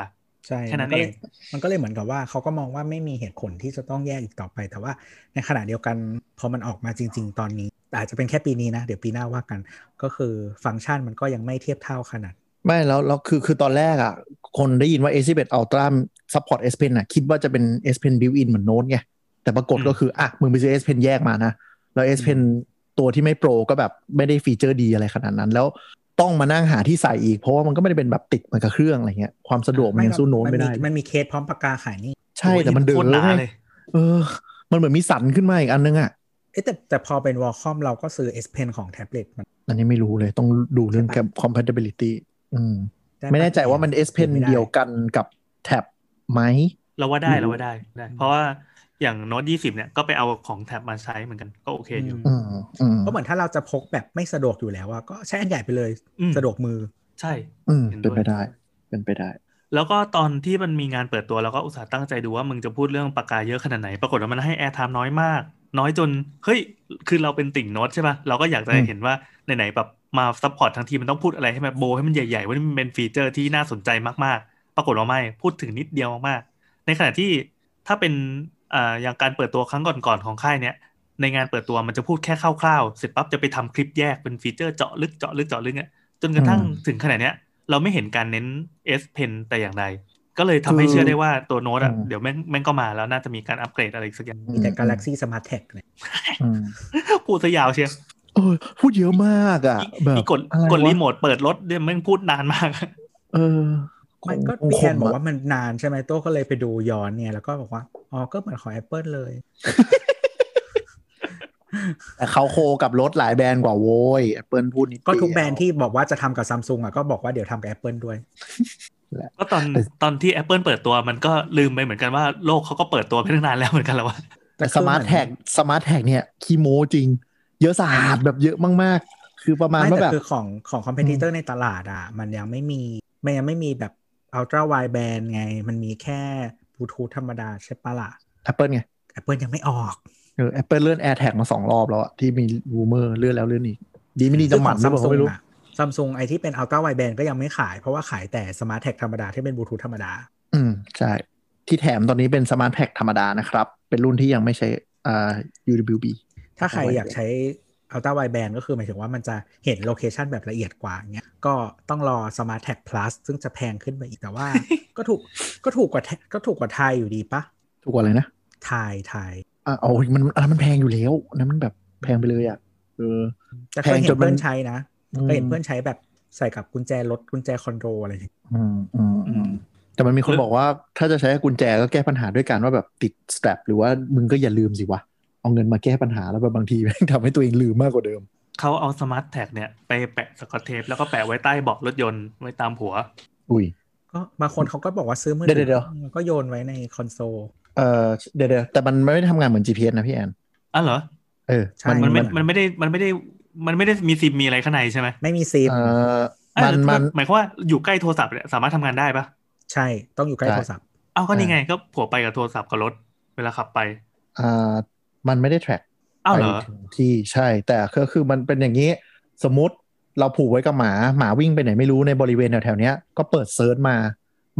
Speaker 3: ใช่
Speaker 4: แค่นั้น
Speaker 3: มัก็ลย
Speaker 4: เอง
Speaker 3: มันก็เลยเหมือนกับว่าเขาก็มองว่าไม่มีเหตุผลที่จะต้องแยกอีกต่อไป แต่ว่าในขณะเดียวกันพอมันออกมาจริง ๆ ตอนนี้แต่อาจจะเป็นแค่ปีนี้นะ เดี๋ยวปีหน้าว่ากัน ก็คือฟังก์ชันมันก็ยังไม่เทียบเท่าขนาด
Speaker 2: ไม่แล้วแล้วคือคือตอนแรกอ่ะ คนได้ยินว่า S11 Ultra support S Pen อ่ะ คิดว่าจะเป็น S Pen built-in เหมือนโน้ตไง แต่ปรากฏ
Speaker 4: อืม
Speaker 2: ก็คือ อ่ะ มึงไปซื้อ S Pen แยกมานะ แล้ว S Pen ตัวที่ไม่โปรก็แบบไม่ได้ฟีเจอร์ดีอะไรขนาดนั้น แล้วต้องมานั่งหาที่ใส่อีก เพราะว่ามันก็ไม่ได้เป็นแบบติดเหมือนกับเครื่องอะไรเงี้ยความสะดวกมันยังสู้โน้ตไม่ได้
Speaker 3: มันมีเคสพร้อมปากกาขายนี่
Speaker 2: ใช่
Speaker 4: โอ้ย
Speaker 2: แต่มันเดื
Speaker 4: โค
Speaker 2: อด
Speaker 4: ตรหนา
Speaker 2: ไง
Speaker 4: เลย
Speaker 2: เออ มันเหมือนมีสันขึ้นมาอีกอันนึงอ่ะ
Speaker 3: เอ๊ะแต่แต่พอเป็นวอลคอมเราก็ซื้อ S Pen ของแท็บเล็ตมัน
Speaker 2: อันนี้ไม่รู้เลยต้องดูเรื่อง compatibility อืม
Speaker 3: ด้
Speaker 2: ไม่แน่ใจว่ามัน S Pen
Speaker 3: ไม่ไ
Speaker 2: เดียวกันกับแท็บไหม
Speaker 4: เราว่าได้
Speaker 2: อืม
Speaker 4: เราว่าได้ได้ เพราะว่าอย่างโน้ตยี่สิบเนี่ยก็ไปเอาของแท็บมาใช้เหมือนกันก็โอเคอยู่
Speaker 2: อืมอืม
Speaker 3: ก็เหมือนถ้าเราจะพกแบบไม่สะดวกอยู่แล้วอะก็ใช้อันใหญ่ไปเลย
Speaker 4: อืม
Speaker 3: สะดวกมือ
Speaker 4: ใช่
Speaker 2: อืม
Speaker 4: เห็นด้
Speaker 2: เป็
Speaker 4: ว
Speaker 2: น
Speaker 4: ย
Speaker 2: ไปได้ เป็นไปได้
Speaker 4: แล้วก็ตอนที่มันมีงานเปิดตัวเราก็อุตส่าห์ตั้งใจดูว่ามึงจะพูดเรื่องปากกาเยอะขนาดไหน ปรากฏว่ามันให้แอร์ไทม์น้อยมาก น้อยจน เฮ้ย คือเราเป็นติ่งโน้ตใช่ปะเราก็อยากจะ
Speaker 2: อืม
Speaker 4: เห็นว่าไหนๆแบบมาซัพพอร์ตทั้งทีมันต้องพูดอะไรให้มันโบว์ให้มันใหญ่ๆ ว่ามันเป็นฟีเจอร์ที่น่าสนใจมากๆ ปรากฏว่าไม่พูดถึงนิดเดียวมากๆ ในขณะที่ถ้าเป็นอ่าอย่างการเปิดตัวครั้งก่อนๆของค่ายเนี้ยในงานเปิดตัวมันจะพูดแค่คร่าวๆเสร็จปั๊บจะไปทำคลิปแยกเป็นฟีเจอร์เจาะลึกเจาะลึกเจาะลึกอะจนกระทั่ง
Speaker 2: อืม
Speaker 4: ถึงขนาดเนี้ย เราไม่เห็นการเน้น S Pen แต่อย่างใด ก็เลยทำให้
Speaker 2: คือ
Speaker 4: เชื่อได้ว่าตัวโน้ตอ่ะ
Speaker 2: อืม
Speaker 4: เดี๋ยวแม่งแม่งก็มาแล้วน่าจะมีการอัปเกรดอะไรอีกสักอย่าง
Speaker 3: มีแต่ Galaxy Smart Tag เนี่ย
Speaker 2: อืม
Speaker 4: พูดซะยาวเชียว
Speaker 2: เออพูดเยอะมากอ่ะ
Speaker 4: อี
Speaker 2: แบบ
Speaker 4: อีกด
Speaker 2: อะไวะ
Speaker 4: กดรีโมทเปิดรถเนี่ยแม่งพูดนานมาก
Speaker 2: เออ
Speaker 3: มันก็
Speaker 2: คง
Speaker 3: พี่แอน
Speaker 2: คมะ
Speaker 3: บอกว่ามันนานใช่ไหมโต้ก็เลยไปดูย้อนเนี่ยแล้วก็บอกว่าอ๋อก็เหมือนของ Apple เลย
Speaker 2: แต่เขาโคกับรถหลายแบรนด์กว่าโว้ย Apple พูดนิดเดียว
Speaker 3: ก็ทุกแบรนด์ที่บอกว่าจะทำกับซัมซุงอ่ะก็บอกว่าเดี๋ยวทำกับ Apple ด้วย
Speaker 4: ก็ตอน
Speaker 2: แต่
Speaker 4: ตอนที่ Apple เปิดตัวมันก็ลืมไปเหมือนกันว่าโลกเขาก็เปิดตัวไปตั้งนานแล้วเหมือนกันแล้วว่า
Speaker 2: แต่สมาร์ทแท็กสมาร์ทแท็กเนี่ยคีโมจริง เยอะสาดแบบเยอะมากๆ คือประมาณ
Speaker 3: ไม่
Speaker 2: ว่า
Speaker 3: แต่
Speaker 2: แบบ
Speaker 3: คือของของคอมเพนเตอร์ในตลาดอ่ะ มันยังไม่มีมันยังไม่มีแบบอัลตร้าไวแบนไง มันมีแค่บลูทูธธรรมดาใช่ปะล่ะ
Speaker 2: Apple ไง
Speaker 3: Apple ยังไม่ออก
Speaker 2: เออ Apple เลื่อน Air Tag มาสองรอบแล้วอะที่มีรูเมอร์เลื่อนแล้วเลื่อนอีก ดีไม่ดีจะหมันหรือเปล่าก็ไม่รู้
Speaker 3: ซัมซุงไอที่เป็นอัลตร้าไวแบนก็ยังไม่ขาย เพราะว่าขายแต่สมาร์ทแท็กธรรมดาที่เป็นบลูทูธธรรมดา
Speaker 2: อืม ใช่ ที่แถมตอนนี้เป็นสมาร์ทแพ็คธรรมดานะครับ เป็นรุ่นที่ยังไม่ใช่อ่า UWB
Speaker 3: ถ้าใคร
Speaker 2: Ultra
Speaker 3: อยากใช้อัลตร้าไวแบนก็คือหมายถึงว่ามันจะเห็นโลเคชันแบบละเอียดกว่าอย่างเงี้ยก็ต้องรอ Smart Tag Plus ซึ่งจะแพงขึ้นไปอีกแต่ว่า ก็ถูกก็ถูกกว่าแทก็ถูกกว่าไทยอยู่ดีปะ
Speaker 2: ถูกกว่าเลยนะ
Speaker 3: ไทยไทย
Speaker 2: อ่าโอ้ยมันอันนั้นมันแพงอยู่แล้วอันนั้นมันแบบแพงไปเลยอ่ะเออ
Speaker 3: แต่เคย
Speaker 2: แพ
Speaker 3: เห็
Speaker 2: งจ
Speaker 3: น
Speaker 2: นมัน
Speaker 3: เพื่อนใช้นะ
Speaker 2: อืม
Speaker 3: ก็เห็นเพื่อนใช้แบบใส่กับกุญแจรถกุญแจคอนโดอะไรอย่างเงี้ย
Speaker 2: อืมอืมอืมแต่มันมีคนบอกว่าถ้าจะใช้กุญแจก็แก้ปัญหาด้วยการว่าแบบติดสแตรปหรือว่ามึงก็อย่าลืมสิวะ เอาเงินมาแก้ปัญหาแล้วแบบบางทีแม่งทำให้ตัวเองลืมมากกว่าเดิม
Speaker 4: เขาเอาสมาร์ทแท็กเนี่ยไปแปะสกอตเทปแล้วก็แปะไว้ใต้เบาะรถยนต์ไว้ตามหัว
Speaker 2: อุ้ย
Speaker 3: ก็บางคนเขาก็บอกว่าซื้อมือ
Speaker 2: เดี๋
Speaker 3: ถื
Speaker 2: ยวเดี๋ยว
Speaker 3: ก็โยนไว้ในคอนโซล
Speaker 2: เออเดี๋ยวเดี๋ยวแต่มันไม่ได้ทำงานเหมือน GPS นะพี่แอน
Speaker 4: อ๋อเหรอ
Speaker 2: เออ
Speaker 3: ใช่
Speaker 4: มันไม่
Speaker 3: มัน
Speaker 4: มันไม่ได้มันไม่ได้มันไม่ได้มีซิมมีอะไรข้างในใช่ไหม
Speaker 3: ไม่มีซิม
Speaker 2: เออ
Speaker 4: เอ้ย
Speaker 2: มันมัน
Speaker 4: หมายความว่าอยู่ใกล้โทรศัพท์เนี่ยสามารถทำงานได้ปะ
Speaker 3: ใช่ต้องอยู่ใกล้
Speaker 2: ใช่
Speaker 3: โทรศัพท์
Speaker 4: เอาก็นี่ไงก็ผัวไปกับโทรศัพท์กับรถเวลาขับไป
Speaker 2: อ่ามันไม่ได้ track
Speaker 4: อ้าวเหรอ
Speaker 2: ไปถึงที่ใช่ แต่ก็คือมันเป็นอย่างนี้ สมมติเราผูกไว้กับหมาหมาวิ่งไปไหนไม่รู้ในบริเวณแถวๆเนี้ยก็เปิดเซิร์ชมา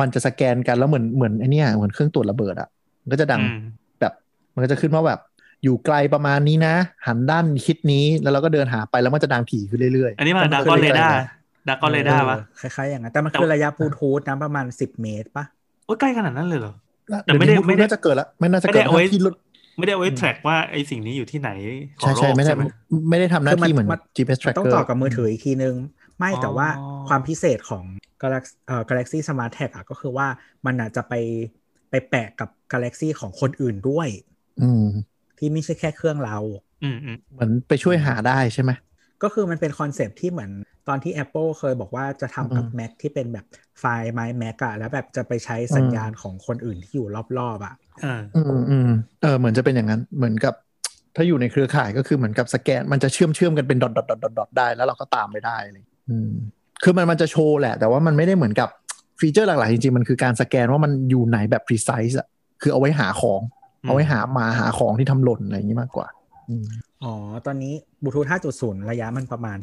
Speaker 2: มันจะสแกนกันแล้วเหมือนเหมือนไอเนี้ยเหมือนเครื่องตรวจระเบิดอ่ะมันก็จะดัง
Speaker 4: อืม
Speaker 2: แบบมันก็จะขึ้นว่าแบบ อยู่ไกลประมาณนี้นะ หันด้านคิดนี้แล้วเราก็เดินหาไปแล้วมันจะดังถี่ขึ้นเรื่อยๆ
Speaker 4: อันนี้มาดากอน
Speaker 2: ขึ้ไป
Speaker 4: เรดาร์
Speaker 2: นะ
Speaker 4: ดากอนเรดาร์
Speaker 3: เอ
Speaker 4: ปะ
Speaker 3: อคล้ายๆอย่างนั้น แต่มัน
Speaker 4: แต่
Speaker 3: คือระยะบลูทูธนะประมาณ 10 เมตรปะ
Speaker 4: โอ้ยใกล้ขนาดนั้นเลยเหรอ แต่
Speaker 2: เดี๋ยว
Speaker 4: ไม่ได้
Speaker 2: นี้
Speaker 4: ไม่ได้
Speaker 2: น่าจะเกิดแล้วไม่น่าจะเกิด
Speaker 4: ไม่ได้เอาไว้
Speaker 2: ถ้าที่รถ
Speaker 4: ไม่ได้เอาไว้แทร็กว่าไอสิ่งนี้อยู่ที่ไหนขอ
Speaker 2: ใช่
Speaker 4: งโล
Speaker 2: ใช่ไม่ได้
Speaker 4: กใช่ไหม
Speaker 2: ไม่ได้ทำหน้าที่เหมือน GPS
Speaker 3: มัน
Speaker 2: tracker
Speaker 3: ต้องต่อกับมือถืออีกทีนึง ไม่
Speaker 4: อ๋อ
Speaker 3: แต่ว่าความพิเศษของ Galaxy เอ่อ Galaxy Smart Tag อ่ะก็คือว่ามันอาจจะไปไปแปะกับ Galaxy ของคนอื่นด้วย
Speaker 2: อืม
Speaker 3: ที่ไม่ใช่แค่เครื่องเรา
Speaker 4: อืมอืม
Speaker 2: เหมือนไปช่วยหาได้ใช่ไหม
Speaker 3: ก็คือมันเป็นคอนเซปต์ที่เหมือนตอนที่ Apple เคยบอกว่าจะทำกับ
Speaker 2: อืม
Speaker 3: Mac ที่เป็นแบบไฟล์ My Mac อะแล้วแบบจะไปใช้สัญญาณของคนอื่นที่อยู่รอบๆอะ
Speaker 4: เออ
Speaker 2: อืมอืมเออเหมือนจะเป็นอย่างนั้นเหมือนกับ ถ้าอยู่ในเครือข่ายก็คือเหมือนกับสแกน มันจะเชื่อมเชื่อมกันเป็นดอทดอทดอทดอทดอทได้แล้วเราก็ตามไปได้เลยอืมคือมันมันจะโชว์แหละ แต่ว่ามันไม่ได้เหมือนกับฟีเจอร์หลักๆจริงๆ มันคือการสแกนว่ามันอยู่ไหนแบบ precise อะคือเอาไว้หาของ เอาไว้หาหมาหาของที่ทำหล่นอะไรอย่างนี้มากกว่า อืม
Speaker 3: อ๋อ ตอนนี้บลูทูธ5.0 ระยะมันประมาณ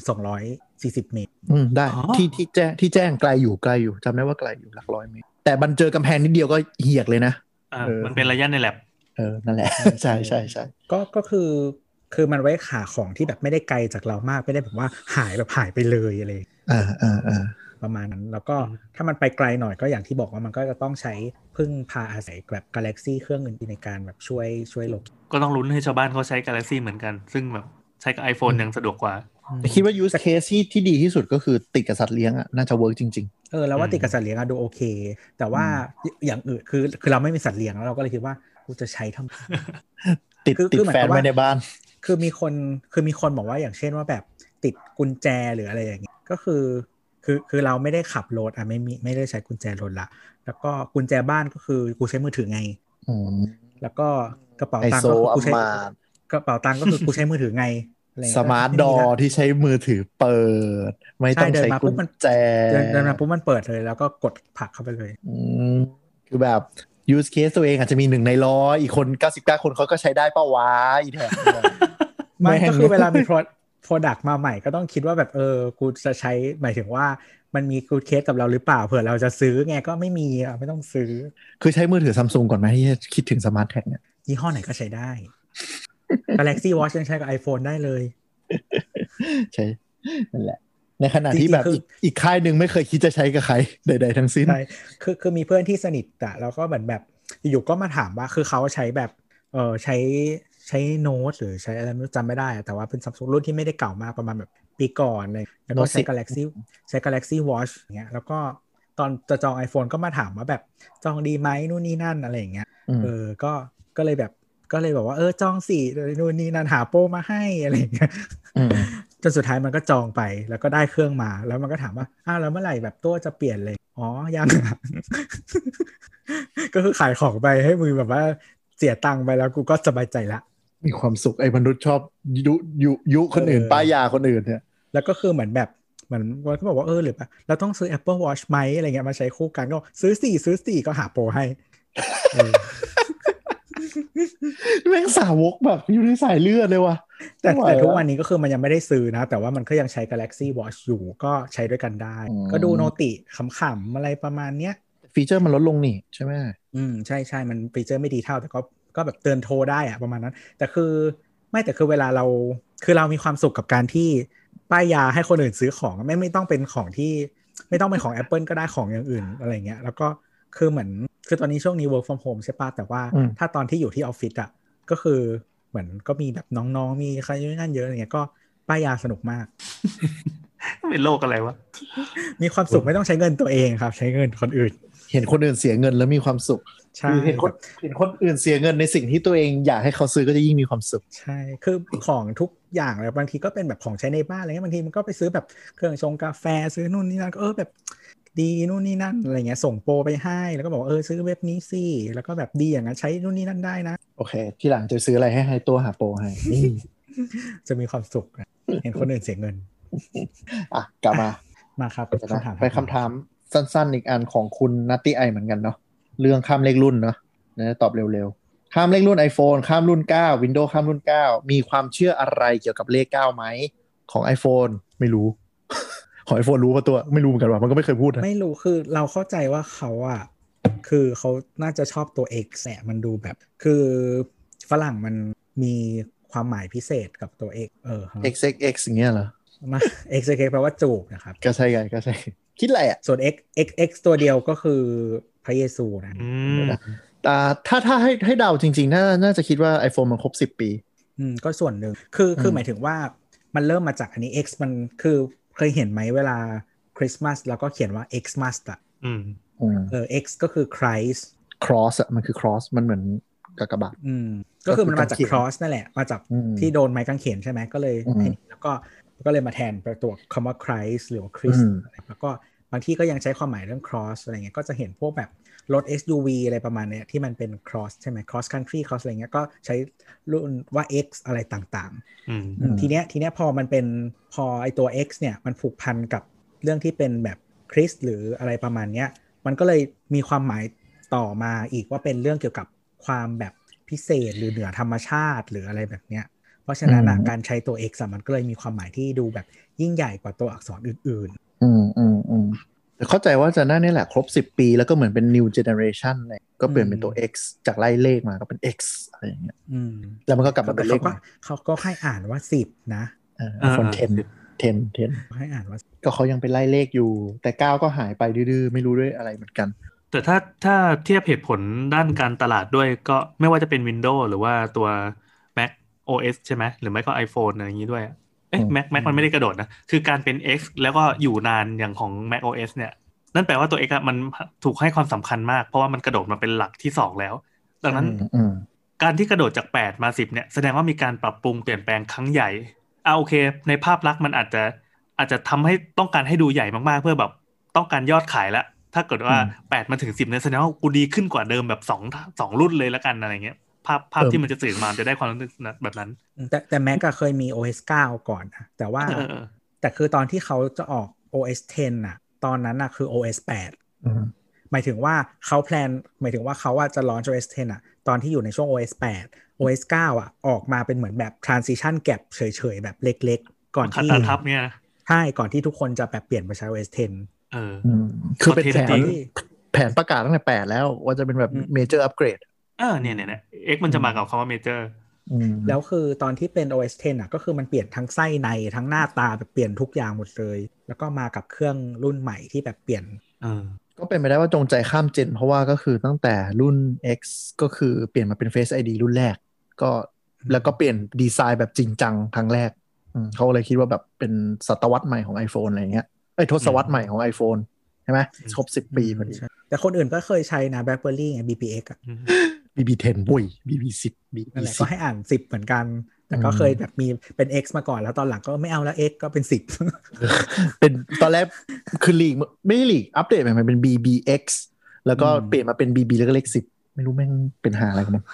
Speaker 3: 240 เมตร
Speaker 2: อืมได้
Speaker 4: อ๋อ
Speaker 2: ที่ที่แจ้งที่แจ้งไกลอยู่ไกลอยู่จำได้ว่าไกลอยู่หลักร้อยเมตร แต่บันเจอกำแพงนิดเดียวก็เหียกเลยนะ
Speaker 4: อ่า
Speaker 2: เออ
Speaker 4: มันเป็นระยะในแลบ
Speaker 2: เออนั่นแหละ ใช่ใช่ใช่
Speaker 3: ก็ก็คือคือมันไว้หาของที่แบบไม่ได้ไกลจากเรามากไม่ได้แบบว่าหายแบบหายไปเลยอะไร
Speaker 2: อ่าอ่าอ่า
Speaker 3: ประมาณนั้น แล้วก็ถ้ามันไปไกลหน่อยก็อย่างที่บอกว่ามันก็จะต้องใช้พึ่งพาอาศัยแบบกาแล็กซี่เครื่องอื่นๆในการแบบช่วยช่วยหลบ
Speaker 4: ก็ต้องลุ้นให้ชาวบ้านเขาใช้ Galaxy เหมือนกัน ซึ่งแบบใช้กับ iPhone ยังสะดวกกว่า
Speaker 2: คิดว่า use case ที่ที่ดีที่สุดก็คือติดกับสัตว์เลี้ยงอะน่าจะเวิร์กจริง
Speaker 3: เออเราว่า
Speaker 4: อืม
Speaker 3: ติดกับสัตว์เลี้ยงอะดูโอเค แต่ว่าอย่างอื่นคือคือเราไม่มีสัตว์เลี้ยงแล้วเราก็เลยคิดว่ากูจะใช้ทำไม
Speaker 2: ๆ ติด
Speaker 3: คือ
Speaker 2: ติด
Speaker 3: คือหมาย
Speaker 2: แฟ
Speaker 3: ค
Speaker 2: น
Speaker 3: วาม
Speaker 2: ไว้
Speaker 3: ว่า
Speaker 2: ในบ้าน
Speaker 3: คือมีคนคือมีคนบอกว่าอย่างเช่นว่าแบบติดกุญแจหรืออะไรอย่างเงี้ยก็คือคือคือเราไม่ได้ขับรถอ่ะไม่มีไม่ได้ใช้กุญแจรถละแล้วก็กุญแจบ้านก็คือกูใช้มือถือไง
Speaker 2: อืม
Speaker 3: แล้วก็กระเป๋า
Speaker 2: ไอ
Speaker 3: ตัง
Speaker 2: โซ
Speaker 3: ค์
Speaker 2: อั
Speaker 3: ก็คือกู
Speaker 2: ม
Speaker 3: ใช้
Speaker 2: มาตย์
Speaker 3: กระเป๋าตังค์ ก็คือกูใช้มือถือไงอะไเงี้ย
Speaker 2: สมาร์ท
Speaker 3: ก็
Speaker 2: ดอ
Speaker 3: ไละ
Speaker 2: ที่ใช้มือถือเปิด ไม่ต้อง
Speaker 3: ใช่เดิน
Speaker 2: ใช้
Speaker 3: มาปุ๊
Speaker 2: กุญ
Speaker 3: บมัน
Speaker 2: แจ
Speaker 3: เดินเดินมาปุ๊บมันเปิดเลย แล้วก็กดผลักเข้าไปเลย
Speaker 2: อืมคือแบบ use case ตัวเองอาจจะมีหนึ่งในร้อยอีกคน 99 คนเขาก็ใช้ได้เป้าวะอี แทน
Speaker 3: ไมัน
Speaker 2: แม่ง
Speaker 3: ก็คือเวลามี pro- product มาใหม่ก็ต้องคิดว่าแบบเออ กูจะใช้หมายถึงว่า มันมี good case กับเราหรือเปล่าเผื่อเราจะซื้อไงก็ไม่มีอ่ะไม่ต้องซื้อ
Speaker 2: คือใช้มือถือซัมซุงก่อนไหมที่จะคิดถึงสมาร์ทแท็กเนี่ย
Speaker 3: ยี่ห้อไหนก็ใช้ได้ Galaxy Watch ยังใช้กับ iPhone ได้เลย
Speaker 2: ใช่นั่นแหละ ในขณะที่
Speaker 3: จริงๆ
Speaker 2: แบบ
Speaker 3: คือ
Speaker 2: อีกอีกค่ายหนึ่งไม่เคยคิดจะใช้กับใคร ใด ๆ ทั้งสิ้น
Speaker 3: ใช่คือคือมีเพื่อนที่สนิทอะแล้วก็เหมือนแบบอยู่ๆก็มาถามว่าคือเขาใช้แบบเออใช้ใช้โน้ตหรือใช้อะไรไม่รู้จำไม่ได้อะแต่ว่าเป็นซัมซุงรุ่นที่ไม่ได้เก่ามากประมาณแบบปีก่อนเลยแล้วก็ใช้
Speaker 2: Note 10
Speaker 3: Galaxy ใช้ Galaxy Watch อย่างเงี้ยแล้วก็ตอนจะจอง iPhone ก็มาถามว่าแบบจองดีไหมนู่นนี่นั่นอะไรอย่างเงี้ย
Speaker 2: อืม
Speaker 3: เออก็ก็เลยแบบก็เลยบอกว่าเออจองสินู่นนี่นั่นหาโปรมาให้อะไรอย่างเงี้ย
Speaker 2: อืม
Speaker 3: จนสุดท้ายมันก็จองไปแล้วก็ได้เครื่องมา แล้วมันก็ถามว่าอ้าวแล้วเมื่อไหร่แบบตัวจะเปลี่ยนเลย อ๋อ ยัง อะ ก็คือขายของไปให้มือแบบว่าเสียตังค์ไปแล้วกูก็สบายใจละ
Speaker 2: มีความสุขไอ้มนุษย์ชอบยุยุยุคนอื่น
Speaker 3: เออ
Speaker 2: ป้ายยาคนอื่นเนี่ย
Speaker 3: แล้วก็คือเหมือนแบบเหมือนวันก็บอกว่าเออหรือแบบเราต้องซื้อ Apple Watch ไหมอะไรเงี้ยมาใช้คู่กันก็บอกซื้อสี่ซื้อสี่ก็หาโปรให้เออ
Speaker 2: แม่งสาวกแบบอยู่ในสายเลือดเลยว่ะ
Speaker 3: แต่
Speaker 2: ไม่ไห
Speaker 3: แต่ทุกวั
Speaker 2: ะ
Speaker 3: นนี้ก็คือมันยังไม่ได้ซื้อนะ แต่ว่ามันก็ยังใช้ Galaxy Watch อยู่ก็ใช้ด้วยกันได้
Speaker 2: อืม
Speaker 3: ก็ดูโนติขำๆอะไรประมาณเนี้ย
Speaker 2: ฟีเจอร์มันลดลงนี่ใช่ไหม
Speaker 3: อืมใช่ใช่มันฟีเจอร์ไม่ดีเท่า แต่ก็ก็แบบเตือนโทรได้อะประมาณนั้น แต่คือไม่แต่คือเวลาเราคือเรามีความสุขกับการที่ป้ายยาให้คนอื่นซื้อของไม่ไม่ต้องเป็นของที่ ไม่ต้องเป็นของ Apple ก็ได้ของอย่างอื่นอะไรเงี้ยแล้วก็คือเหมือนคือตอนนี้ช่วงนี้ work from home ใช่ปะแต่ว่าถ้าตอนที่อยู่ที่ออฟฟิศอ่ะก็คือเหมือนก็มีแบบน้องๆ มีใครนู่นนั่นเยอะอะไรเงี้ยก็ป้ายยาสนุกมาก
Speaker 4: เป็นโลกอะไรวะ
Speaker 3: มีความสุขไม่ต้องใช้เงินตัวเองครับ ใช้เงินคนอื่น
Speaker 2: เห็นคนอื่นเสียเงินแล้วมีความสุข
Speaker 3: ใช่
Speaker 2: คือเห็นคนเห็นคนอื่นเสียเงินในสิ่งที่ตัวเองอยากให้เขาซื้อก็จะยิ่งมีความสุข
Speaker 3: ใช่ คือของทุกอย่างเลยบางทีก็เป็นแบบของใช้ในบ้านอะไรเงี้ยบางทีมันก็ไปซื้อแบบเครื่องชงกาแฟซื้อนู่นนี่นั่นก็เออแบบดีนู่นนี่นั่นอะไรเงี้ยส่งโปรไปให้ แล้วก็บอกว่าเออซื้อเว็บนี้สิแล้วก็แบบดีอย่างนั้นใช้นู่นนี่นั่นได้นะ
Speaker 2: โอเค ที่หลังจะซื้ออะไรให้ให้ตัวหาโปรให้อืม
Speaker 3: จะมีความสุขนะเห็นคนอื่นเสียเงิน
Speaker 2: อ่ะ กลับมา
Speaker 3: มาครับ
Speaker 2: ไปนะ
Speaker 3: คำถาม
Speaker 2: ไปคำถามสั้นๆ อีกอันของคุณนัตตี้ไอเหมือนกันเนาะเรื่องข้ามเลขรุ่นเนาะนะตอบเร็วๆ ข้ามเลขรุ่น iPhone ข้ามรุ่น 9 Windows ข้ามรุ่น 9 มีความเชื่ออะไรเกี่ยวกับเลข 9 ไหม ของ iPhone ไม่รู้ ของ iPhone รู้ป่ะตัวไม่รู้เหมือนกันว่ามันก็ไม่เคยพูดนะ
Speaker 3: ไม่รู้คือเราเข้าใจว่าเขาอะคือเขาน่าจะชอบตัว X แหละมันดูแบบ คือฝรั่งมันมีความหมายพิเศษกับตัว X เออฮะ
Speaker 2: XXX อย่างเงี้ยเหรอ
Speaker 3: มา X X แปลว่าจูบนะครับ
Speaker 2: ก็ใช่ไงก็ใช่คิดอะไรอ่ะ
Speaker 3: ส่วน x x x ตัวเดียวก็คือพระเยซูนะ
Speaker 4: อืม
Speaker 2: อ่าถ้าถ้าให้ให้เดาจริงๆ น่าน่าจะคิดว่า iPhone มันครบ 10 ปี
Speaker 3: อืมก็ส่วนหนึ่งคือคือ
Speaker 2: ม
Speaker 3: หมายถึงว่ามันเริ่มมาจากอันนี้ x มันคือเคยเห็นไหมเวลาคริสต์มาสแล้วก็เขียนว่า x m a s อะ
Speaker 4: อืม
Speaker 2: อืม
Speaker 3: เออ x ก็คือ Christ
Speaker 2: cross อะมันคือ cross มันเหมือนกากบาท
Speaker 3: อืมก็คือมันมาจาก
Speaker 2: ก็คือกางเขน
Speaker 3: cross นั่นแหละ มาจาก
Speaker 2: อืม
Speaker 3: ที่โดนไม้กางเขนใช่ไหมก็เลย
Speaker 2: อืม
Speaker 3: อันนี้แล้วก็ก็เลยมาแทนเป็นตัวคำว่า Christ หรือว่า Christ
Speaker 2: อืม
Speaker 3: อะไรแล้วก็บางที่ก็ยังใช้ความหมายเรื่อง cross อะไรเงี้ยก็จะเห็นพวกแบบรถ SUV อะไรประมาณเนี้ยที่มันเป็น cross ใช่ไหม cross country cross อะไรเงี้ยก็ใช้รุ่นว่า x อะไรต่าง
Speaker 4: อืม
Speaker 3: ๆอืมทีเนี้ยทีเนี้ยพอมันเป็นพอไอตัว x เนี่ยมันผูกพันกับเรื่องที่เป็นแบบคริสต์หรืออะไรประมาณเนี้ยมันก็เลยมีความหมายต่อมาอีกว่าเป็นเรื่องเกี่ยวกับความแบบพิเศษหรือเหนือธรรมชาติหรืออะไรแบบเนี้ยเพราะฉะนั้นอะ
Speaker 2: อืม
Speaker 3: การใช้ตัว x อะมันก็เลยมีความหมายที่ดูแบบยิ่งใหญ่กว่าตัวอักษรอื่น ๆ
Speaker 2: อืมอืมอืมแต่ เข้าใจว่าจะน่าเนี่ยแหละครบ 10 ปี แล้วก็เหมือนเป็น new generation เลยก็เปลี่ยนเป็นตัว X จากไล่เลขมาก็เป็น X อะไรอย่างเงี้ย
Speaker 3: อืม
Speaker 2: แล้วมันก็กลับมาเป็
Speaker 3: แต่
Speaker 2: นเล
Speaker 3: เขา
Speaker 2: ข
Speaker 3: ก็เขาก็ให้อ่านว่าสิบนะ
Speaker 2: คน
Speaker 4: อ่า
Speaker 2: 10 10 10
Speaker 3: ให้อ่านว่า
Speaker 2: ก็เขายังไปไล่เลขอยู่ แต่ 9 ก็หายไปดื้อๆ ไม่รู้ด้วยอะไรเหมือนกัน
Speaker 4: แต่ถ้าถ้าเทียบเหตุผลด้านการตลาดด้วยก็ไม่ว่าจะเป็น Windows หรือว่าตัว Mac OS ใช่ไหมหรือไม่ก็ iPhone อะไรอย่างนี้ด้วยเอ๊ะ
Speaker 2: อืม
Speaker 4: Mac Mac มันไม่ได้กระโดดนะ คือการเป็น X แล้วก็อยู่นานอย่างของ Mac OS เนี่ย นั่นแปลว่าตัว X อะมันถูกให้ความสำคัญมาก เพราะว่ามันกระโดดมาเป็นหลักที่ 2 แล้ว ดังนั้น
Speaker 2: อืมอืม
Speaker 4: การที่กระโดดจาก 8 มา 10 เนี่ย แสดงว่ามีการปรับปรุงเปลี่ยนแปลงครั้งใหญ่อ่าโอเค ในภาพลักษณ์มันอาจจะอาจจะทำให้ต้องการให้ดูใหญ่มากๆ เพื่อแบบต้องการยอดขายละ ถ้าเกิดว่า
Speaker 2: อืม
Speaker 4: 8 มาถึง 10 เนี่ยแสดงว่ากูดีขึ้นกว่าเดิมแบบ2 2รุ่นเลยละกันอะไรเงี้ย ภาพภาพ
Speaker 2: เออ
Speaker 4: ที่มันจะสื่อมามันจะได้ความรู้สึกนะแบบนั้น
Speaker 3: แต่แต่แม็กก็เคยมี OS 9 ก่อนนะแต่ว่า
Speaker 4: เออเออ
Speaker 3: แต่คือตอนที่เขาจะออก OS 10น่ะ ตอนนั้นน่ะคือ OS
Speaker 2: อืม
Speaker 3: 8 หมายถึงว่าเขาแพลนหมายถึงว่าเขาอะจะลอน OS 10อ่ะตอนที่อยู่ในช่วง OS 8 OS 9 อ่ะ ออกมาเป็นเหมือนแบบ transition gap เฉยๆ แบบเล็กๆ ก่อน
Speaker 4: คัต
Speaker 3: ที่
Speaker 4: ตาทับเนี่ยนะ
Speaker 3: ใช่ก่อนที่ทุกคนจะแบบเปลี่ยนไปใช้ OS 10
Speaker 4: เออ
Speaker 2: อืมคือเป็นแผ
Speaker 4: จริ
Speaker 2: น
Speaker 4: ง
Speaker 2: แผนประกาศตั้งแต่ 8 แล้ว ว่าจะเป็นแบบ
Speaker 3: อืม
Speaker 2: major upgrade
Speaker 4: เออเนี่ยเนี่ยเนี่ย X มันจะมากับคำว่าเมเจอร์
Speaker 2: อืม
Speaker 3: แล้วคือตอนที่เป็น OS 10อ่ะก็คือมันเปลี่ยนทั้งไส้ในทั้งหน้าตาแบบเปลี่ยนทุกอย่างหมดเลย แล้วก็มากับเครื่องรุ่นใหม่ที่แบบเปลี่ยน
Speaker 4: เออ
Speaker 2: ก็เป็นไปได้ว่าจงใจข้ามเจน เพราะว่าก็คือตั้งแต่รุ่น X ก็คือเปลี่ยนมาเป็น Face ID รุ่นแรก ก็แล้วก็เปลี่ยนดีไซน์แบบจริงจังครั้งแรกอืมเขาเลยคิดว่าแบบเป็นศตวรรษใหม่ของ iPhone อะไรอย่างเงี้ยไอ้ยทศวรรษใหม่ของ iPhone ใช่ไหมครบสิบปีพอดี
Speaker 3: ใช่แต่คนอื่นก็เคยใช้นะ BlackBerry ไง BPX อ่ะ
Speaker 2: BB10 บุ้ย BB10
Speaker 3: นั่นแหละ
Speaker 2: BB10
Speaker 3: ก็ให้อ่าน 10 เหมือนกัน แต่ก็เคยแบบมีเป็น X มาก่อนแล้วตอนหลังก็ไม่เอาแล้ว X ก็เป็น
Speaker 2: เป็นตอนแรกคือลีกไม่ใช่ลีกอัปเดตใหม่มันเป็น BBX แล้วก็
Speaker 3: อืม
Speaker 2: เปลี่ยนมาเป็น BB แล้วก็เลขสิบไม่รู้แม่งเป็นหาอะไรกันมั้ง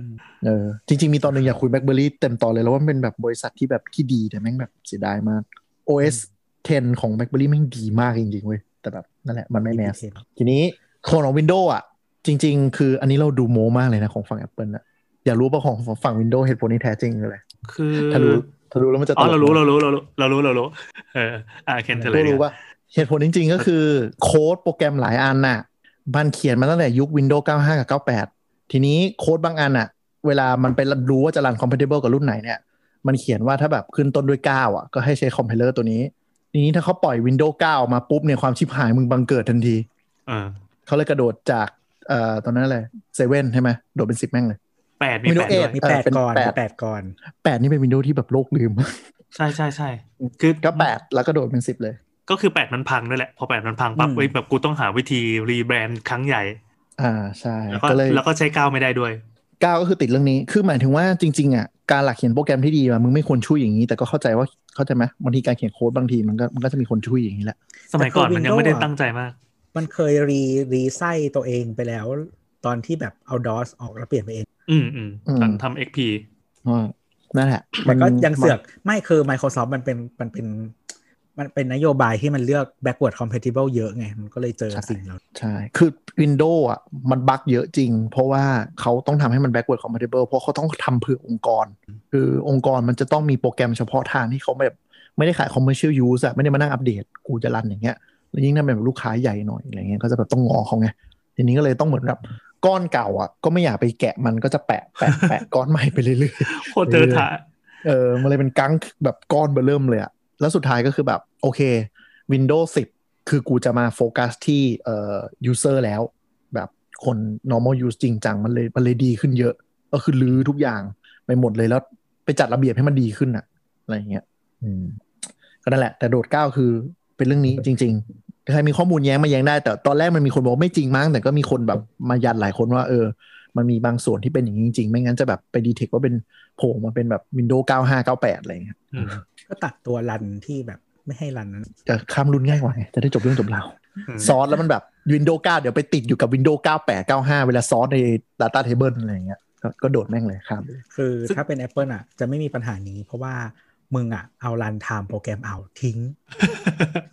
Speaker 3: 10
Speaker 2: เออจริง ๆ มีตอนหนึ่งอยากคุยแบล็คเบอรี่เต็มตอนเลยแล้วว่ามันเป็นแบบบริษัทที่แบบที่ดีแต่แม่งแบบเสียดายมาก OS 10 ของแบล็คเบอรี่แม่งดีมากจริง ๆ เว้ย แต่แบบนั่นแหละมันไม่แมส ทีนี้คนของ Windows อ่ะ จริง ๆ คืออันนี้เราดูโมมากเลยนะของฝั่ง Apple อ่ะอยากรู้ป่ะของฝั่ง Windows เหตุผลที่แท้จริงคืออะไร
Speaker 4: คือ
Speaker 2: ถ้ารู้ถ้ารู้แล้วมันจะต
Speaker 4: อ๋อ
Speaker 2: ลก
Speaker 4: เรา
Speaker 2: มก
Speaker 4: รู้เรารู้เรารู้เรารู้เรารู้เอออ่าเคนเฉลย
Speaker 2: ก็
Speaker 4: ดีก
Speaker 2: รู้
Speaker 4: ว่า
Speaker 2: ว่าเหตุผลจริงๆ ก็คือโค้ดโปรแกรมหลายอันน่ะมันเขียนมาตั้งแต่ยุค Windows 95 กับ 98 ทีนี้โค้ดบางอันน่ะ เวลามันไปรู้ว่าจะรัน compatible กับรุ่นไหนเนี่ย มันเขียนว่าถ้าแบบขึ้นต้นด้วย 9 อ่ะ ก็ให้ใช้คอมไพเลอร์ตัวนี้ ทีนี้ถ้าเขาปล่อย Windows 9 มาปุ๊บเนี่ยความชิบหายมึงบังเกิดทันที
Speaker 4: เออ
Speaker 2: เขาเลยกระโดดจากเอ่อตอนนั้นอะไรเซเว่นใช่ไหมโดดเป็น 10 แม่งเลย
Speaker 4: แปดมีแป
Speaker 2: Windows
Speaker 4: ดด้วย
Speaker 2: 8
Speaker 3: มี 8 ก่อน
Speaker 2: เป็น
Speaker 3: มี
Speaker 2: แปด
Speaker 3: 8 ก่อน
Speaker 2: 8 นี่เป็น Windows ที่แบบโลกลืม
Speaker 4: ใช่ใช่ใช่คือ
Speaker 2: ก็ 8 แล้วก็โดดเป็น 10 เลย
Speaker 4: ก็คือแปดมันพังด้วยแหละ พอแปดมันพังปั๊บ
Speaker 3: อืม
Speaker 4: เว้ยแบบกูต้องหาวิธีรีแบรนด์ครั้งใหญ่
Speaker 2: อ่าใช่
Speaker 4: แล้วก็
Speaker 2: ก็เลย
Speaker 4: แล้วก็ใช้ก้าวไม่ได้ด้วย
Speaker 2: เก้าก็คือติดเรื่องนี้ คือหมายถึงว่าจริงๆอ่ะ การหลักเขียนโปรแกรมที่ดีอะมึงไม่ควรช่วยอย่างนี้ แต่ก็เข้าใจว่าเข้าใจไหมบางทีการเขียนโค้ดบางทีมันก็มันก็จะมีคนช่วยอย่างนี้แหละ
Speaker 4: สมัยก่อนมันยังไม่ได้
Speaker 3: Windows อะ
Speaker 4: ตั้งใจมาก
Speaker 3: มันเคยรีรีไส้ตัวเองไปแล้ว ตอนที่แบบเอาดอสออกแล้วเปลี่ยนไปเอง
Speaker 4: อืมอืม
Speaker 2: อืม
Speaker 4: ตอนทำเอ็กพี
Speaker 2: อ่านั่นแหละ
Speaker 3: แต่ก็ยังเสือก
Speaker 2: มัน
Speaker 3: ไม่คือ Microsoft มันเป็นมันเป็นมันเป็นนโยบายที่มันเลือก backward compatible เยอะไงมันก็เลยเจอสิ่งเหล่านี้
Speaker 2: ใช่ คือ Windows อ่ะ มันบั๊กเยอะจริง เพราะว่าเขาต้องทำให้มัน backward compatible เพราะเขาต้องทำเพื่อองค์กร คือองค์กรมันจะต้องมีโปรแกรมเฉพาะทางที่เขาแบบไม่ได้ขาย commercial use อะไม่ได้มานั่งอัปเดตกูจะรันอย่างเงี้ย แล้วยิ่งถ้าเป็นแบบลูกค้าใหญ่หน่อยอะไรเงี้ยก็จะแบบต้องงอเขาไงทีนี้ก็เลยต้องเหมือนแบบก้อนเก่าอ่ะก็ไม่อยากไปแกะมันก็จะแปะแปะแปะ ก้อนใหม่ไปเรื่อย
Speaker 4: โคตรเจอถ่า
Speaker 2: ๆเออมันเลยเป็นกังแบบก้อนเบอร์เริ่มเลยอ่ะแล้วสุดท้ายก็คือแบบ โอเค Windows 10 คือกูจะมาโฟกัสที่เอ่อ user แล้ว แบบคน normal use จริงจังมันเลยมันเลยดีขึ้นเยอะ ก็คือลื้อทุกอย่างไปหมดเลยแล้วไปจัดระเบียบให้มันดีขึ้นอ่ะอะไรอย่างเงี้ยอืมก็นั่นแหละ แต่โดดเก้าคือเป็นเรื่องนี้จริง ๆ ใครมีข้อมูลแย้งมาแย้งได้ แต่ตอนแรกมันมีคนบอกว่าไม่จริงมั้งแต่ก็มีคนแบบมายันหลายคนว่า เออ มันมีบางส่วนที่เป็นอย่างนี้จริงๆ ไม่งั้นจะแบบไปดีเทคว่าเป็นโผล่มาเป็นแบบ Windows 95 98 อะไรอย่างเงี้ย
Speaker 4: อืม
Speaker 3: ก็ตัดตัวรันที่แบบไม่ให้รันนั้น
Speaker 2: จะข้ามรุ่นง่ายกว่าไงจะได้จบเรื่องจบราวซอสแล้วมันแบบ Windows 9 เดี๋ยวไปติดอยู่กับ Windows 98 95 เวลาซอสใน Data Table อะไรอย่างเงี้ยก็ก็โดดแม่งเลยข้ามไปเลย
Speaker 3: คือถ้าเป็น Apple อ่ะ จะไม่มีปัญหานี้ เพราะว่ามึงอ่ะ เอารันไทม์โปรแกรมเอาทิ้ง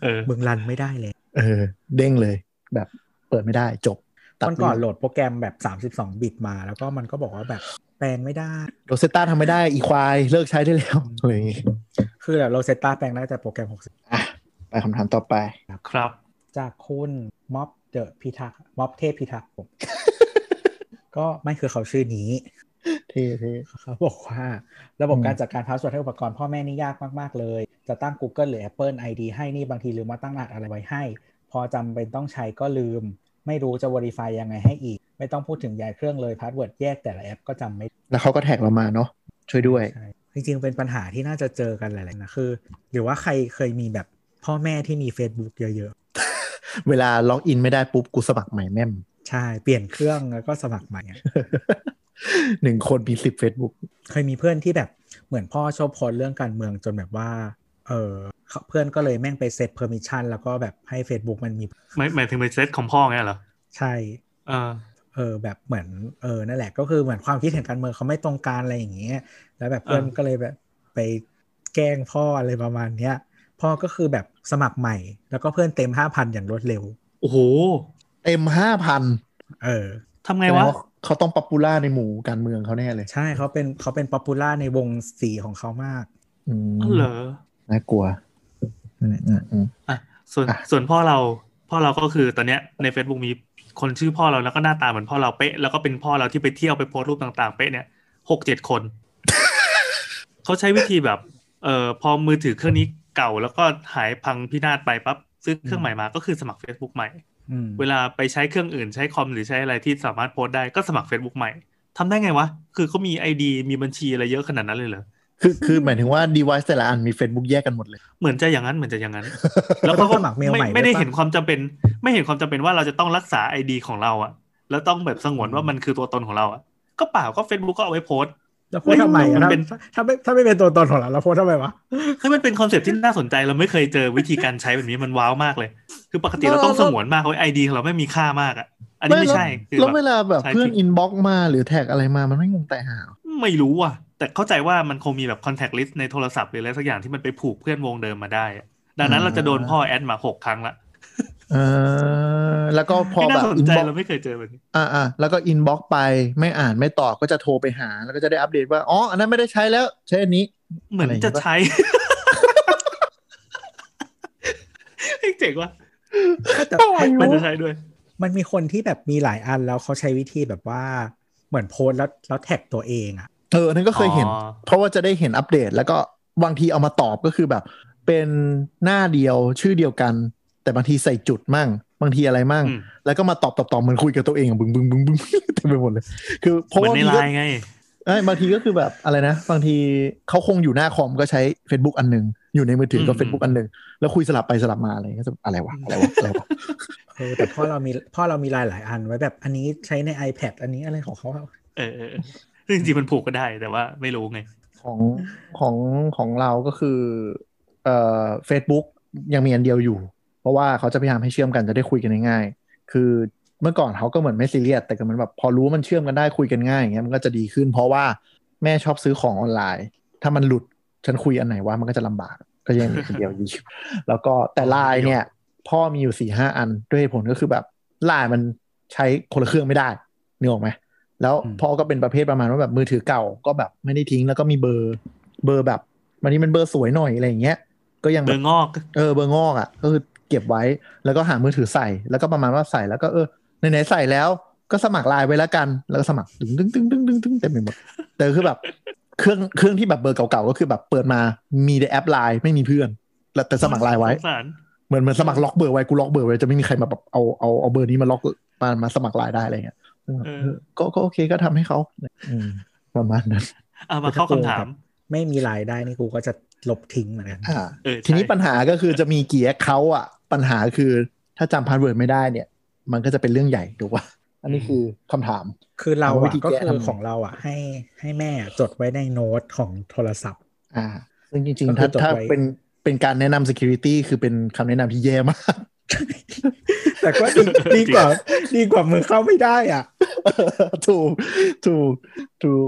Speaker 4: เออ
Speaker 3: มึงรันไม่ได้เลย
Speaker 2: เออ เด้งเลย แบบเปิดไม่ได้จบ
Speaker 3: วันก่อนโหลดโปรแกรมแบบ 32 บิตมา แล้วก็มันก็บอกว่าแบบแปลงไม่ได้
Speaker 2: โรเซต้าทำไม่ได้อีควายเลิกใช้ได้แล้วอะไรอย่างเงี้ย
Speaker 3: คือแบบเราเซตตาแปลงได้แต่โปรแกรม 60
Speaker 2: อ่ะไปคำถามต่อไป
Speaker 4: ครับ
Speaker 3: จากคุณม็อบเดอะพิทักษ์ม็อบเทพพิทักษ์ผม ก็ไม่คือเขาชื่อนี้
Speaker 2: เท่เท่
Speaker 3: เขาบอกว่า ระบบการจัดการพาสเวิร์ดให้อุปกรณ์พ่อแม่นี่ยากมาก ๆ เลย จะตั้ง Google หรือ Apple ID ให้นี่บางทีลืมว่าตั้งรหัสอะไรไว้ให้ พอจำเป็นต้องใช้ก็ลืม ไม่รู้จะ verify ยังไงให้อีก ไม่ต้องพูดถึงยายเครื่องเลยพาสเวิร์ดแยกแต่ละแอปก็จำไม่
Speaker 2: แล้วเขาก็แท็กเรามาเนาะช่วยด้วย
Speaker 3: ใช่จริงๆ เป็นปัญหาที่น่าจะเจอกันหลายๆนะคือ หรือว่าใครเคยมีแบบพ่อแม่ที่มี Facebook เยอะ
Speaker 2: เวลาล็อกอินไม่ได้ปุ๊บกูสมัครใหม่แม่ม
Speaker 3: ๆ ใช่ เปลี่ยนเครื่องแล้วก็สมัครใหม่ อะ
Speaker 2: หนึ่งคนมีสิบเฟซบุ๊ก
Speaker 3: เคยมีเพื่อนที่แบบเหมือนพ่อชอบโพสต์เรื่องการเมืองจนแบบว่า เออเขาเพื่อนก็เลยแม่งไปเซต permission แล้วก็แบบให้ Facebook มันมี
Speaker 4: หมายหมายถึงไปเซตของพ่อไงเหรอ
Speaker 3: ใช่
Speaker 4: เออ
Speaker 3: เออแบบเหมือนเออนั่นแหละก็คือเหมือนความคิดเห็นการเมืองเขาไม่ตรงกันอะไรอย่างเงี้ยแล้วแบบเพื่อนก็เลยแบบไปแกล้งพ่ออะไรประมาณเนี้ยพ่อก็คือแบบสมัครใหม่ แล้วก็เพื่อนเต็มห้าพันอย่างรวดเร็ว
Speaker 4: โอ้โห
Speaker 2: เต็มห้าพัน
Speaker 3: เออ
Speaker 4: ทำไงวะ
Speaker 2: เขาต้องป๊อปปูล่าในหมู่การเมืองเขาแน่เลย
Speaker 3: ใช่เขาเป็นเขาเป็นป๊อปปูล่าในวงสีของเขามาก
Speaker 2: อืม
Speaker 4: อ๋อเหรอ
Speaker 2: น่ากลัวนั่นแหละนะอืม
Speaker 4: อ่ะส่วน
Speaker 2: อ่ะ
Speaker 4: ส่วนพ่อเราพ่อเราก็คือตอนเนี้ยใน Facebook มีคนชื่อพ่อเราแล้วก็หน้าตาเหมือนพ่อเราเป๊ะแล้วก็เป็นพ่อเราที่ไปเที่ยวไปโพสต์รูปต่าง ๆเป๊ะเนี่ยหกเจ็ดคน เขาใช้วิธีแบบเอ่อพอมือถือเครื่องนี้เก่าแล้วก็หายพังพินาศไปปั๊บซื้อเครื่องใหม่มาก็คือสมัคร Facebook ใหม่
Speaker 3: อืม
Speaker 4: เวลาไปใช้เครื่องอื่นใช้คอมหรือใช้อะไรที่สามารถโพสต์ได้ก็สมัคร Facebook ใหม่ทำได้ไงวะ คือเขามี ID มีบัญชีอะไรเยอะขนาดนั้นเลยเหรอ
Speaker 2: คือคือหมายถึงว่า device แต่ละอันมี Facebook แยกกันหมดเลย
Speaker 4: เหมือนจะอย่างนั้นเหมือนจะอย่างนั้น
Speaker 3: แล้
Speaker 4: แล้ว ว
Speaker 3: ก็
Speaker 4: ก็
Speaker 3: สมัครเมล
Speaker 4: ไม่
Speaker 3: ใหม่
Speaker 4: ไม่ได้
Speaker 3: วยปะ
Speaker 4: เห็นความจำเป็น ไม่เห็นความจำเป็นว่าเราจะต้องรักษา ID ของเราอะแล้วต้องแบบสงวนว่ามันคือตัวตนของเราอะก็เปล่าก็ Facebook ก็เอาไว้โพสต์
Speaker 3: แล้วโพสต์ทำไมอะ
Speaker 4: มั
Speaker 3: ถ้าน
Speaker 4: เป็น
Speaker 3: ถ้าไม่ถ้าไม่เป็นตัวตนของเราเราโพสต์ทำไมวะ
Speaker 4: คือมันเป็นคอนเซปต์ที่น่าสนใจเราไม่เคยเจอวิธีการใช้แบบนี้มันว้าวมากเลย คือปกติเราต้องสงวนมากไว้ ID ของเราไม่มีค่ามากอะอันนี้ไม่ใช่คือ
Speaker 2: แล้ว
Speaker 4: แบบ
Speaker 2: เวลาแบบ
Speaker 4: ใช่
Speaker 2: เพื่อน
Speaker 4: ผิด
Speaker 2: อินบ็อกมาหรือแท็กอะไรมา มันไม่งงแต่หาหรอ
Speaker 4: ไม่รู้อ่ะ แต่เข้าใจว่ามันคงมีแบบคอนแทคลิสต์ในโทรศัพท์หรืออะไรสักอย่างที่มันไปผูกเพื่อนวงเดิมมาได้อะดังนั้นเราจะโดนพ่อแอดมาหกครั้งละ
Speaker 2: เออแล้วก็พอ
Speaker 4: ไม่
Speaker 2: แบบ
Speaker 4: น่าสน
Speaker 2: อิน
Speaker 4: ใจ
Speaker 2: บ็อก
Speaker 4: เราไม่เคยเจอแบบนี้
Speaker 2: อ่าอ่าแล้วก็อินบ็อกไปไม่อ่านไม่ตอบก็จะโทรไปหา แล้วก็จะได้อัปเดตว่า อ๋อ อันนั้นไม่ได้ใช้แล้ว ใช้อันนี้
Speaker 4: เหมือนจะใช้เฮ้ยเจ๋งว่ะ
Speaker 3: แต่
Speaker 2: อะไรว
Speaker 4: มันจะใช้ด้วย
Speaker 3: มันมีคนที่แบบมีหลายอันแล้วเขาใช้วิธีแบบว่าเหมือนโพสต์แล้วแล้วแท็กตัวเองอะ
Speaker 2: เอออันนั้นก็เคยเห็น
Speaker 4: อ๋อ
Speaker 2: เพราะว่าจะได้เห็นอัปเดต แล้วก็บางทีเอามาตอบก็คือแบบ เป็นหน้าเดียวชื่อเดียวกัน แต่บางทีใส่จุดมั่ง บางทีอะไรมั่ง
Speaker 4: อืม
Speaker 2: แล้วก็มาตอบตอบตอบเหมือนคุยกับตัวเองอะบึ้งบึ้งบึ้งบึ้งเต็มไปหมดเลย คือเพราะ
Speaker 4: เหมือ
Speaker 2: ว่าน
Speaker 4: ใน
Speaker 2: มี
Speaker 4: ไล
Speaker 2: ก็
Speaker 4: น์ไง
Speaker 2: เอ้ยบางทีก็คือแบบอะไรนะ บางทีเขาคงอยู่หน้าคอมก็ใช้ Facebook อันหนึ่งอยู่ในมือถือก็
Speaker 4: อืม
Speaker 2: Facebook อันหนึ่งแล้วคุยสลับไปสลับมาอะไรก็จะอะไรวะอะไรวะอะไรวะ
Speaker 3: เออแต่พ่อเรามีพ่อเรามีหลายหลายอันไว้แบบอันนี้ใช้ใน iPad อันนี้อะไรของเขาอะ
Speaker 4: เออเออเออซึ่งจริงๆมันผูกก็ได้แต่ว่าไม่รู้ไง
Speaker 2: ของของของเราก็คือเอ่อ Facebook ยังมีอันเดียวอยู่ เพราะว่าเขาจะพยายามให้เชื่อมกันจะได้คุยกันง่ายๆคือเมื่อก่อนเขาก็เหมือนไม่ซีเรียสแต่ก็เหมือนแบบพอรู้ว่ามันเชื่อมกันได้คุยกันง่ายอย่างเงี้ยมันก็จะดีขึ้น เพราะว่าแม่ชอบซื้อของออนไลน์ ถ้ามันหลุดฉันคุยอันไหนว่ามันก็จะลำบากก็ยังมีอันเดียวอยู่ แล้วก็แต่ไลน์เนี่ย พ่อมีอยู่สี่ห้าอันด้วยเหตุผลก็คือแบบไลน์มันใช้คนละเครื่องไม่ได้นึกออกไหมแล้วพ่อก็เป็นประเภทประมาณว่าแบบมือถือเก่าก็แบบไม่ได้ทิ้งแล้วก็มีเบอร์เบอร์แบบวันนี้มันเบอร์สวยหน่อยอะไรอย่างเงี้ยก็ยัง
Speaker 4: เบ
Speaker 2: แบ
Speaker 4: อบ ร์งอก
Speaker 2: เออเบอร์งอกอะ่ะก็คือเก็บไว้แล้วก็หามือถือใส่แล้วก็ประมาณว่าใส่แล้วก็เออไหนๆใส่แล้วก็สมัครไลน์ไว้แล้วกันแล้วก็สมัครตึงตึงตึงตึงตึงตึงเต็มไปหมดแต่คือแบบเครื่องเครื่องที่แบบเบอร์เก่าๆก็คือแบบเปิดมามีแต่แอปไลน์ไม่มีเพื่อนแล้วแต่สมัครไลน์ไว้
Speaker 4: สงสาร
Speaker 2: เหมือนเหมือนสมัครล็อกเบอร์ไว้กูล็อกเบอร์ไว้จะไม่มีใครมาแบบเอาเอาเอาเบอร์นี้มาล็อกมามาสมัครไลน์ได้อะไรเงี้ยซึ่งแบบเออก็ก็โอเคก็ทำให้เขาอืมประมาณนั้น
Speaker 4: เอามาเข้าคำถาม
Speaker 3: ไม่มีหลายได้นี่กูก็จะลบทิ้งเหมือนกัน
Speaker 2: อ่า
Speaker 4: เออใช่
Speaker 2: ทีนี้ปัญหาก็คือจะมีกี่แอคเคาท์อ่ะ ปัญหาคือถ้าจำพาสเวิร์ดไม่ได้เนี่ย มันก็จะเป็นเรื่องใหญ่ถูกป่ะอันนี้คือคำถาม
Speaker 3: คือเรา
Speaker 2: เอาวิ
Speaker 3: อะ
Speaker 2: ธี
Speaker 3: ก็
Speaker 2: แก้
Speaker 3: คื
Speaker 2: ทำ
Speaker 3: อ
Speaker 2: ไง
Speaker 3: ของเราอะให้ให้แม่จดไว้ในโน้ตของโทรศัพท์
Speaker 2: อ่า ซึ่งจริง
Speaker 3: ก็
Speaker 2: ๆ
Speaker 3: คื
Speaker 2: ถ้า
Speaker 3: อจดไว้
Speaker 2: ถ้าเป็นเป็นการแนะนำ security คือเป็นคำแนะนำที่แย่มาก
Speaker 3: แต่ก็ดีดีกว่าดีกว่ามือเข้าไม่ได้อ่ะ
Speaker 2: ถูกถูกถูก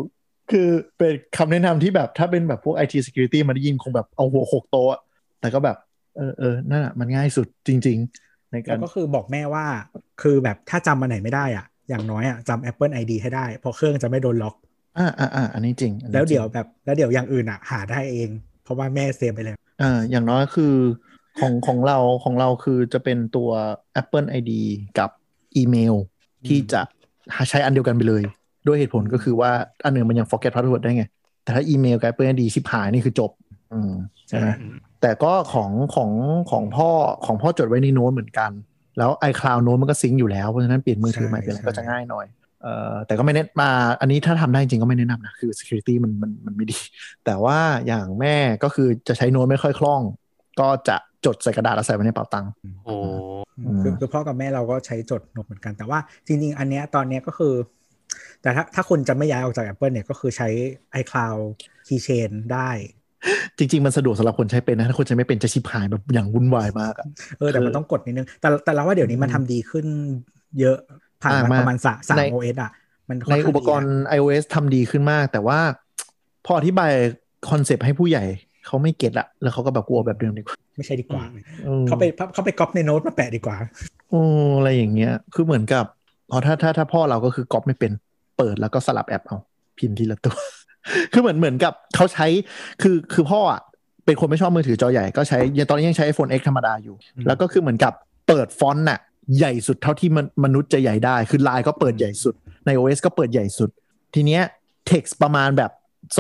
Speaker 2: คือเป็นคำแนะนำที่แบบถ้าเป็นแบบพวก IT security มาได้ยินคงแบบเอาหัวโขกโต๊ะอะแต่ก็แบบ เออเออนั่นอะมันง่ายสุดจริง ๆ ในกา
Speaker 3: แล้
Speaker 2: ร
Speaker 3: วก็คือบอกแม่ว่า คือแบบถ้าจำมันไหนไม่ได้อ่ะ อย่างน้อยอ่ะจำ Apple ID ให้ได้ เพราะเครื่องจะไม่โดนล็อก
Speaker 2: อ่าอ่าอ่าอันนี้จริงอันนี้จริง
Speaker 3: แล้วเดี๋ยวแบบแล้วเดี๋ยวอย่างอื่นอ่ะ หาได้เอง เพราะว่าแม่เซฟไปแล้ว
Speaker 2: อ่าอย่างน้อยคือ ของของเราของเราคือจะเป็นตัว Apple ID กับอีเมลที่จะใช้อันเดียวกันไปเลย ด้วยเหตุผลก็คือว่าอันหนึ่งมันยัง forget password ได้ไง แต่ถ้าอีเมลกับ Apple ID ชิบหายนี่คือจบ อืมใช่ไหม แต่ก็ของของของพ่อของพ่อจดไว้ในโน้ตเหมือนกัน แล้ว iCloud โน้ตมันก็ซิงค์อยู่แล้ว เพราะฉะนั้นเปลี่ยนมือถือใหม่
Speaker 3: ใช่
Speaker 2: เป็นอะไร
Speaker 3: ใช่
Speaker 2: ก็จะง่ายหน่อยเอ่อแต่ก็ไม่แนะมาอันนี้ถ้าทำได้จริงก็ไม่แนะนำนะ คือ security มันมันมันไม่ดี แต่ว่าอย่างแม่ก็คือจะใช้โน้ตไม่ค่อยคล่อง ก็จะจดใส่กระดาษแล้วใส่ไว้ในเป๋าตังค์
Speaker 4: โอ้
Speaker 2: อืม
Speaker 3: คือคือพ่อกับแม่เราก็ใช้จดโน้ตเหมือนกันแต่ว่าจริง ๆ อันเนี้ยตอนเนี้ยก็คือ แต่ถ้าถ้าคนจะไม่ย้ายออกจาก Apple เนี่ยก็คือใช้ iCloud Keychain ได้
Speaker 2: จริง ๆ มันสะดวกสำหรับคนใช้เป็นนะ ถ้าคนใช้ไม่เป็นจะชิบหายแบบอย่างวุ่นวายมากอะ
Speaker 3: เออแต่มันต้องกดนิดนึง แต่แต่เราว่าเดี๋ยวนี้มันทำดีขึ้นเยอะผ่าน
Speaker 2: อ่ะมา
Speaker 3: มาประมาณสะสาม
Speaker 2: ใน
Speaker 3: โอเอสอ่ะ มันค่
Speaker 2: ใน
Speaker 3: นข้าง
Speaker 2: อุปกร
Speaker 3: ดี
Speaker 2: ณ์ iOS ทำดีขึ้นมาก แต่ว่า พออธิบายคอนเซปต์ให้ผู้ใหญ่เขาไม่เก็ตอะแล้วเขาก็แบบกลัวแบบเดิมดีกว่า
Speaker 3: อะไม่ใช่ดีกว่า
Speaker 2: อืม
Speaker 3: เขาไปเขาไปก๊อปในโน้ตมาแปะดีกว่า
Speaker 2: โอ้อะไรอย่างเงี้ย คือเหมือนกับอ๋อถ้าถ้าถ้าพ่อเราก็คือก๊อปไม่เป็น เปิดแล้วก็สลับแอปเอา พิมพ์ทีละตัว คือเหมือนเหมือนกับเขาใช้ คือคือพ่ออ่ะ เป็นคนไม่ชอบมือถือจอใหญ่ก็ใช้ยังตอนนี้ยังใช้ iPhone X ธรรมดาอยู่
Speaker 4: อืม
Speaker 2: แล้วก็คือเหมือนกับเปิดฟอนต์น่ะ ใหญ่สุดเท่าที่มนมนุษย์จะใหญ่ได้ คือไลน์ก็เปิดใหญ่สุด ใน OS ก็เปิดใหญ่สุด ทีเนี้ย text ประมาณแบบ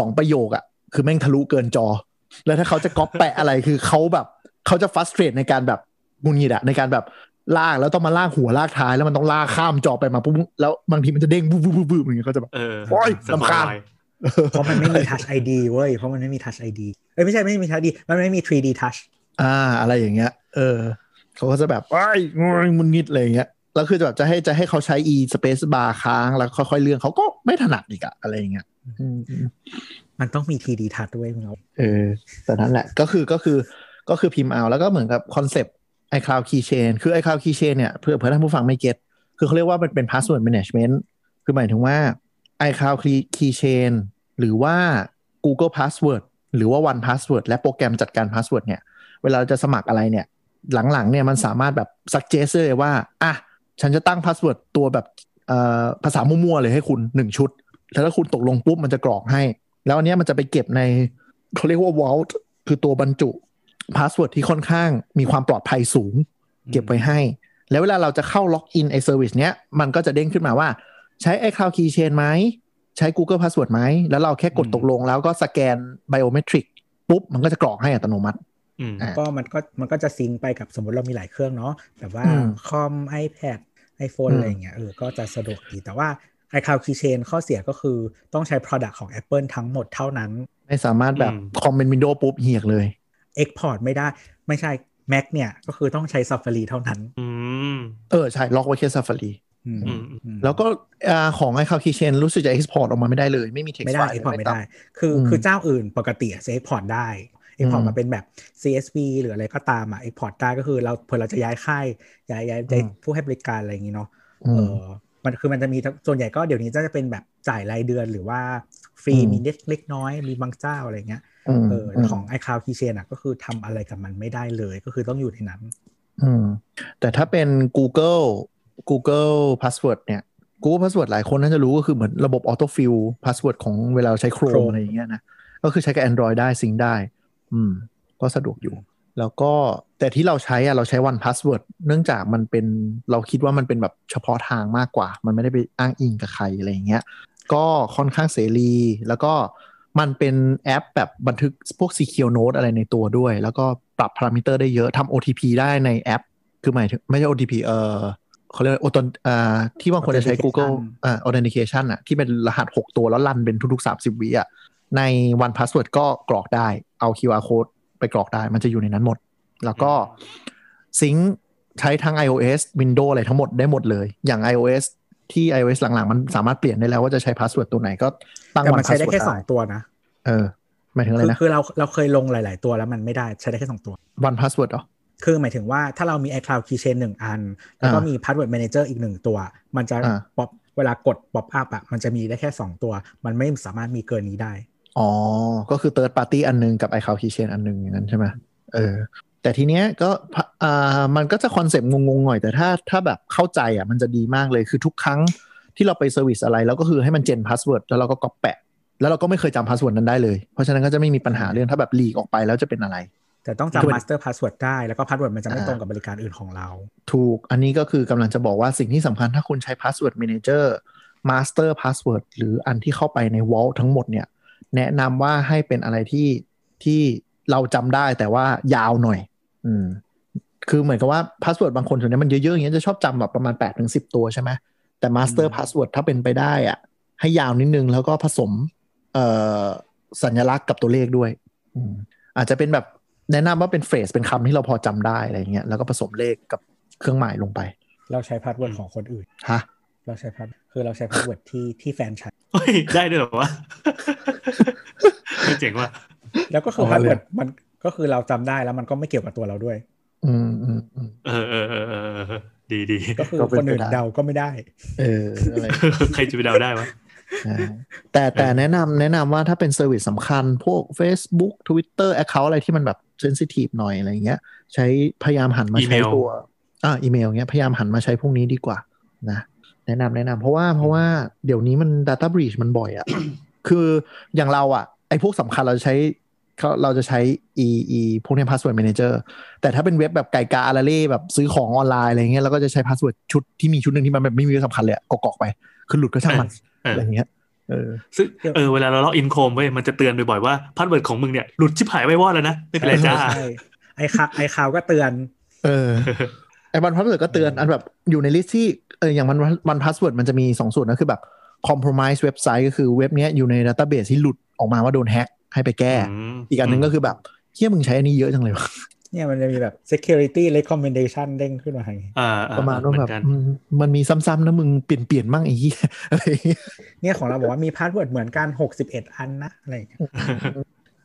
Speaker 2: 2 ประโยคอะคือแม่งทะลุเกินจอ แล้วถ้าเขาจะก๊อปแปะอะไรคือเขาแบบเขาจะ frustrate ในการแบบมุนงิดอะในการแบบลากแล้วต้องมาลากหัวลากท้ายแล้วมันต้องลากข้ามจอไปมาปุ๊บแล้วบางทีมันจะเด้งบูบบูบบูบบูบอย่างเงี้ยเขาจะแบบ
Speaker 4: เออ
Speaker 2: โอ้ย
Speaker 4: สปอ
Speaker 2: รำคาญ
Speaker 4: ไลน์
Speaker 3: เพราะมันไม่มี Touch ID เว้ย เพราะมันไม่มี Touch ID เอ้ยไม่ใช่ไม่มี Touch ID มันไม่มี 3D Touch
Speaker 2: อ่าอะไรอย่างเงี้ย เออเขาก็จะแบบไอ้ายงุยมุนงิดอะไรอย่างเงี้ยแล้วคือจะแบบจะให้จะให้เขาใช้ e space bar ค้างแล้วค่อยๆเลื่อนเขาก็ไม่ถนัดอีกอะอะไรอย่างเงี้ยอืม
Speaker 3: มันต้องมี 3D Touch ด้วยมึงเอา
Speaker 2: เออแต่นั้นแหละ ก็คือก็คือก็คือพิมพ์เอาแล้วก็เหมือนกับคอนเซปต์ iCloud Keychain คือ iCloud Keychain เนี่ยเพื่อเพื่อท่านผู้ฟังไม่เก็ตคือเขาเรียกว่ามันเป็น password management คือหมายถึงว่า iCloud Keychain หรือว่า Google Password หรือว่า One Password และโปรแกรมจัดการ password เนี่ย เวลาเราจะสมัครอะไรเนี่ย หลังๆเนี่ยมันสามารถแบบ suggest ได้เลยว่า อ่ะ ฉันจะตั้ง password ตัวแบบเอ่อภาษามั่วๆเลยให้คุณหนึ่งชุด แล้วถ้าคุณตกลงปุ๊บมันจะกรอกให้ แล้วอันเนี้ยมันจะไปเก็บใน เขาเรียกว่า vault คือตัวบรรจุ password ที่ค่อนข้างมีความปลอดภัยสูง เก็บไว้ให้ แล้วเวลาเราจะเข้าล็อกอินไอ้เซอร์วิสเนี้ย มันก็จะเด้งขึ้นมาว่า ใช้ iCloud Keychain ไหม ใช้ Google Password ไหม แล้วเราแค่กดตกลงแล้วก็สแกน biometric ปุ๊บ มันก็จะกรอกให้อัตโนมัติ
Speaker 4: อืม
Speaker 2: อ่ะ
Speaker 3: ก็มันก็มันก็จะซิงค์ไปกับสมมติเรามีหลายเครื่องเนาะแบบว่า
Speaker 2: อืม
Speaker 3: คอม iPad iPhone
Speaker 2: อืม
Speaker 3: อะไรอย่างเงี้ยเออก็จะสะดวกดี แต่ว่า iCloud Keychain ข้อเสียก็คือต้องใช้ Product ของ Apple ทั้งหมดเท่านั้น
Speaker 2: ไม่สามารถแบบ
Speaker 4: อืม
Speaker 2: คอมเป็น Windows ปุ๊บเหียกเลย
Speaker 3: Export ไม่ได้ไม่ใช่ Mac เนี่ยก็คือต้องใช้ Safari เท่านั้น
Speaker 4: อืม
Speaker 2: เออ ใช่ ล็อกไว้แค่ Safari
Speaker 3: อืม
Speaker 4: อืมอืม
Speaker 3: อืม
Speaker 2: แล้วก็อ่าของ iCloud Keychain รู้สึกจะ export ออกมาไม่ได้เลย ไม่มี text
Speaker 3: ไม่ได้
Speaker 2: file
Speaker 3: เอ็กพอร์
Speaker 2: เล
Speaker 3: ต
Speaker 2: ย
Speaker 3: ไม่
Speaker 2: ตา
Speaker 3: ได้ คือ
Speaker 2: อืม
Speaker 3: คือเจ้าอื่นปกติเอ็กพอร์ตได้เอ็กพอร์ต
Speaker 2: อืม
Speaker 3: มาเป็นแบบ CSV หรืออะไรก็ตามอ่ะเอ็กพอร์ตได้ก็คือเราเผื่อเราจะย้ายค่ายย้ายย้ายย้าย
Speaker 2: อืม
Speaker 3: ผู้ให้บริการอะไรอย่างนี้เนาะ
Speaker 2: อื
Speaker 3: เอ
Speaker 2: ม
Speaker 3: อมันคือมันจะมีทั้งส่วนใหญ่ก็เดี๋ยวนี้จะเป็นแบบจ่ายรายเดือนหรือว่าฟรี
Speaker 2: อืม
Speaker 3: มีเล็กเล็กน้อยมีบางเจ้าอะไรเงี้ย
Speaker 2: ม
Speaker 3: เอออ
Speaker 2: ม
Speaker 3: ของ iCloud Keychain อ่ะก็คือทำอะไรกับมันไม่ได้เลยก็คือต้องอยู่ในนั้น
Speaker 2: อืมแต่ถ้าเป็น Google Google Password เนี่ย Google Password หลายคนน่าจะรู้ก็คือเหมือนระบบ Autofill Password ของเวลาเราใช้ Chrome
Speaker 3: Chrome
Speaker 2: อะไรอย่างเงี้ยนะ ก็คือใช้กับ Android ได้ซิงได้ อืม ก็สะดวกอยู่ แล้วก็แต่ที่เราใช้อะเราใช้ One Password เนื่องจากมันเป็นเราคิดว่ามันเป็นแบบเฉพาะทางมากกว่า มันไม่ได้ไปอ้างอิงกับใครอะไรอย่างเงี้ย ก็ค่อนข้างเสรี แล้วก็มันเป็นแอปแบบบันทึกพวก Secure Note อะไรในตัวด้วย แล้วก็ปรับพารามิเตอร์ได้เยอะทำ OTP ได้ในแอป คือหมายถึงไม่ใช่ OTP เออเขาเรียกว่า o อ่าที่บางคนจะใช้ Google อ่า Authentication อะที่เป็นรหัส 6 ตัวแล้วรันเป็นทุก ๆ 30 วิอะใน One Password ก็กรอกได้เอา QR code ไปกรอกได้ มันจะอยู่ในนั้นหมด แล้วก็ซิงค์ใช้ทั้ง iOS Windows อะไรทั้งหมดได้หมดเลย อย่าง iOS ที่ iOS หลังๆ มันสามารถเปลี่ยนได้แล้วว่าจะใช้พาสเวิร์ดตัวไหนก็ตั้ง
Speaker 3: แต่
Speaker 2: วัน
Speaker 3: มัน
Speaker 2: พา
Speaker 3: ใช้
Speaker 2: ส
Speaker 3: ได้
Speaker 2: เวิร์ด
Speaker 3: แค่ส
Speaker 2: ได้
Speaker 3: องตัวนะ
Speaker 2: เออหมายถึงอะไร
Speaker 3: คือ
Speaker 2: นะ
Speaker 3: คือเราเราเคยลงหลาย ๆ ตัวแล้วมันไม่ได้ใช้ได้แค่สองตัว
Speaker 2: วันพาสเวิร์ดเหรอ
Speaker 3: คือหมายถึงว่าถ้าเรามี iCloud Keychain หนึ่งอัน แล้วก็
Speaker 2: อ่ามี
Speaker 3: มี Password Manager อีกหนึ่งตัว มันจะ
Speaker 2: อ่า
Speaker 3: ป๊อปเวลากดป๊อปอัพอ่ะมันจะมีได้แค่ 2 ตัว มันไม่สามารถมีเกินนี้ได้
Speaker 2: อ๋อ ก็คือ third party อันหนึงกับ iCloud Keychain อันหนึงอย่างนั้นใช่ไหมเออ แต่ทีเนี้ยก็พะอ่ามันก็จะคอนเซปต์งงๆหน่อย แต่ถ้าถ้าแบบเข้าใจอ่ะมันจะดีมากเลยคือทุกครั้งที่เราไปเซอร์วิสอะไรแล้วก็คือให้มันเจนพาสเวิร์ดแล้วเราก็ก๊อปแปะ แล้วเราก็ไม่เคยจำพาสเวิร์ดนั้นได้เลย เพราะฉะนั้นก็จะไม่มีปัญหาเรื่องถ้าแบบลีกออกไปแล้วจะเป็นอะไร
Speaker 3: แต่ แต่ต้อง
Speaker 2: คือมัน
Speaker 3: จำ master password ได้ แล้วก็ password มันจะไม่
Speaker 2: อ่า
Speaker 3: ตรงกับบริการอื่นของเรา
Speaker 2: ถูก อันนี้ก็คือกำลังจะบอกว่าสิ่งที่สำคัญถ้าคุณใช้ Password Manager Master Password หรืออันที่เข้าไปใน Vault ทั้งหมดเนี่ย แนะนำว่าให้เป็นอะไรที่ที่เราจำได้แต่ว่ายาวหน่อย อืม คือเหมือนกับว่า Password บางคนส่วนนี้มันเยอะๆ อย่างเงี้ยจะชอบจำแบบประมาณ8ปดถึงสิตัวใช่ไหมแต่ Master
Speaker 3: อืม
Speaker 2: Password ถ้าเป็นไปได้อะให้ยาวนิดนึงแล้วก็ผสมเอ่อสัญลักษณ์กับตัวเลขด้วย อืม อาจจะเป็นแบบแนะนำว่าเป็นเฟสเป็นคำที่เราพอจำได้อะไรอย่างเงี้ยแล้วก็ผสมเลขกับเครื่องหมายลงไป
Speaker 3: เราใช้ password ของคนอื่น
Speaker 2: ฮะ
Speaker 3: เราใช้ pass คือเราใช้ password ที่ที่แฟนใช้
Speaker 4: เฮ้ยได้ด้วยเหรอวะ ไม่เจ๋งว่ะ
Speaker 3: แล้วก็คือ password มันก็คือเราจำได้แล้วมันก็ไม่เกี่ยวกับตัวเราด้วย
Speaker 2: อืมอืมอืม
Speaker 4: เออเออเออเออเออดีดี
Speaker 3: ก็คือ
Speaker 2: ก็เป็น
Speaker 3: คนอื่น
Speaker 2: ไปได้
Speaker 3: เดาก็ไม่ได้
Speaker 2: เอออะไร
Speaker 4: ใครจะไปเดาได้วะ
Speaker 2: ใช่แต่แต่แนะนำแนะนำว่าถ้าเป็นเซอร์วิสสำคัญ พวก Facebook Twitter Account อะไรที่มันแบบเซนซิทีฟหน่อยอะไรอย่างเงี้ย ใช้พยายามหันมาใช้
Speaker 4: อีเมล
Speaker 2: ตัวอ่าอีเมลเงี้ยพยายามหันมาใช้พวกนี้ดีกว่านะแนะนำแนะนำเพราะว่าเพราะว่าเดี๋ยวนี้มัน Data Breach มันบ่อยอะ คืออย่างเราอะไอพวกสำคัญเราจะใช้เขาเราจะใช้ e e พวกเนี้ password manager แต่ถ้าเป็นเว็บแบบไก่กาอาราเล่แบบซื้อของออนไลน์อะไรเงี้ยเราก็จะใช้ password ชุดที่มีชุดหนึ่งที่มันแบบไม่มีเรื่องสำคัญเลยอะกรอกๆไปคือหลุดก็ช่างมัน
Speaker 4: เออ
Speaker 2: อะไรเงี้ย เออ
Speaker 4: ซึ่งเออเวลาเราล็อกอินโคมเว้ยมันจะเตือนบ่อยๆว่าพาสเวิร์ดของมึงเนี่ยหลุดชิบหายไปวอดแล้วนะไม่เป็นไรจ้า
Speaker 3: ใช่ไอ้ข่าวไอ้ข่าวก็เตือน
Speaker 2: เออ ไอ้วันพาสเวิร์ดก็เตือน อันแบบอยู่ในลิสต์ที่ เออ อย่างวันวันพาสเวิร์ดมันจะมีสองส่วนนะคือแบบ compromise website ก็คือเว็บเนี้ยอยู่ในดัตต้าเบสที่หลุดออกมาว่าโดนแฮ็กให้ไปแก้ อีกอันหนึงก็คือแบบเฮี้ยมึงใช้อันนี้เยอะจังเลยวะ
Speaker 3: เนี่ยมันจะมีแบบ security recommendation เด้งขึ้นมาให้
Speaker 4: อ่าอ่
Speaker 2: ประมาณว่าแบบ
Speaker 4: เหอนกัน
Speaker 2: อืมมันมีซ้ำๆนะมึงเปลี่ยนเปลี่ยนๆมั่งไอ้เหี้ย อะไรอย่างเงี้ย
Speaker 3: เนี่ยของเราบอกว่ามี password เหมือนกัน 61 อันนะอะไรอย่างเงี้ย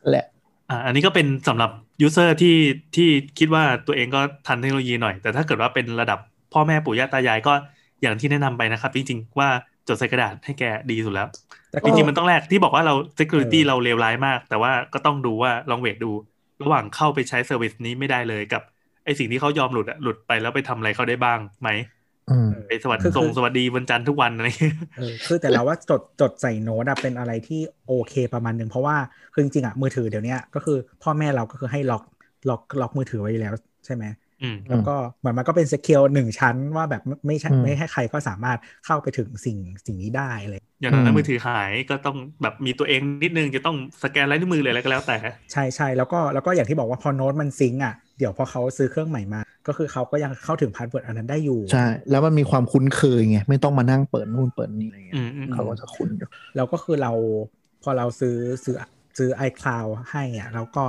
Speaker 2: แหละ
Speaker 4: อ่าอันนี้ก็เป็นสำหรับยูเซอร์ที่ที่คิดว่าตัวเองก็ทันเทคโนโลยีหน่อย แต่ถ้าเกิดว่าเป็นระดับพ่อแม่ปู่ย่าตายายก็อย่างที่แนะนำไปนะครับ จริงๆ ว่าจดใส่กระดาษให้แกดีสุดแล้ว
Speaker 3: แต่
Speaker 4: จ
Speaker 3: ก็
Speaker 4: ริงๆมันต้องแรกที่บอกว่าเรา security
Speaker 3: เออ
Speaker 4: เราเลวร้ายมาก แต่ว่าก็ต้องดูว่าลองเวทดู ระหว่างเข้าไปใช้เซอร์วิสนี้ไม่ได้เลยกับไอสิ่งที่เขายอมหลุดอะหลุดไปแล้วไปทำอะไรเขาได้บ้างไหม
Speaker 2: อืม
Speaker 4: ไปสวัสดี
Speaker 3: คือคือ
Speaker 4: ส่งสวัสดีวันจันทร์ทุกวันอะไรอย่างเงี้ย
Speaker 3: เออคือแต่เราว่าจดจดใส่โน้ตอะเป็นอะไรที่โอเคประมาณหนึ่งเพราะว่าคือจริงๆอะมือถือเดี๋ยวเนี้ยก็คือพ่อแม่เราก็คือให้ล็อกล็อกล็อกมือถือไว้อยู่แล้วใช่ไหม
Speaker 4: อืม
Speaker 3: แล้วก็เหมือนมันก็เป็น secure หนึ่งชั้นว่าแบบไม่ไม่ใช่
Speaker 2: อืม
Speaker 3: ไม่ให้ใครก็สามารถเข้าไปถึงสิ่งสิ่งนี้ได้อะไร
Speaker 4: อย่างนั้น
Speaker 2: อื
Speaker 4: นะ
Speaker 2: ม
Speaker 4: มือถือหายก็ต้องแบบมีตัวเองนิดนึงจะต้องสแกนลายนิ้วมือเลยอะไรก็แล้วแต่
Speaker 3: ใช่ใช่แล้วก็แล้วก็อย่างที่บอกว่าพอโน้ตมันซิงก์อ่ะเดี๋ยวพอเขาซื้อเครื่องใหม่มา ก็คือเขาก็ยังเข้าถึงพาสเวิร์ดอันนั้นได้อยู่
Speaker 2: ใช่ แล้วมันมีความคุ้นเคยไงไม่ต้องมานั่งเปิดนู่นเปิดนี่อะไรเงี้
Speaker 4: อื
Speaker 2: ย
Speaker 4: มอืม
Speaker 2: เขาก็จะคุ้นอยู่
Speaker 3: แล้วก็คือเราพอเราซื้อซื้อซื้อ iCloud ให้อ่ะแล้วก็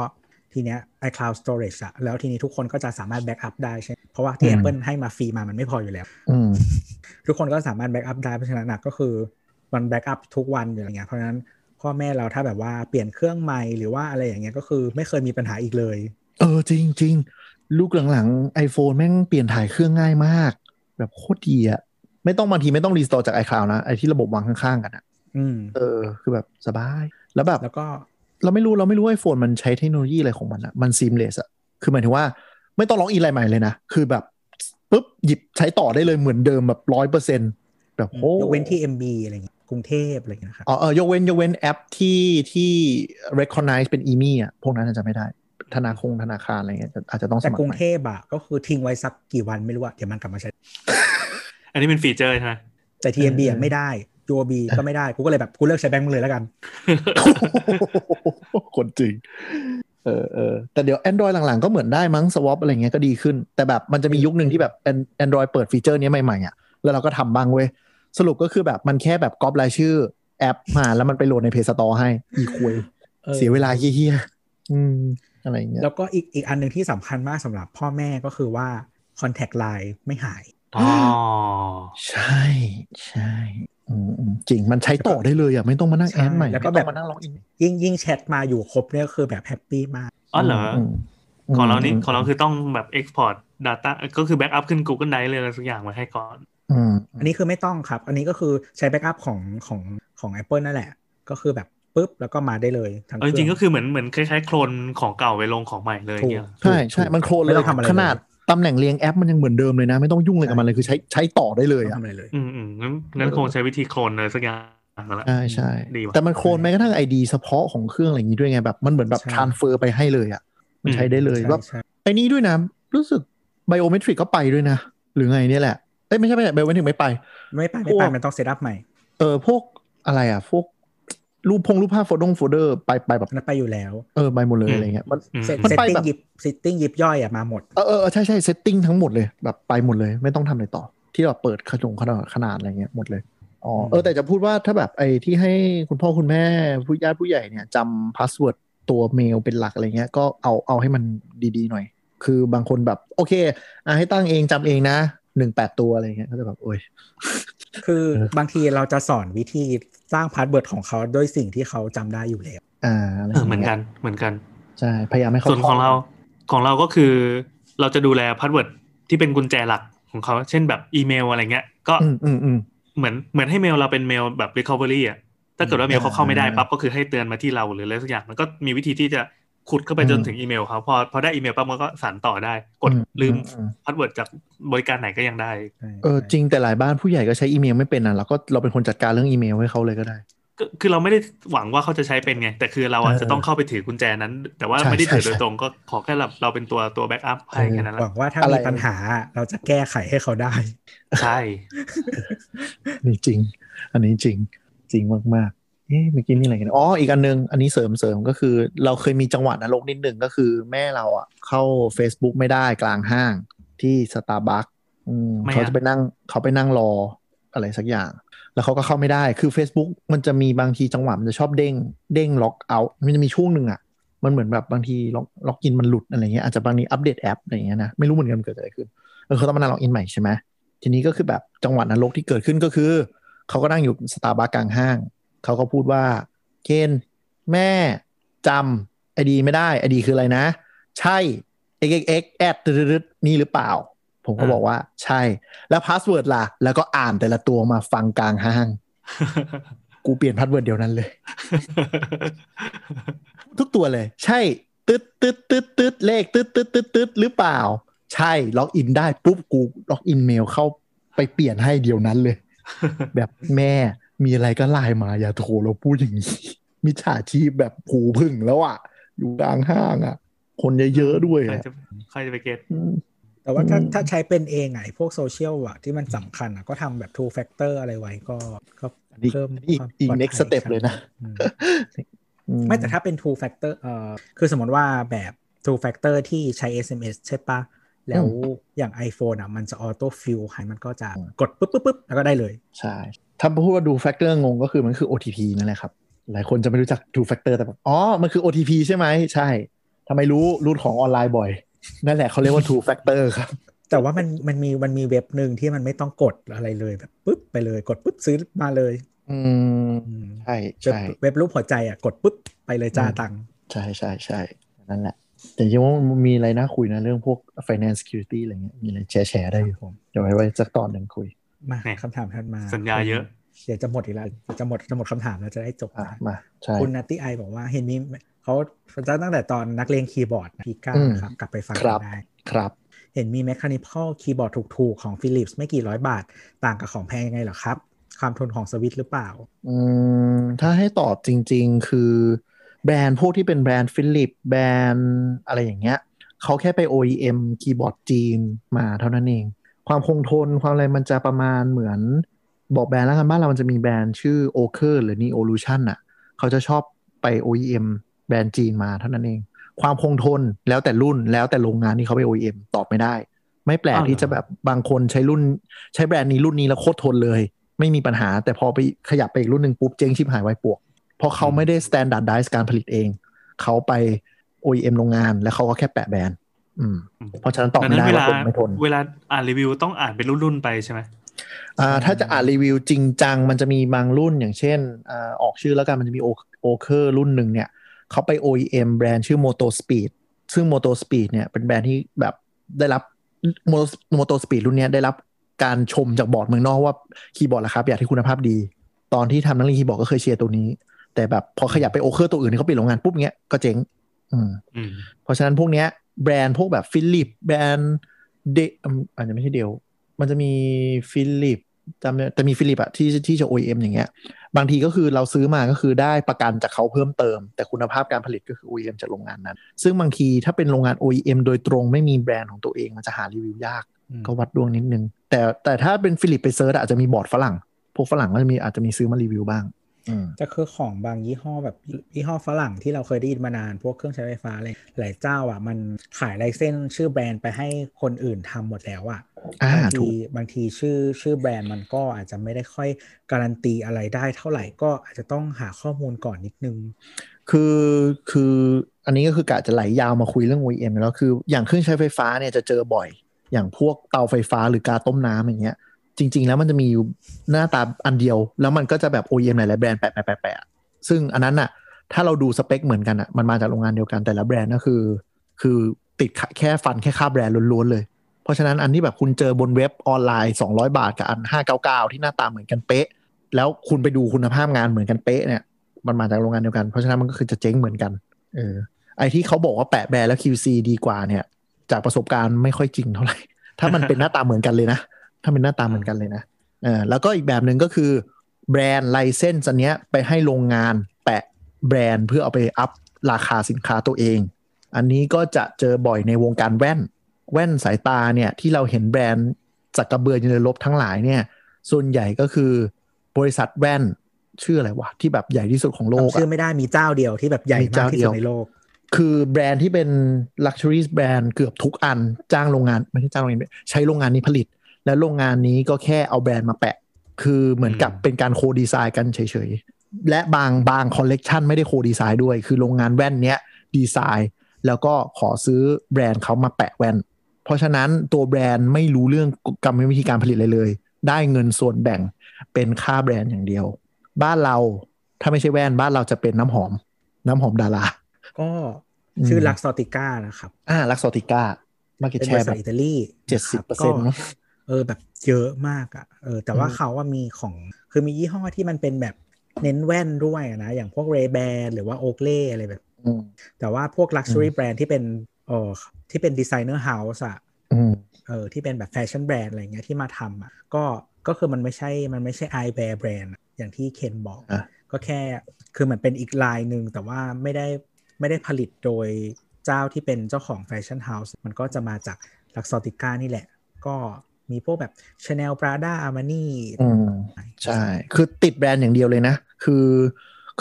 Speaker 3: ทีเนี้ย iCloud Storage อ่ะแล้วทีนี้ทุกคนก็จะสามารถแบ็กอัพได้ใช่ไหมเพราะว่าที่ Apple ให้มาฟรีมามันไม่พออยู่แล้ว
Speaker 2: อืม
Speaker 3: ทุกคนก็สามารถแบ็กอัพได้เพราะฉะนั้นน่ะก็คือมันแบ็กอัพทุกวันอยู่อย่างเงี้ยเพราะฉะนั้นพ่อแม่เราถ้าแบบว่าเปลี่ยนเครื่องใหม่หรือว่าอะไรอย่างเงี้ยก็คือไม่เคยมีปัญหาอีกเลย
Speaker 2: เออจริงจริงลูกหลังๆ iPhone แม่งเปลี่ยนถ่ายเครื่องง่ายมาก แบบโคตรดีอะไม่ต้องบางทีไม่ต้องรีสตอร์จาก iCloud นะไอที่ระบบวางข้างๆกันอะ
Speaker 3: อืม
Speaker 2: เออ คือแบบสบาย แล้วแบบ
Speaker 3: แล้วก็
Speaker 2: เราไม่รู้เราไม่รู้ไอโฟนมันใช้เทคโนโลยีอะไรของมันอะมันซีมเลสอะคือหมายถึงว่าไม่ต้องล็อกอินอะไรใหม่เลยนะ คือแบบปุ๊บหยิบใช้ต่อได้เลยเหมือนเดิมแบบร้อยเปอร์เซ็นแบบโอ้
Speaker 3: ยกเว้นที่ MB อะไรอย่างเงี้ยกรุงเทพอะไรอย่างเงี้ยนะครับ
Speaker 2: อ๋อเออยกเว้นยกเว้นแอปที่ที่ recognize เป็น EMI อ่ะพวกนั้นอาจจะไม่ได้ ธนาคงธนาคารอะไรเงี้ยอาจจะต้องส
Speaker 3: แต่
Speaker 2: มัคร
Speaker 3: กรุง
Speaker 2: ใหม่
Speaker 3: เทพอะก็คือทิ้งไว้สักกี่วันไม่รู้อะเดี๋ยวมันกลับมาใช้
Speaker 4: อันนี้เป็นฟีเจอร์ใช่ไหม
Speaker 3: แต่ TMB อะไม่ได้ UOB ก็ไม่ได้ กูก็เลยแบบกูเลิกใช้แบงก์มึงเลยแล้วกัน
Speaker 2: คนจริง เออเออแต่เดี๋ยว Android หลังๆ ก็เหมือนได้มั้ง swap อะไรเงี้ยก็ดีขึ้น แต่แบบมันจะมียุคหนึ่งที่แบบ An- Android เปิดฟีเจอร์นี้ใหม่ๆอ่ะแล้วเราก็ทำบ้างเว้ย สรุปก็คือแบบมันแค่แบบก๊อปรายชื่อแอปมาแล้วมันไปโหลดใน Play Store ให้อีควย
Speaker 3: เออ
Speaker 2: เสียเวลาเฮี้ยๆอืมอะไรเงี้ย
Speaker 3: แล้วก็อีกอีกอันหนึ่งที่สำคัญมากสำหรับพ่อแม่ก็คือว่า Contact Line ไม่หาย
Speaker 4: อ๋อ
Speaker 2: ใช่ใช่อืมอืมจริงมันใช้ต่อได้เลยอ่ะไม่ต้องมานั่ง
Speaker 3: ใช่
Speaker 2: แอดใหม่
Speaker 3: แล้วก็แบบ
Speaker 2: ไม่ต้องมานั่งล็อกอิน
Speaker 3: ยิ่งยิ่งแชทมาอยู่ครบเนี่ยก็คือแบบแฮปปี้มาก
Speaker 4: อ๋อเหรออ
Speaker 2: ม
Speaker 4: ของเรานี่
Speaker 2: ม
Speaker 4: ของเราคือต้องแบบ export data ก็คือ backup ขึ้น Google Drive เลยอะไรสักอย่างไว้ให้ก่อน
Speaker 2: อืม
Speaker 3: อันนี้คือไม่ต้องครับ อันนี้ก็คือใช้แบ็กอัพของของของ Apple นั่นแหละ ก็คือแบบปุ๊บแล้วก็มาได้เลยทั้ง
Speaker 4: เออจ
Speaker 3: เค
Speaker 4: ริงๆ
Speaker 3: รื่
Speaker 4: ก็
Speaker 3: อง
Speaker 4: คือเหมือนเหมือนคล้ายๆ โคลนของเก่าไปลงของใหม่เลย
Speaker 3: ถูก
Speaker 4: เงี้ยเหรอ
Speaker 2: ใช่ใช่ มันโคลนเล
Speaker 3: ไม่
Speaker 2: ย
Speaker 3: ต้องทำอะไรเลย
Speaker 2: ขนาดตำแหน่งเรียงแอปมันยังเหมือนเดิมเลยนะ ไม่ต้องยุ่งเลยกับมันเลยคือใช้ใช้ต่อได้เลย
Speaker 3: ไม่ต้อ
Speaker 2: อ่ะ
Speaker 3: งทำอะไรเลย
Speaker 4: อืมอืมงั้นงั้นคงใช้วิธีโคลนอะไรสักอย่างแล้ว
Speaker 2: ใช่ใช่
Speaker 4: ดีว่ะ
Speaker 2: แต่มันโคลนแม้กระทั่งไอดีเฉพาะของเครื่องอะไรอย่างนี้ด้วยไงแบบมันเหมือนแบบ
Speaker 3: ใช่
Speaker 2: ทรานเฟอร์ไปให้เลยอ่ะ มันใช้ได้เลย
Speaker 3: ใช่
Speaker 2: ว่า
Speaker 3: ใช่
Speaker 2: ไอ้นี้ด้วยนะ รู้สึกไบโอเมตริกก็ไปด้วยนะ หรือไงเนี่ยแหละเอ้ยไม่ใช่ไม่ใช่ไบโอเมตริกไม่ไป
Speaker 3: ไม่ไปไม่ไป
Speaker 2: พวก
Speaker 3: มันต้องเซตอัพใหม่
Speaker 2: เออพวกอะไรอ่ะ พวกรูปพงรูปภาพโฟลดงโฟลเดอร์ไปไปแบบ
Speaker 3: นั่นไปอยู่แล้ว
Speaker 2: เออไปหมดเลย
Speaker 4: อืม
Speaker 2: อะไรเงี้ยมัน
Speaker 4: อืม
Speaker 3: เซต
Speaker 2: มันไป
Speaker 3: ติ้
Speaker 2: แบ
Speaker 3: ง
Speaker 2: บ
Speaker 3: ยิบเซตติ้งยิบย่อยอะมาหมด
Speaker 2: เออเออเออใช่ใช่เซตติ้งทั้งหมดเลยแบบไปหมดเลย ไม่ต้องทำอะไรต่อ ที่เราเปิดขนงขนาดขนาดอะไรเงี้ยหมดเลยอ๋ออ
Speaker 3: ม
Speaker 2: เออแต่จะพูดว่าถ้าแบบไอ้ที่ให้คุณพ่อคุณแม่ผู้ญาติผู้ใหญ่เนี่ยจำพาสเวิร์ดตัวเมลเป็นหลักอะไรเงี้ยก็เอาเอาให้มันดีๆหน่อย คือบางคนแบบโอเคอ่ะให้ตั้งเองจำเองนะหนึ่งแปดตัวอะไรเงี้ยก็จะแบบโอ้ย
Speaker 3: คือ
Speaker 2: เออ
Speaker 3: บางทีเราจะสอนวิธีสร้างพาสเวิร์ดของเขาด้วยสิ่งที่เขาจำได้อยู่แล้ว
Speaker 2: อ่าอะไร
Speaker 4: เออเหมื
Speaker 2: ย่า
Speaker 4: อน
Speaker 2: งงี้ย
Speaker 4: กันเหมือนกัน
Speaker 2: ใช่พยายามให้เขา
Speaker 4: ส่วนของเราของเราก็คือเราจะดูแลพาสเวิร์ดที่เป็นกุญแจหลักของเขา เช่นแบบอีเมลอะไรเงี้ย ก็
Speaker 2: อืมอืมอืม
Speaker 4: เหมือนเหมือนให้เมลเราเป็นเมลแบบ recovery อ่ะถ้าเกิดว่าเมลเขาเข้าไม่ได้ปั๊บก็คือให้เตือนมาที่เราหรืออะไรสักอย่างมันก็มีวิธีที่จะขุดเข้าไปจน
Speaker 2: อืม
Speaker 4: ถึงอีเมลเขาพอพอได้อีเมลปั๊บมันก็สานต่อได้ กด
Speaker 2: อื
Speaker 4: ลืม
Speaker 2: อืม
Speaker 4: พาสเวิร์ดจากบริการไหนก็ยังได้
Speaker 2: เออจริงแต่หลายบ้านผู้ใหญ่ก็ใช้อีเมลไม่เป็นอ่ะแล้วก็เราเป็นคนจัดการเรื่องอีเมลให้เขาเลยก็ได้
Speaker 4: ก็คือเราไม่ได้หวังว่าเขาจะใช้เป็นไง แต่คือเราอะ
Speaker 2: เออ
Speaker 4: จะต้องเข้าไปถือกุญแจนั้น แต่ว่า
Speaker 2: ใช่
Speaker 4: ไม่ได้ถือโดย
Speaker 2: ใช่
Speaker 4: ตรงก็ขอแค่เราเราเป็นตัวตัวแบ็กอัพให้แค่นั้น
Speaker 3: ห
Speaker 4: ละ
Speaker 3: วังว่าถ้า
Speaker 2: อะไร
Speaker 3: มีปัญหาเราจะแก้ไขให้เขาได้
Speaker 4: ใช่
Speaker 2: นี่จริง อันนี้จริงจริงมากๆเอ๊ะเมื่อกี้มีอะไรกันอ๋ออีกอันนึง อันนี้เสริมเสริมก็คือ เราเคยมีจังหวะนรกนิดหนึ่งก็คือแม่เราอ่ะเข้า Facebook ไม่ได้กลางห้างที่สตาร์บัค
Speaker 4: ไม่อะ
Speaker 2: เขาจะไปนั่งเขาไปนั่งรออะไรสักอย่าง แล้วเขาก็เข้าไม่ได้คือ Facebook มันจะมีบางทีจังหวะมันจะชอบเด้งเด้งล็อกเอามันจะมีช่วงหนึ่งอ่ะ มันเหมือนแบบบางทีล็อกล็อกอินมันหลุดอะไรเงี้ยอาจจะบางทีอัปเดตแอปอะไรเงี้ยนะไม่รู้เหมือนกันมันเกิดอะไรขึ้นเออเขาต้องมานั่งล็อกอินใหม่ใช่ไหมทีนี้ก็คือแบบจังหวะนรกที่เกิดขึ้นก็คือ เขาก็นั่งอยู่สตาร์บัคกลางห้าง เขาก็พูดว่า เคนแม่จำไอดีไม่ได้ไอดีคืออะไรนะ ใช่ xxx แอดตึ๊ดๆๆนี่หรือเปล่า ผมก็
Speaker 4: อ่า
Speaker 2: บอกว่าใช่ แล้วพาสเวิร์ดล่ะ แล้วก็อ่านแต่ละตัวมาฟังกลางห้าง กูเปลี่ยนพาสเวิร์ดเดียวนั้นเลย ทุกตัวเลย ใช่ ตึ๊ดตึ๊ดตึ๊ดตึ๊ดเลขตึ๊ดตึ๊ดตึ๊ดตึ๊ดหรือเปล่า ใช่ล็อกอินได้ปุ๊บกูล็อกอินเมลเข้าไปเปลี่ยนให้เดียวนั้น เลย แบบแม่มีอะไรก็ไลน์มาอย่าโทรเราพูดอย่างนี้ มิจฉาชีพแบบหูพึ่งแล้วอะอยู่กลางห้างอะคนเยอะๆด้วย
Speaker 4: ใคร
Speaker 2: อะ
Speaker 4: จะใครจะไปเก็ต
Speaker 2: อืม
Speaker 3: แต่ว่าถ้า
Speaker 2: อืม
Speaker 3: ถ้าใช้เป็นเองอะไงพวกโซเชียลอะที่มันสำคัญอะก็ทำแบบ two factor อะไรไว้ก็ก็
Speaker 2: อันนี้
Speaker 3: เพิ่ม
Speaker 2: อันนี้
Speaker 3: ความ
Speaker 2: อีก
Speaker 3: ปลด
Speaker 2: next
Speaker 3: ภั
Speaker 2: step
Speaker 3: ครับ
Speaker 2: เลยนะ
Speaker 3: อืม
Speaker 2: อื
Speaker 3: ไม่แต่ถ้าเป็น two factor เอ่อคือสมมติว่าแบบ two factor ที่ใช้ SMS ใช่ปะ แล้วอย่าง iPhone อ่ะ มันจะ auto fill ให้มันก็จะ
Speaker 2: อืม
Speaker 3: กดปุ๊บปุ๊บปุ๊บแล้วก็ได้เลย
Speaker 2: ใช่ถ้าพูดว่าดูแฟกเตอร์งงก็คือมันคือ OTP นั่นแหละครับ หลายคนจะไม่รู้จักดูแฟกเตอร์แต่แบบอ๋อ มันคือ OTP ใช่ไหม ใช่ทำไมรู้รูดของออนไลน์บ่อย นั่นแหละเขาเรียกว่า two factor ครับ
Speaker 3: แต่ว่ามันมันมีมันมีเว็บหนึ่งที่มันไม่ต้องกดอะไรเลยแบบปุ๊บไปเลยกดปุ๊บซื้อมาเลย
Speaker 2: อืม
Speaker 3: อืม
Speaker 2: ใช่
Speaker 3: เว็บ
Speaker 2: ใช่
Speaker 3: เว็บรูปหัวใจอ่ะกดปุ๊บไปเลยจ้า
Speaker 2: อืม
Speaker 3: ตังค์
Speaker 2: ใช่ใช่ใช่นั่นแหละ แต่ยังว่ามันมีอะไรน่าคุยนะ เรื่องพวก finance security อะไรเงี้ยมีอะไรแชร์แชร์ได้อยู่
Speaker 3: ผม
Speaker 2: เดี๋ยวไว้ไว้สักตอนหนึ่งคุย
Speaker 3: มา
Speaker 4: เนี่ย
Speaker 3: คำถามถัดมา
Speaker 4: สัญญาเยอะ
Speaker 3: เดี๋ยวจะหมดอีกแล้วเดี๋ยวจะหมดจะหมดคำถามแล้วจะได้จบ
Speaker 2: อ่ะ
Speaker 3: นะ
Speaker 2: มา ใช่
Speaker 3: คุณนัตตี้ไอบอกว่าเห็นมีเขาตั้งแต่ตอนนักเลงคีย์บอร์ดพีก้า
Speaker 2: อืม
Speaker 3: ครับกลับไปฟัง
Speaker 2: ครับ
Speaker 3: ได้
Speaker 2: ครับ
Speaker 3: เห็นมีแมคคา n ิคอลคีย์บอร์ดถูกๆ ของฟิลิปส์ไม่กี่ร้อยบาท ต่างกับของแพงยังไงเหรอครับ ความทนของสวิตช์หรือเปล่า
Speaker 2: อืมถ้าให้ตอบจริงๆ คือแบรนด์พวกที่เป็นแบรนด์ฟิลิป แบรนด์อะไรอย่างเงี้ยเขาแค่ไป OEM คีย์บอร์ดจีนมาเท่านั้นเอง ความคงทนความอะไรมันจะประมาณเหมือน บอกแบรนด์แล้วกันบ้านเรามันจะมีแบรนด์ชื่อ o k e r หรือ Neolution อ่ะเขาจะชอบไป OEM แบรนด์จีนมาเท่านั้นเอง ความคงทนแล้วแต่รุ่นแล้วแต่โรงงานที่เขาไป OEM ตอบไม่ได้ ไม่แปลก
Speaker 4: อ้าวเหรอ
Speaker 2: ที่จะแบบบางคนใช้รุ่น ใช้แบรนด์นี้รุ่นนี้แล้วโคตรทนเลย ไม่มีปัญหาแต่พอไปขยับไปอีกรุ่นหนึ่งปุ๊บเจ๊งชิบหายไวายปวก เพราะเขาไม่ได้ standardize การผลิตเอง เขาไป OEM โรงงานแล้วเขาก็แค่แปะแบรนด์อืม
Speaker 4: อืม
Speaker 2: เพราะฉะนั้นตอบ
Speaker 4: ดัง
Speaker 2: ไม่
Speaker 4: นั้น
Speaker 2: ได้
Speaker 4: เวลา
Speaker 2: ว่าทนไม่ทน
Speaker 4: เวลาอ่านรีวิวต้องอ่านเป็นรุ่นๆไปใช่ไหม
Speaker 2: อ่าถ้าจะอ่านรีวิวจริงจังมันจะมีบางรุ่นอย่างเช่นอ่าออกชื่อแล้วกันมันจะมีโอเคอร์รุ่นหนึ่งเนี่ยเขาไป OEM แบรนด์ชื่อ Moto Speed ซึ่ง Moto Speed เนี่ยเป็นแบรนด์ที่แบบได้รับ Moto Moto Speed รุ่นเนี้ยได้รับการชมจากบอร์ดเมืองนอกว่าคีย์บอร์ดราคาประหยัดที่คุณภาพดี ตอนที่ทำนักเรียนคีย์บอร์ดก็เคยเชียร์ตัวนี้ แต่แบบพอขยับไปโอเคอร์ตัวอื่นที่เขาปิดโรงงานปุ๊บเงี้ยก็เจ๊งอืม
Speaker 4: อืม
Speaker 2: เพราะฉะนั้นพวกเนี้ยแบรนด์พวกแบบฟิลิปแบรนด์เดอาจจะไม่ใช่เดียว มันจะมีฟิลิป จำได้แต่มีฟิลิปอะที่ที่จะ OEM อย่างเงี้ย บางทีก็คือเราซื้อมาก็คือได้ประกันจากเขาเพิ่มเติม แต่คุณภาพการผลิตก็คือ OEM จากโรงงานนั้น ซึ่งบางทีถ้าเป็นโรงงาน OEM โดยตรงไม่มีแบรนด์ของตัวเองมันจะหารีวิวยาก
Speaker 3: อืม
Speaker 2: ก็วัดดวงนิดนึง แต่แต่ถ้าเป็นฟิลิปไปเซิร์ชอะอาจจะมีบอร์ดฝรั่ง พวกฝรั่งก็จะมีอาจจะมีซื้อมารีวิวบ้าง อืม
Speaker 3: จะคือของบางยี่ห้อแบบยี่ห้อฝรั่งที่เราเคยได้ยินมานาน พวกเครื่องใช้ไฟฟ้าอะไรหลายเจ้าอ่ะมันขายไลเส้นชื่อแบรนด์ไปให้คนอื่นทำหมดแล้วอ่ะ
Speaker 2: อ่า
Speaker 3: บาง
Speaker 2: ถู
Speaker 3: ที
Speaker 2: ก
Speaker 3: บางทีชื่อชื่อแบรนด์มันก็อาจจะไม่ได้ค่อยการันตีอะไรได้เท่าไหร่ก็อาจจะต้องหาข้อมูลก่อนนิดนึง
Speaker 2: คือคืออันนี้ก็คือกะจะไหลยาวมาคุยเรื่อง OEM แล้วคืออย่างเครื่องใช้ไฟฟ้าเนี่ยจะเจอบ่อย อย่างพวกเตาไฟฟ้าหรือกาต้มน้ำอย่างเงี้ย จริง ๆ แล้วมันจะมีอยู่หน้าตาอันเดียว แล้วมันก็จะแบบ OEM หลายๆแบรนด์แปะแปะแปะแปะซึ่งอันนั้นน่ะ ถ้าเราดูสเปคเหมือนกันอ่ะมันมาจากโรงงานเดียวกันแต่ละแบรนด์ก็คือ คือติดแค่ฟันแค่ค่าแบรนด์ล้วนๆเลย เพราะฉะนั้นอันที่แบบคุณเจอบนเว็บออนไลน์ 200 บาทกับอัน 599 ที่หน้าตาเหมือนกันเป๊ะ แล้วคุณไปดูคุณภาพงานเหมือนกันเป๊ะเนี่ย มันมาจากโรงงานเดียวกัน เพราะฉะนั้นมันก็คือจะเจ๊งเหมือนกัน เออ ไอที่เขาบอกว่าแปะแบรนด์แล้ว QC ดีกว่าเนี่ย จากประสบการณ์ไม่ค่อยจริงเท่าไหร่ ถ้ามันเป็นหน้าตาเหมือนกันเลยนะ ถ้าเป็นหน้าตาเหมือนกันเลยนะ เออ แล้วก็อีกแบบหนึ่งก็คือแบรนด์ไลเซนส์อันเนี้ยไปให้โรงงานแปะแบรนด์เพื่อเอาไปอัพราคาสินค้าตัวเอง อันนี้ก็จะเจอบ่อยในวงการแว่น แว่นสายตาเนี่ยที่เราเห็นแบรนด์จักกระเบือยืนลบทั้งหลายเนี่ย ส่วนใหญ่ก็คือบริษัทแว่นชื่ออะไรวะที่แบบใหญ่ที่สุดของโลก
Speaker 3: จำชื่อ
Speaker 2: อะ
Speaker 3: ไม่ได้มีเจ้าเดียวที่แบบใหญ่
Speaker 2: มี
Speaker 3: มา
Speaker 2: เจ้าก
Speaker 3: ที่
Speaker 2: เดี
Speaker 3: สุ
Speaker 2: ยว
Speaker 3: ดในโลก
Speaker 2: คือแบรนด์ที่เป็น Luxury แบรนด์เกือบทุกอันจ้างโรงงาน ไม่ใช่จ้างโรงงานใช้โรงงานนี้ผลิต และโรงงานนี้ก็แค่เอาแบรนด์มาแปะ คือเหมือนกับ
Speaker 4: อืม
Speaker 2: เป็นการโคดีไซน์กันเฉยๆ และบางบางคอลเลกชันไม่ได้โคดีไซน์ด้วย คือโรงงานแว่นเนี้ยดีไซน์ แล้วก็ขอซื้อแบรนด์เขามาแปะแว่น เพราะฉะนั้นตัวแบรนด์ไม่รู้เรื่องกรรมวิธีการผลิตเลยเลย ได้เงินส่วนแบ่งเป็นค่าแบรนด์อย่างเดียว บ้านเราถ้าไม่ใช่แว่นบ้านเราจะเป็นน้ำหอม น้ำหอมดารา
Speaker 3: ก็
Speaker 2: อืม
Speaker 3: ชื่อลักซอติก้านะครับ
Speaker 2: อ่าลักซอติก้า มาเก็ต
Speaker 3: เป็น
Speaker 2: แช
Speaker 3: บริ
Speaker 2: ร์
Speaker 3: ษั
Speaker 2: แบ
Speaker 3: ท
Speaker 2: บ
Speaker 3: อิตาลี
Speaker 2: 70%
Speaker 3: ก็
Speaker 2: เนอะ
Speaker 3: เออแบบเยอะมากอ่ะเออแต่ว่า
Speaker 2: อืม
Speaker 3: เขาว่ามีของคือมียี่ห้อที่มันเป็นแบบเน้นแว่นด้วยอะนะ อย่างพวกเรแบนหรือว่าโอเล่อะไรแบบ
Speaker 2: อืม
Speaker 3: แต่ว่าพวกลักชัว
Speaker 2: อื
Speaker 3: รี่
Speaker 2: ม
Speaker 3: แบรนด์ที่เป็นเออที่เป็นดีไซเนอร์เฮาส์อ่ะ
Speaker 2: อืม
Speaker 3: เออที่เป็นแบบแฟชั่นแบรนด์อะไรเงี้ยที่มาทำอ่ะก็ก็คือมันไม่ใช่มันไม่ใช่ไอแวร์แบรนด์อย่างที่เคนบอก
Speaker 2: อ่ะ
Speaker 3: ก็แค่คือเหมือนเป็นอีกไลน์หนึ่งแต่ว่าไม่ได้ไม่ได้ผลิตโดยเจ้าที่เป็นเจ้าของแฟชั่นเฮาส์มันก็จะมาจากลักซอติก้านี่แหละ ก็มีพวกแบบ Chanel Prada Armani
Speaker 2: อืม ใช่ คือติดแบรนด์อย่างเดียวเลยนะ คือ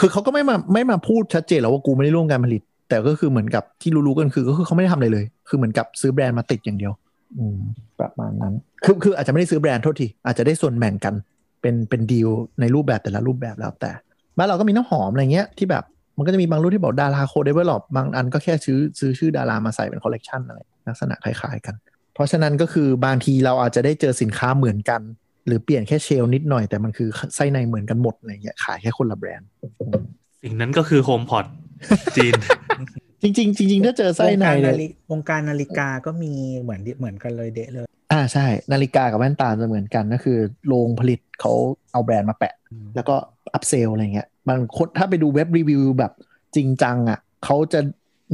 Speaker 2: คือเขาก็ไม่มาไม่มาพูดชัดเจนหรอกว่ากูไม่ได้ร่วมการผลิต แต่ก็คือเหมือนกับที่รู้ๆกันคือก็คือเขาไม่ได้ทำอะไรเลย คือเหมือนกับซื้อแบรนด์มาติดอย่างเดียว อืม ประมาณนั้น คือคืออาจจะไม่ได้ซื้อแบรนด์โทษที อาจจะได้ส่วนแบ่งกัน เป็นเป็นดีลในรูปแบบแต่ละรูปแบบแล้วแต่ บ้านเราก็มีน้ำหอมอะไรเงี้ยที่แบบมันก็จะมีบางรุ่นที่บอกดาราโคเดเวลลอปบางอันก็แค่ซื้อซื้อชื่อดารามาใส่เป็นคอลเลกชันอะไรลักษณะคล้ายๆกัน เพราะฉะนั้นก็คือบางทีเราอาจจะได้เจอสินค้าเหมือนกัน หรือเปลี่ยนแค่เชลนิดหน่อยแต่มันคือไส้ในเหมือนกันหมดอะไรเงี้ยขายแค่คนละแบรนด์
Speaker 4: สิ่งนั้นก็คือโฮมพ อดจีน
Speaker 2: จริงๆจริงๆถ้าเจอไส้
Speaker 3: วง
Speaker 2: ใน
Speaker 3: การ
Speaker 2: เล
Speaker 3: นาย ฬิวงการนาฬิกาก็มีเหมือนเหมือนกันเลยเดะเลย
Speaker 2: อ่าใช่ นาฬิกากับแว่นตาจะเหมือนกันก็คือโรงผลิตเขาเอาแบรนด์มาแปะ แล้วก็อัพเซลอะไรเงี้ยบางคนถ้าไปดูเว็บรีวิวแบบจริงจังอะ่ะเขาจะ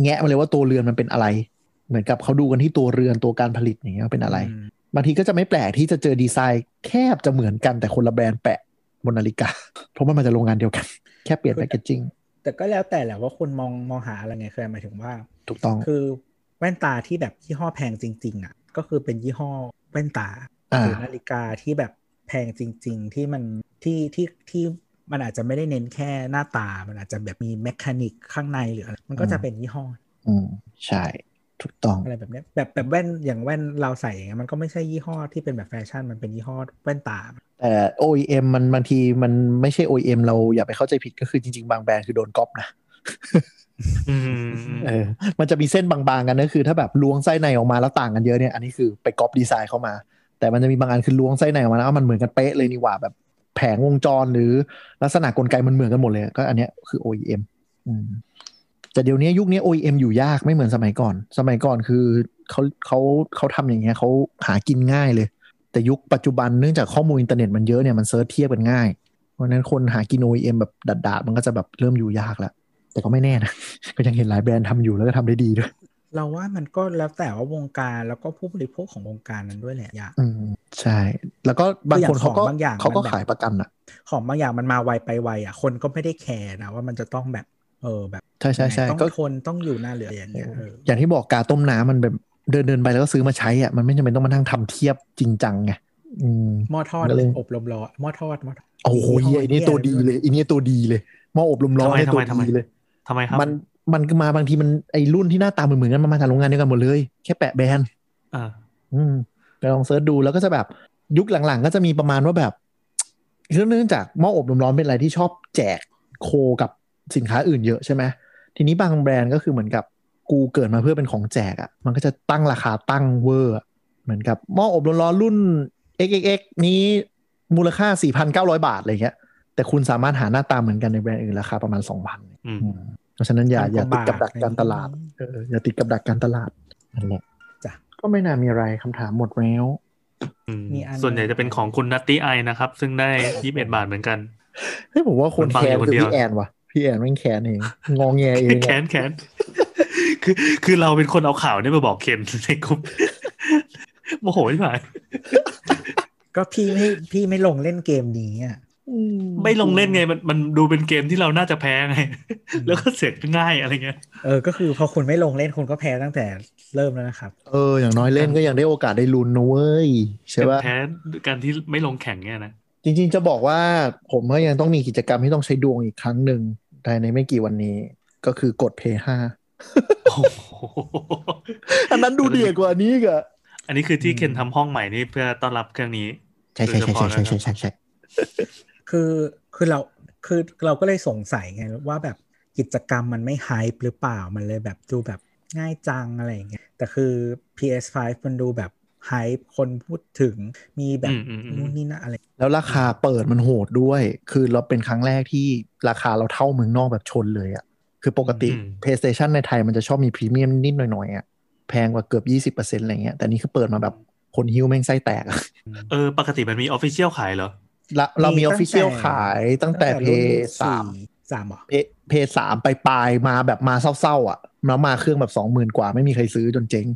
Speaker 2: แงะมาเลยว่าตัวเรือนมันเป็นอะไร เหมือนกับเขาดูกันที่ตัวเรือนตัวการผลิตอย่างเงี้ยว่าเป็นอะไร บางทีก็จะไม่แปลกที่จะเจอดีไซน์แคบจะเหมือนกันแต่คนละแบรนด์แปะบนนาฬิกา เพราะมันมาจากโรงงานเดียวกัน แค่เปลี่ยนแพคเกจิ้ง
Speaker 3: แต่ก็แล้วแต่แหละว่าคุณมองมองหาอะไรไงคือหมายถึงว่า
Speaker 2: ถูกต้อง
Speaker 3: คือแว่นตาที่แบบยี่ห้อแพงจริงๆอ่ะก็คือเป็นยี่ห้อแว่นตา
Speaker 2: อ่า
Speaker 3: หรือนาฬิกาที่แบบแพงจริง ๆ ที่มันที่ที่ที่มันอาจจะไม่ได้เน้นแค่หน้าตา มันอาจจะแบบมีแมคานิกข้างในหรืออะไรมันก็จะเป็นยี่ห้อ
Speaker 2: อืมใช่ถูกต้อง
Speaker 3: อะไรแบบเนี้ยแบบแบบแว่นอย่างแว่นเราใส่อย่างเงี้ยมันก็ไม่ใช่ยี่ห้อที่เป็นแบบแฟชั่นมันเป็นยี่ห้อแว่นตา
Speaker 2: แต่ OEM มันบางทีมันไม่ใช่ OEM เราอย่าไปเข้าใจผิดก็คือจริง ๆ บางแบรนด์คือโดนก๊อปนะ
Speaker 4: อืม
Speaker 2: เออ มันจะมีเส้นบางๆกันนะคือ ถ้าแบบล้วงไส้ในออกมาแล้วต่างกันเยอะเนี่ย อันนี้คือไปก๊อปดีไซน์เข้ามา แต่มันจะมีบางอันคือล้วงไส้ในออกมาแล้วมันเหมือนกันเป๊ะเลยนี่หว่าแบบแผงวงจรหรือลักษณะกลไกมันเหมือนกันหมดเลย ก็อันเนี้ยคือ OEM อืมแต่เดี๋ยวนี้ยุคนี้ OEM อยู่ยากไม่เหมือนสมัยก่อน สมัยก่อนคือเขาเขาเขาทำอย่างเงี้ยเขาหากินง่ายเลย แต่ยุคปัจจุบันเนื่องจากข้อมูลอินเทอร์เน็ตมันเยอะเนี่ยมันเซิร์ชเทียบกันง่าย เพราะฉะนั้นคนหากิน OEM แบบดัดๆมันก็จะแบบเริ่มอยู่ยากแล้วแต่ก็ไม่แน่นะ ก็ยังเห็นหลายแบรนด์ทำอยู่แล้วก็ทำได้ดีด้วย
Speaker 3: เราว่ามันก็แล้วแต่ว่าวงการแล้วก็ผู้บริโภคของวงการนั้นด้วยแหละอยาก
Speaker 2: อืมใช่ แล้วก็บางคนเขาก็
Speaker 3: ตัวอย่างของบางอย่าง
Speaker 2: เขาก็
Speaker 3: มันแบบ
Speaker 2: ขายประกันอ่ะ
Speaker 3: ของบางอย่างมันมาไวไปไวอ่ะ คนก็ไม่ได้แคร์นะว่ามันจะต้องแบบ เออแบบ
Speaker 2: ใช่ใช่ใช่
Speaker 3: ต้อง
Speaker 2: ก็
Speaker 3: ทนต้องอยู่หน้าเหลืออย่างเงี้ยเออ
Speaker 2: อย่างที่บอกกาต้มน้ำมันแบบเดินเดินไปแล้วก็ซื้อมาใช้อ่ะมันไม่จำเป็นต้องมานั่งทำเทียบจริงจังไงอืม
Speaker 3: หม้อทอด
Speaker 2: ก็เลย
Speaker 3: อบลมร้อนหม้อทอดหม้อทด
Speaker 2: โอ้โหเหี้ยอันนี้ตัวดีเลยอันนี้ตัวดีเลยหม้ออบลมร้อน
Speaker 4: ทำไม
Speaker 2: เนี่ย
Speaker 4: ทำ
Speaker 2: ตัว
Speaker 4: ไมทำไม
Speaker 2: ดีเลย
Speaker 4: ทำไมครับ
Speaker 2: มันมันก็มาบางทีมันไอรุ่นที่หน้าตาเหมือนๆกันมันมาจากโรงงานเดียวกันหมดเลย แค่แปะแบรนด์
Speaker 4: เออ
Speaker 2: อืมไปลองเซิร์ชดูแล้วก็จะแบบยุคหลังๆ ก็จะมีประมาณว่าแบบเนื่องจากหม้ออบลมร้อนเป็นอะไรที่ชอบแจกโคกับสินค้าอื่นเยอะใช่ไหมทีนี้บางแบรนด์ก็คือเหมือนกับกูเกิดมาเพื่อเป็นของแจกอะ่ะ มันก็จะตั้งราคาตั้งเวอร์อะเหมือนกับหม้ออบลมร้อนรุ่น XXX นี้มูลค่า 4,900 บาทอะไรเงี้ย แต่คุณสามารถหาหน้าตาเหมือนกันในแบรนด์อื่นราคาประมาณ2,000
Speaker 4: อืม
Speaker 2: อืมเพราะฉะนั้นอย่า
Speaker 3: พัน
Speaker 2: อย่าติด
Speaker 3: ว่
Speaker 2: กับดักการตลาดเอออย่าติดกับดักการตลาดนั่นแหละ
Speaker 3: จ้ะ
Speaker 2: ก็ไม่น่ามีอะไรคำถามหมดแล้ว
Speaker 4: อืม
Speaker 3: มีอัน
Speaker 4: ส่วนใหญ่จะเป็นของคุณนัตตี้ไอนะครับ ซึ่งได้ยี่สิบเอ็ดบาทเหมือนกัน
Speaker 2: เฮ้ยผมว่าคน
Speaker 4: มันฟัง
Speaker 2: แคน
Speaker 4: อยู่คน
Speaker 2: คือ
Speaker 4: เดียว
Speaker 2: พี่แอนว่ะพี่แอนแม่งแคนเองงองแงเอง
Speaker 4: แข
Speaker 2: อะ
Speaker 4: นแขน คือคือเราเป็นคนเอาข่าวเนี่ยมาบอกเคน ในกลุ่มโมโหที่ผ่าน
Speaker 3: ก็พี่ไม่พี่ไม่ลงเล่นเกมนี้อ่ะ
Speaker 2: อื
Speaker 4: ไม่ลงเล่นไงมันมันดูเป็นเกมที่เราน่าจะแพ้ไง แล้วก็เสียง่ายอะไรเงี้ย
Speaker 3: เออก็คือพอคุณไม่ลงเล่นคุณก็แพ้ตั้งแต่เริ่มแล้วนะครับ
Speaker 2: เอออย่างน้อยเล่นก็ยังได้โอกาสได้ลุ้นนะเว้ยใช่ป่ะ
Speaker 4: แพ้การที่ไม่ลงแข่งเนี่ยนะ
Speaker 2: จริงๆจะบอกว่าผมก็ยังต้องมีกิจกรรมที่ต้องใช้ดวงอีกครั้งหนึ่งภายในไม่กี่วันนี้ ก็คือกดเพย์ห้า
Speaker 4: โอ้โห
Speaker 2: อันนั้นดูเดือดกว่านี้อีกอะ
Speaker 4: อันนี้คือที่เคนทำห้องใหม่นี่เพื่อต้อนรับเครื่องนี้
Speaker 2: ใช่ใช่ใช่ใช่ใช่ใช่ใช่
Speaker 3: คือคือเราคือเราก็เลยสงสัยไงว่าแบบกิจกรรมมันไม่ไฮป์หรือเปล่ามันเลยแบบดูแบบง่ายจังอะไรอย่างเงี้ยแต่คือ PS5 มันดูแบบไฮป์คนพูดถึงมีแบ
Speaker 4: อื
Speaker 3: บ
Speaker 4: มอืมอืม
Speaker 3: นู่นนี่นั่นอะไร
Speaker 2: แล้วราคาเปิดมันโหดด้วย คือเราเป็นครั้งแรกที่ราคาเราเท่าเมืองนอกแบบชนเลยอะ่ะ คือปกติ
Speaker 4: อืม
Speaker 2: PlayStation ในไทยมันจะชอบมีพรีเมียมนิดหน่อยๆอะ่ะ แพงกว่าเกือบ 20%อะไรเงี้ย แต่นี่คือเปิดมาแบบคนหิ้วแม่งไส้แตกอะ
Speaker 4: เออ ปกติมันมีออฟฟิเชียลขายเหรอ
Speaker 2: เราเรามีอ
Speaker 3: ตั้
Speaker 2: อง
Speaker 3: แต่
Speaker 2: ฟฟิเชียลขายตั้งแต่เพ
Speaker 3: รุ่น
Speaker 2: ย์สาม
Speaker 3: สามเหรอ
Speaker 2: เพย์สามไปปลายๆมาแบบมาเศร้าๆอะ่ะแล้วมาเครื่องแบบ 20,000 กว่าไม่มีใครซื้อจนเจ๊ง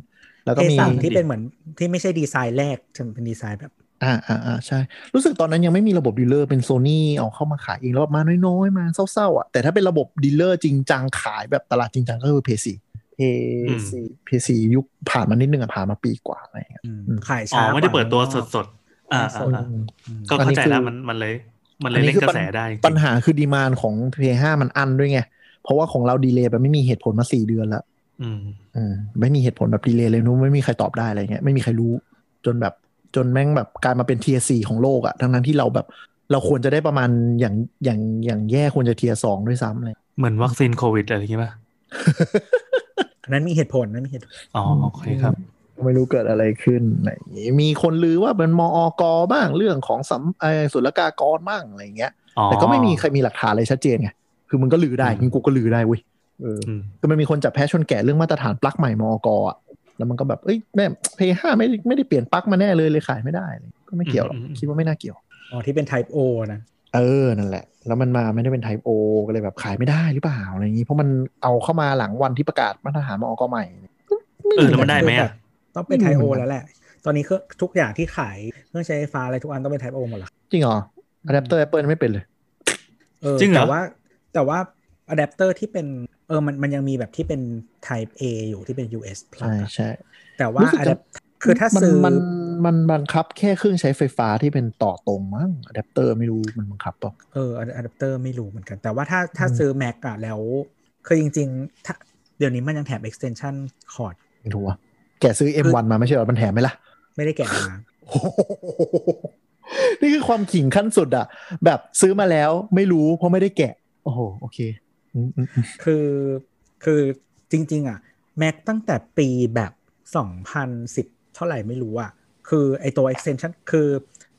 Speaker 2: แล้ว
Speaker 3: เพ
Speaker 2: ก็มี
Speaker 3: สามที่เป็นเหมือนที่ไม่ใช่ดีไซน์แรกจะเป็นดีไซน์แบบ
Speaker 2: อ่าอ่าอ่าใช่ รู้สึกตอนนั้นยังไม่มีระบบดีลเลอร์เป็นโซนี่เอาเข้ามาขายเองแล้วแบบมาน้อยๆ มาเศร้าๆอ่ะแต่ถ้าเป็นระบบดีลเลอร์จริงจังขายแบบตลาดจริงจังก็คือเพซีเพซีเพซียุคผ่านมานิดนึงอ่ะผ่านมาปีกว่าอะไรอย่างเงี้ย
Speaker 3: อืมขาย
Speaker 4: อ๋
Speaker 3: ช้า
Speaker 4: อ ไม่ได้เปิดตัว
Speaker 3: กาข้างนอก
Speaker 4: สดๆ อ่า
Speaker 3: ส
Speaker 4: อ่า
Speaker 3: ด
Speaker 4: อ่า
Speaker 3: อืม
Speaker 4: ก็เข้าใจแล้ว
Speaker 2: อั
Speaker 4: มันมันเลย มันเล
Speaker 2: อั
Speaker 4: ยเล่นกระ
Speaker 2: ปัญ
Speaker 4: แสได้จริง
Speaker 2: ปัญหาคือดีมานของ P5 มันอันด้วยไง เพราะว่าของเราดีเลย์แบบไม่มีเหตุผลมาสี่เดือนละ
Speaker 4: อืม
Speaker 2: อืมไม่มีเหตุผลแบบดีเลย์เลยนู้นไม่มีใครตอบได้อะไรเงี้ยไม่มีใครรู้จนแบบจนแม่งแบบกลายมาเป็น Tier 4ของโลกอะทั้งนั้นที่เราแบบเราควรจะได้ประมาณอย่างอย่างอย่างแย่ควรจะ Tier 2ด้วยซ้ำเลย
Speaker 4: เหมือนวัคซีนโควิดอะไรอย่างงี้ป่ะ
Speaker 3: อันนั้นมีเหตุผลอันนั้นมีเหตุผล
Speaker 4: อ๋อ โอเคครับ
Speaker 2: ไม่รู้เกิดอะไรขึ้นอะไรอย่างงี้มีคนลือว่าเป็นมออกบ้างเรื่องของสัมเอ่อศุลกากรบ้างอะไรอย่างเงี้ย
Speaker 4: อ๋อ
Speaker 2: แต่ก็ไม่มีใครมีหลักฐานอะไรชัดเจนไงคือมึงก็ลือได้
Speaker 4: อืม
Speaker 2: งั้นกูก็ลือได้เว้ยเออ
Speaker 4: อืม
Speaker 2: คือมันมีคนจับแพ้ชนแก่เรื่องมาตรฐานปลั๊กใหม่มอกอ่ะแล้วมันก็แบบเอ้ยแม่เพย์ห้าไม่ได้ไม่ได้เปลี่ยนปลั๊กมาแน่เลยเลยขายไม่ได้เลยก็ไม่เกี่ยวหรอกคิดว่าไม่น่าเกี่ยว
Speaker 3: อ๋อที่เป็น type O นะ
Speaker 2: เออ นั่นแหละ แล้วมันมาไม่ได้เป็น Type O ก็เลยแบบขายไม่ได้หรือเปล่าอะไรอย่างนี้ เพราะมันเอาเข้ามาหลังวันที่ประกาศมาตรฐานมอกใหม่
Speaker 4: เออ แล้วมันได้ไหมอ่ะ
Speaker 3: ต้องเป็น type O แล้วแหละ ตอนนี้เครื่องทุกอย่างที่ขายเครื่องใช้ไฟฟ้าอะไรทุกอันต้องเป็น type O หมดละ
Speaker 2: จริงเหรออะแดปเตอร์ Apple ไม่เป็นเลย
Speaker 3: เออ
Speaker 4: จริงเหรอ
Speaker 3: แต่ว่าแต่ว่าอะแดปเตอร์ที่เป็นเออมันมันยังมีแบบที่เป็น Type A อยู่ที่เป็น US
Speaker 2: ใช่
Speaker 3: plug อะ
Speaker 2: ใช่
Speaker 3: แต่ว่าอะแดปคือถ้า
Speaker 2: มัน
Speaker 3: ซื้อ
Speaker 2: มันมันบังคับแค่เครื่องใช้ไฟฟ้าที่เป็นต่อตรงมั้งอะแดปเตอร์ไม่รู้มันบังคับเปล่ะ
Speaker 3: เอออะแดปเตอร์ไม่รู้เหมือนกัน แต่ว่าถ้าถ้า
Speaker 2: อืม
Speaker 3: ซื้อ Mac อะแล้วคือจริงๆถ้าเดี๋ยวนี้มันยังแถม extension cord
Speaker 2: ไม่รู้อ่ะแกซื้อ M1 มาไม่ใช่เหรอมันแถมไหมล่ะ
Speaker 3: ไม่ได้แกะมา
Speaker 2: โอ้โห นี่คือความขิงขั้นสุดอ่ะ แบบซื้อมาแล้วไม่รู้เพราะไม่ได้แกะ โอ้โหโอเคอืมอืมอืม
Speaker 3: คือคือจริง ๆอะ Mac ตั้งแต่ปีแบบ 2010 เท่าไหร่ไม่รู้อะคือไอตัว extension คือ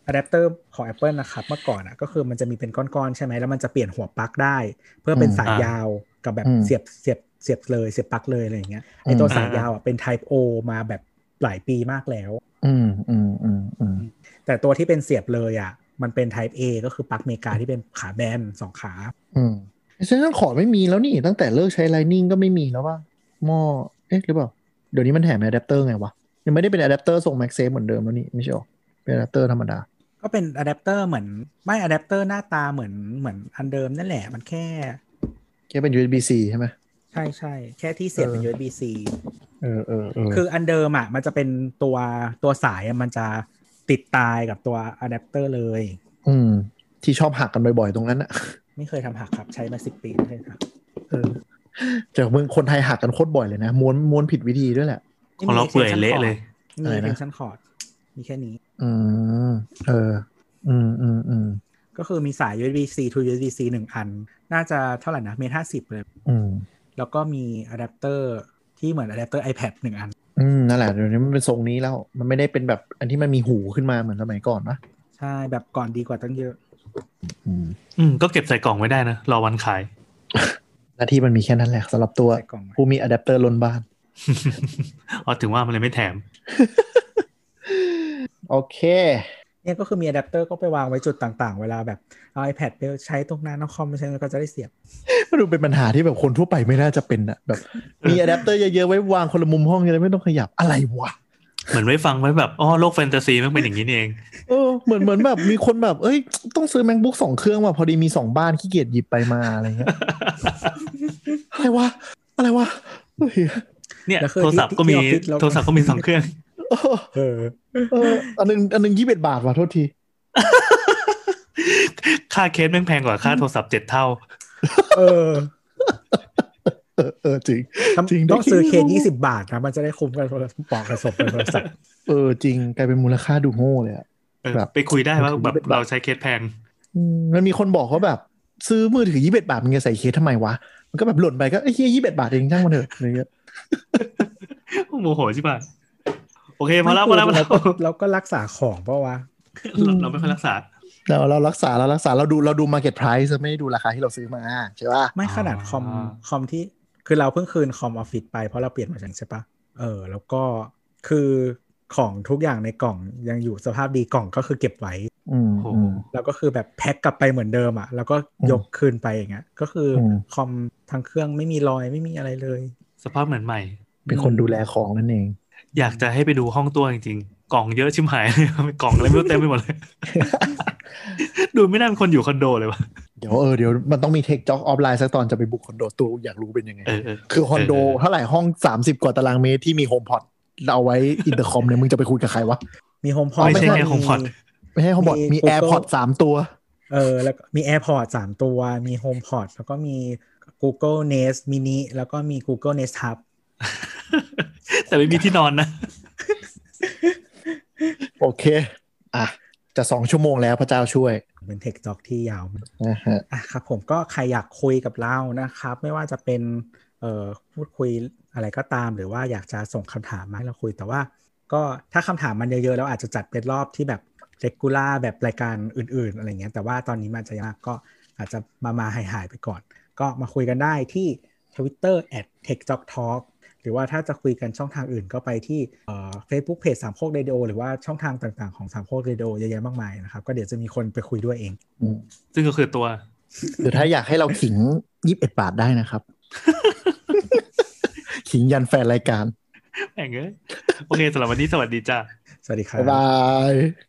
Speaker 3: อะแดปเตอร์ของ Apple นะครับเมื่อก่อนอะก็คือมันจะมีเป็นก้อนๆ ใช่ไหมแล้วมันจะเปลี่ยนหัวปลั๊กได้ เพื่อเป็นสายยาวกับแบบเสียบเสียบเสียบเลยเสียบปลั๊กเลยอะไรอย่างเงี้ยไอตัวสายยาวอะเป็น Type O มาแบบหลายปีมากแล้ว
Speaker 2: อืมอืมอืมอืม
Speaker 3: แต่ตัวที่เป็นเสียบเลยอะมันเป็น Type A ก็คือปลั๊กเมกาที่เป็นขาแบนสองขา
Speaker 2: อืมฉะนั้นขอไม่มีแล้วนี่ ตั้งแต่เลิกใช้ Lightning ก็ไม่มีแล้วว่าหม้อเอ๊ะหรือเปล่า เดี๋ยวนี้มันแถมอะแดปเตอร์ไงวะ ยังไม่ได้เป็นอะแดปเตอร์ส่งแม็กเซฟเหมือนเดิมแล้วนี่ไม่ใช่หรอเป็นอะแดปเตอร์ธรรมดา
Speaker 3: ก็เป็นอะแดปเตอร์เหมือนไม่อะแดปเตอร์หน้าตาเหมือนเหมือนอันเดิมนั่นแหละมันแค่
Speaker 2: แค่เป็น USB C ใช่ไหม
Speaker 3: ใช่ใช่แค่ที่เสียบเป็น
Speaker 2: เออ
Speaker 3: USB C
Speaker 2: เออเออเออ
Speaker 3: คืออันเดิมอ่ะมันจะเป็นตัวตัวสายอะมันจะติดตายกับตัวอะแดปเตอร์เลย
Speaker 2: อืม ที่ชอบหักกันบ่อยๆ ตรงนั้นอะ
Speaker 3: ไม่เคยทำหักครับใช้มาสิบปีเลยครับ
Speaker 2: เออแต่เมืองคนไทยหักกันโคตรบ่อยเลยนะม้วนม้วนผิดวิธีด้วยแหละ
Speaker 4: ของเราเปื่อยเละเลย
Speaker 3: ไม่
Speaker 2: อะไรนะ
Speaker 3: มีเทนชั่นคอร์ดมีแค่นี้
Speaker 2: อืมเออ อืมอืมอืม
Speaker 3: ก็คือมีสาย USB C to USB C หนึ่งอัน น่าจะเท่าไหร่นะเมตรห้าสิบเลย
Speaker 2: อืม
Speaker 3: แล้วก็มีอะแดปเตอร์ที่เหมือนอะแดปเตอร์ iPad หนึ่งอัน
Speaker 2: อืมนั่นแหละเดี๋ยวนี้มันเป็นทรงนี้แล้ว มันไม่ได้เป็นแบบอันที่มันมีหูขึ้นมาเหมือนสมัยก่อนนะ
Speaker 3: ใช่แบบก่อนดีกว่าตั้งเยอะ
Speaker 2: อืม
Speaker 4: อืมก็เก็บใส่กล่องไว้ได้นะรอวันขาย
Speaker 2: หน้าที่มันมีแค่นั้นแหละสำหรับตัว
Speaker 3: ใส่กล่องไว้
Speaker 2: ผู้มีอะแดปเตอร์ล้นบ้าน
Speaker 4: อ๋อถึงว่ามันเลยไม่แถม
Speaker 2: โอเค
Speaker 3: เนี่ยก็คือมีอะแดปเตอร์ก็ไปวางไว้จุดต่างๆ เวลาแบบเอา iPad ไปใช้ตรงนั้นเอาคอมไปใช้แล้วก็จะได้เสียบ
Speaker 2: มันดูเป็นปัญหาที่แบบคนทั่วไปไม่น่าจะเป็นอะแบบ มีอะแดปเตอร์เยอะๆไว้วางคนละมุมห้องจะได้ไม่ต้องขยับอะไรวะ
Speaker 4: เหมือนไว้ฟังไว้แบบอ๋อโลกแฟนตาซีมันเป็นอย่างนี้นี่เอง
Speaker 2: เออเหมือนเหมือนแบบมีคนแบบเอ้ย ต้องซื้อ macbook สองเครื่องว่ะพอดีมีสองบ้านขี้เกียจหยิบไปมาอะไรเงี้ยอะไรวะอะไรวะเฮ้ย
Speaker 4: เนี่ย
Speaker 3: แล้วคือ
Speaker 4: โทรศัพท์ก็
Speaker 3: ที่
Speaker 4: มี
Speaker 3: ที่ออฟฟิศเรา
Speaker 4: โทรศัพท์ก็มีสองเครื่อง
Speaker 2: เออ
Speaker 3: เออ
Speaker 2: เอออันนึงอันนึงยี่สิบบาทว่ะโทษที
Speaker 4: ค่าเคสแม่งแพงกว่าค่าโทรศัพท์เจ็ดเท่า
Speaker 3: เออ
Speaker 2: เออเออจริง จริง
Speaker 3: ต้อง
Speaker 2: ด้วย
Speaker 3: ซื้อเคสยี่สิบาทนะมันจะได้คุ้มกันคนละปอกกระสอบกันโทรศัพท์
Speaker 2: เออจริงกลายเป็นมูลค่าดูโง่เลยอะ
Speaker 4: เออ
Speaker 2: แบบ
Speaker 4: ไปคุยได้ว่าแบบเราใช้เคสแพง
Speaker 2: อืมมันมีคนบอกว่าแบบ ซื้อมือถือยี่สิบบาทมึงจะใส่เคสทำไมวะมันก็แบบหล่นไปก็ไอ้ยเฮียยี่สิบบาทเองช่างมันเถอะอะไรเงี้ย
Speaker 4: โมโหใช่ป่ะโอเคพอแล้วพอแล้วพอแล้ว
Speaker 3: เราก็รักษาของเพราะว่า
Speaker 4: เราเราไม่ค่อยรักษา
Speaker 2: เราเรารักษาเรารักษาเราดูเราดู market price ไม่ได้ดูราคาที่เราซื้อมาใช่ป่ะ
Speaker 3: ไม่ขนาดคอม
Speaker 4: อ่า
Speaker 3: คอมที่คือเราเพิ่งคืนคอมออฟฟิศไปเพราะเราเปลี่ยนมาจากใช่ปะเออ แล้วก็คือของทุกอย่างในกล่องยังอยู่สภาพดีกล่องก็คือเก็บไว้
Speaker 2: อืม
Speaker 4: โอ้
Speaker 2: อื
Speaker 4: โห
Speaker 2: ม
Speaker 3: แล้วก็คือแบบแพ็คกลับไปเหมือนเดิมอะ่ะแล้วก็ยกคืนไปอย่างเงี้ยก็คืออ
Speaker 2: ม
Speaker 3: คอมทางเครื่องไม่มีรอยไม่มีอะไรเลย
Speaker 4: สภาพเหมือนใหม่
Speaker 2: เป็นคนดูแลของนั่นเอง
Speaker 4: อยากจะให้ไปดูห้องตัวจริงๆ กล่องเยอะชิมหาย เลย กล่องอะไรไม่รู้เต็มไปหมดเลย ดูไม่น่าเป็นคนอยู่คอนโดเลยวะ
Speaker 2: เดี๋ยวเออเดี๋ยวมันต้องมีเทคจ็อกออฟไลน์สักตอนจะไปบุกคอนโดตัวอยากรู้เป็นยังไง
Speaker 4: เออเออ
Speaker 2: คือคอนโด
Speaker 4: เออ
Speaker 2: เท่าไหร่ห้อง 30 กว่าตารางเมตรที่มีโฮมพอดเราเอาไว้อินเตอร์คอมเนี่ยมึงจะไปคุยกับใครวะ
Speaker 3: มีโฮมพอ
Speaker 2: อ๋
Speaker 3: ด
Speaker 2: อไม่ใช่
Speaker 4: HomePod
Speaker 2: ไม่ใช่โฮมพอด
Speaker 3: มี
Speaker 2: มี
Speaker 3: Google
Speaker 2: แอร์พอดสามตัว
Speaker 3: เออแล้วก็มี AirPods สามตัวมี HomePod แล้วก็มี Google Nest Mini แล้วก็มี Google Nest Hub
Speaker 4: แต่ไม่มีที่นอนนะ
Speaker 2: โอเค อ่ะ จะสองชั่วโมงแล้วพระเจ้าช่วย
Speaker 3: เป็นเทคจ็อกที่ยาวมาก
Speaker 2: นะฮะ
Speaker 3: อ่ะครับผมก็ใครอยากคุยกับเรานะครับ ไม่ว่าจะเป็นเอ่อพูดคุยอะไรก็ตาม หรือว่าอยากจะส่งคำถามมาให้เราคุยแต่ว่า ก็ถ้าคำถามมันเยอะๆแล้วอาจจะจัดเป็นรอบที่แบบเรกูล่าแบบรายการอื่น ๆ อะไรเงี้ยแต่ว่าตอนนี้มันจะยังมากก็อาจจะมามาหายหายๆไปก่อน ก็มาคุยกันได้ที่ Twitter at techjoktalk หรือว่าถ้าจะคุยกันช่องทางอื่นก็ไปที่เฟซบุ๊กเพจสามโคกเรดิโอ Facebook Page 3โคก Radio หรือว่าช่องทางต่างๆของสามโคกเรดิโอเยอะแยะมากมายนะครับก็เดี๋ยวจะมีคนไปคุยด้วยเอง
Speaker 4: ซึ่งก็คือตัว
Speaker 2: หรือถ้าอยากให้เราขิงยี่สิบเอ็ดบาทได้นะครับ ขิงยันแฟนรายการ
Speaker 4: แม่งเอ้ยโอเคสำหรับวันนี้สวัสดีจ้า
Speaker 3: สวัสดีครับ
Speaker 2: บ๊ายบาย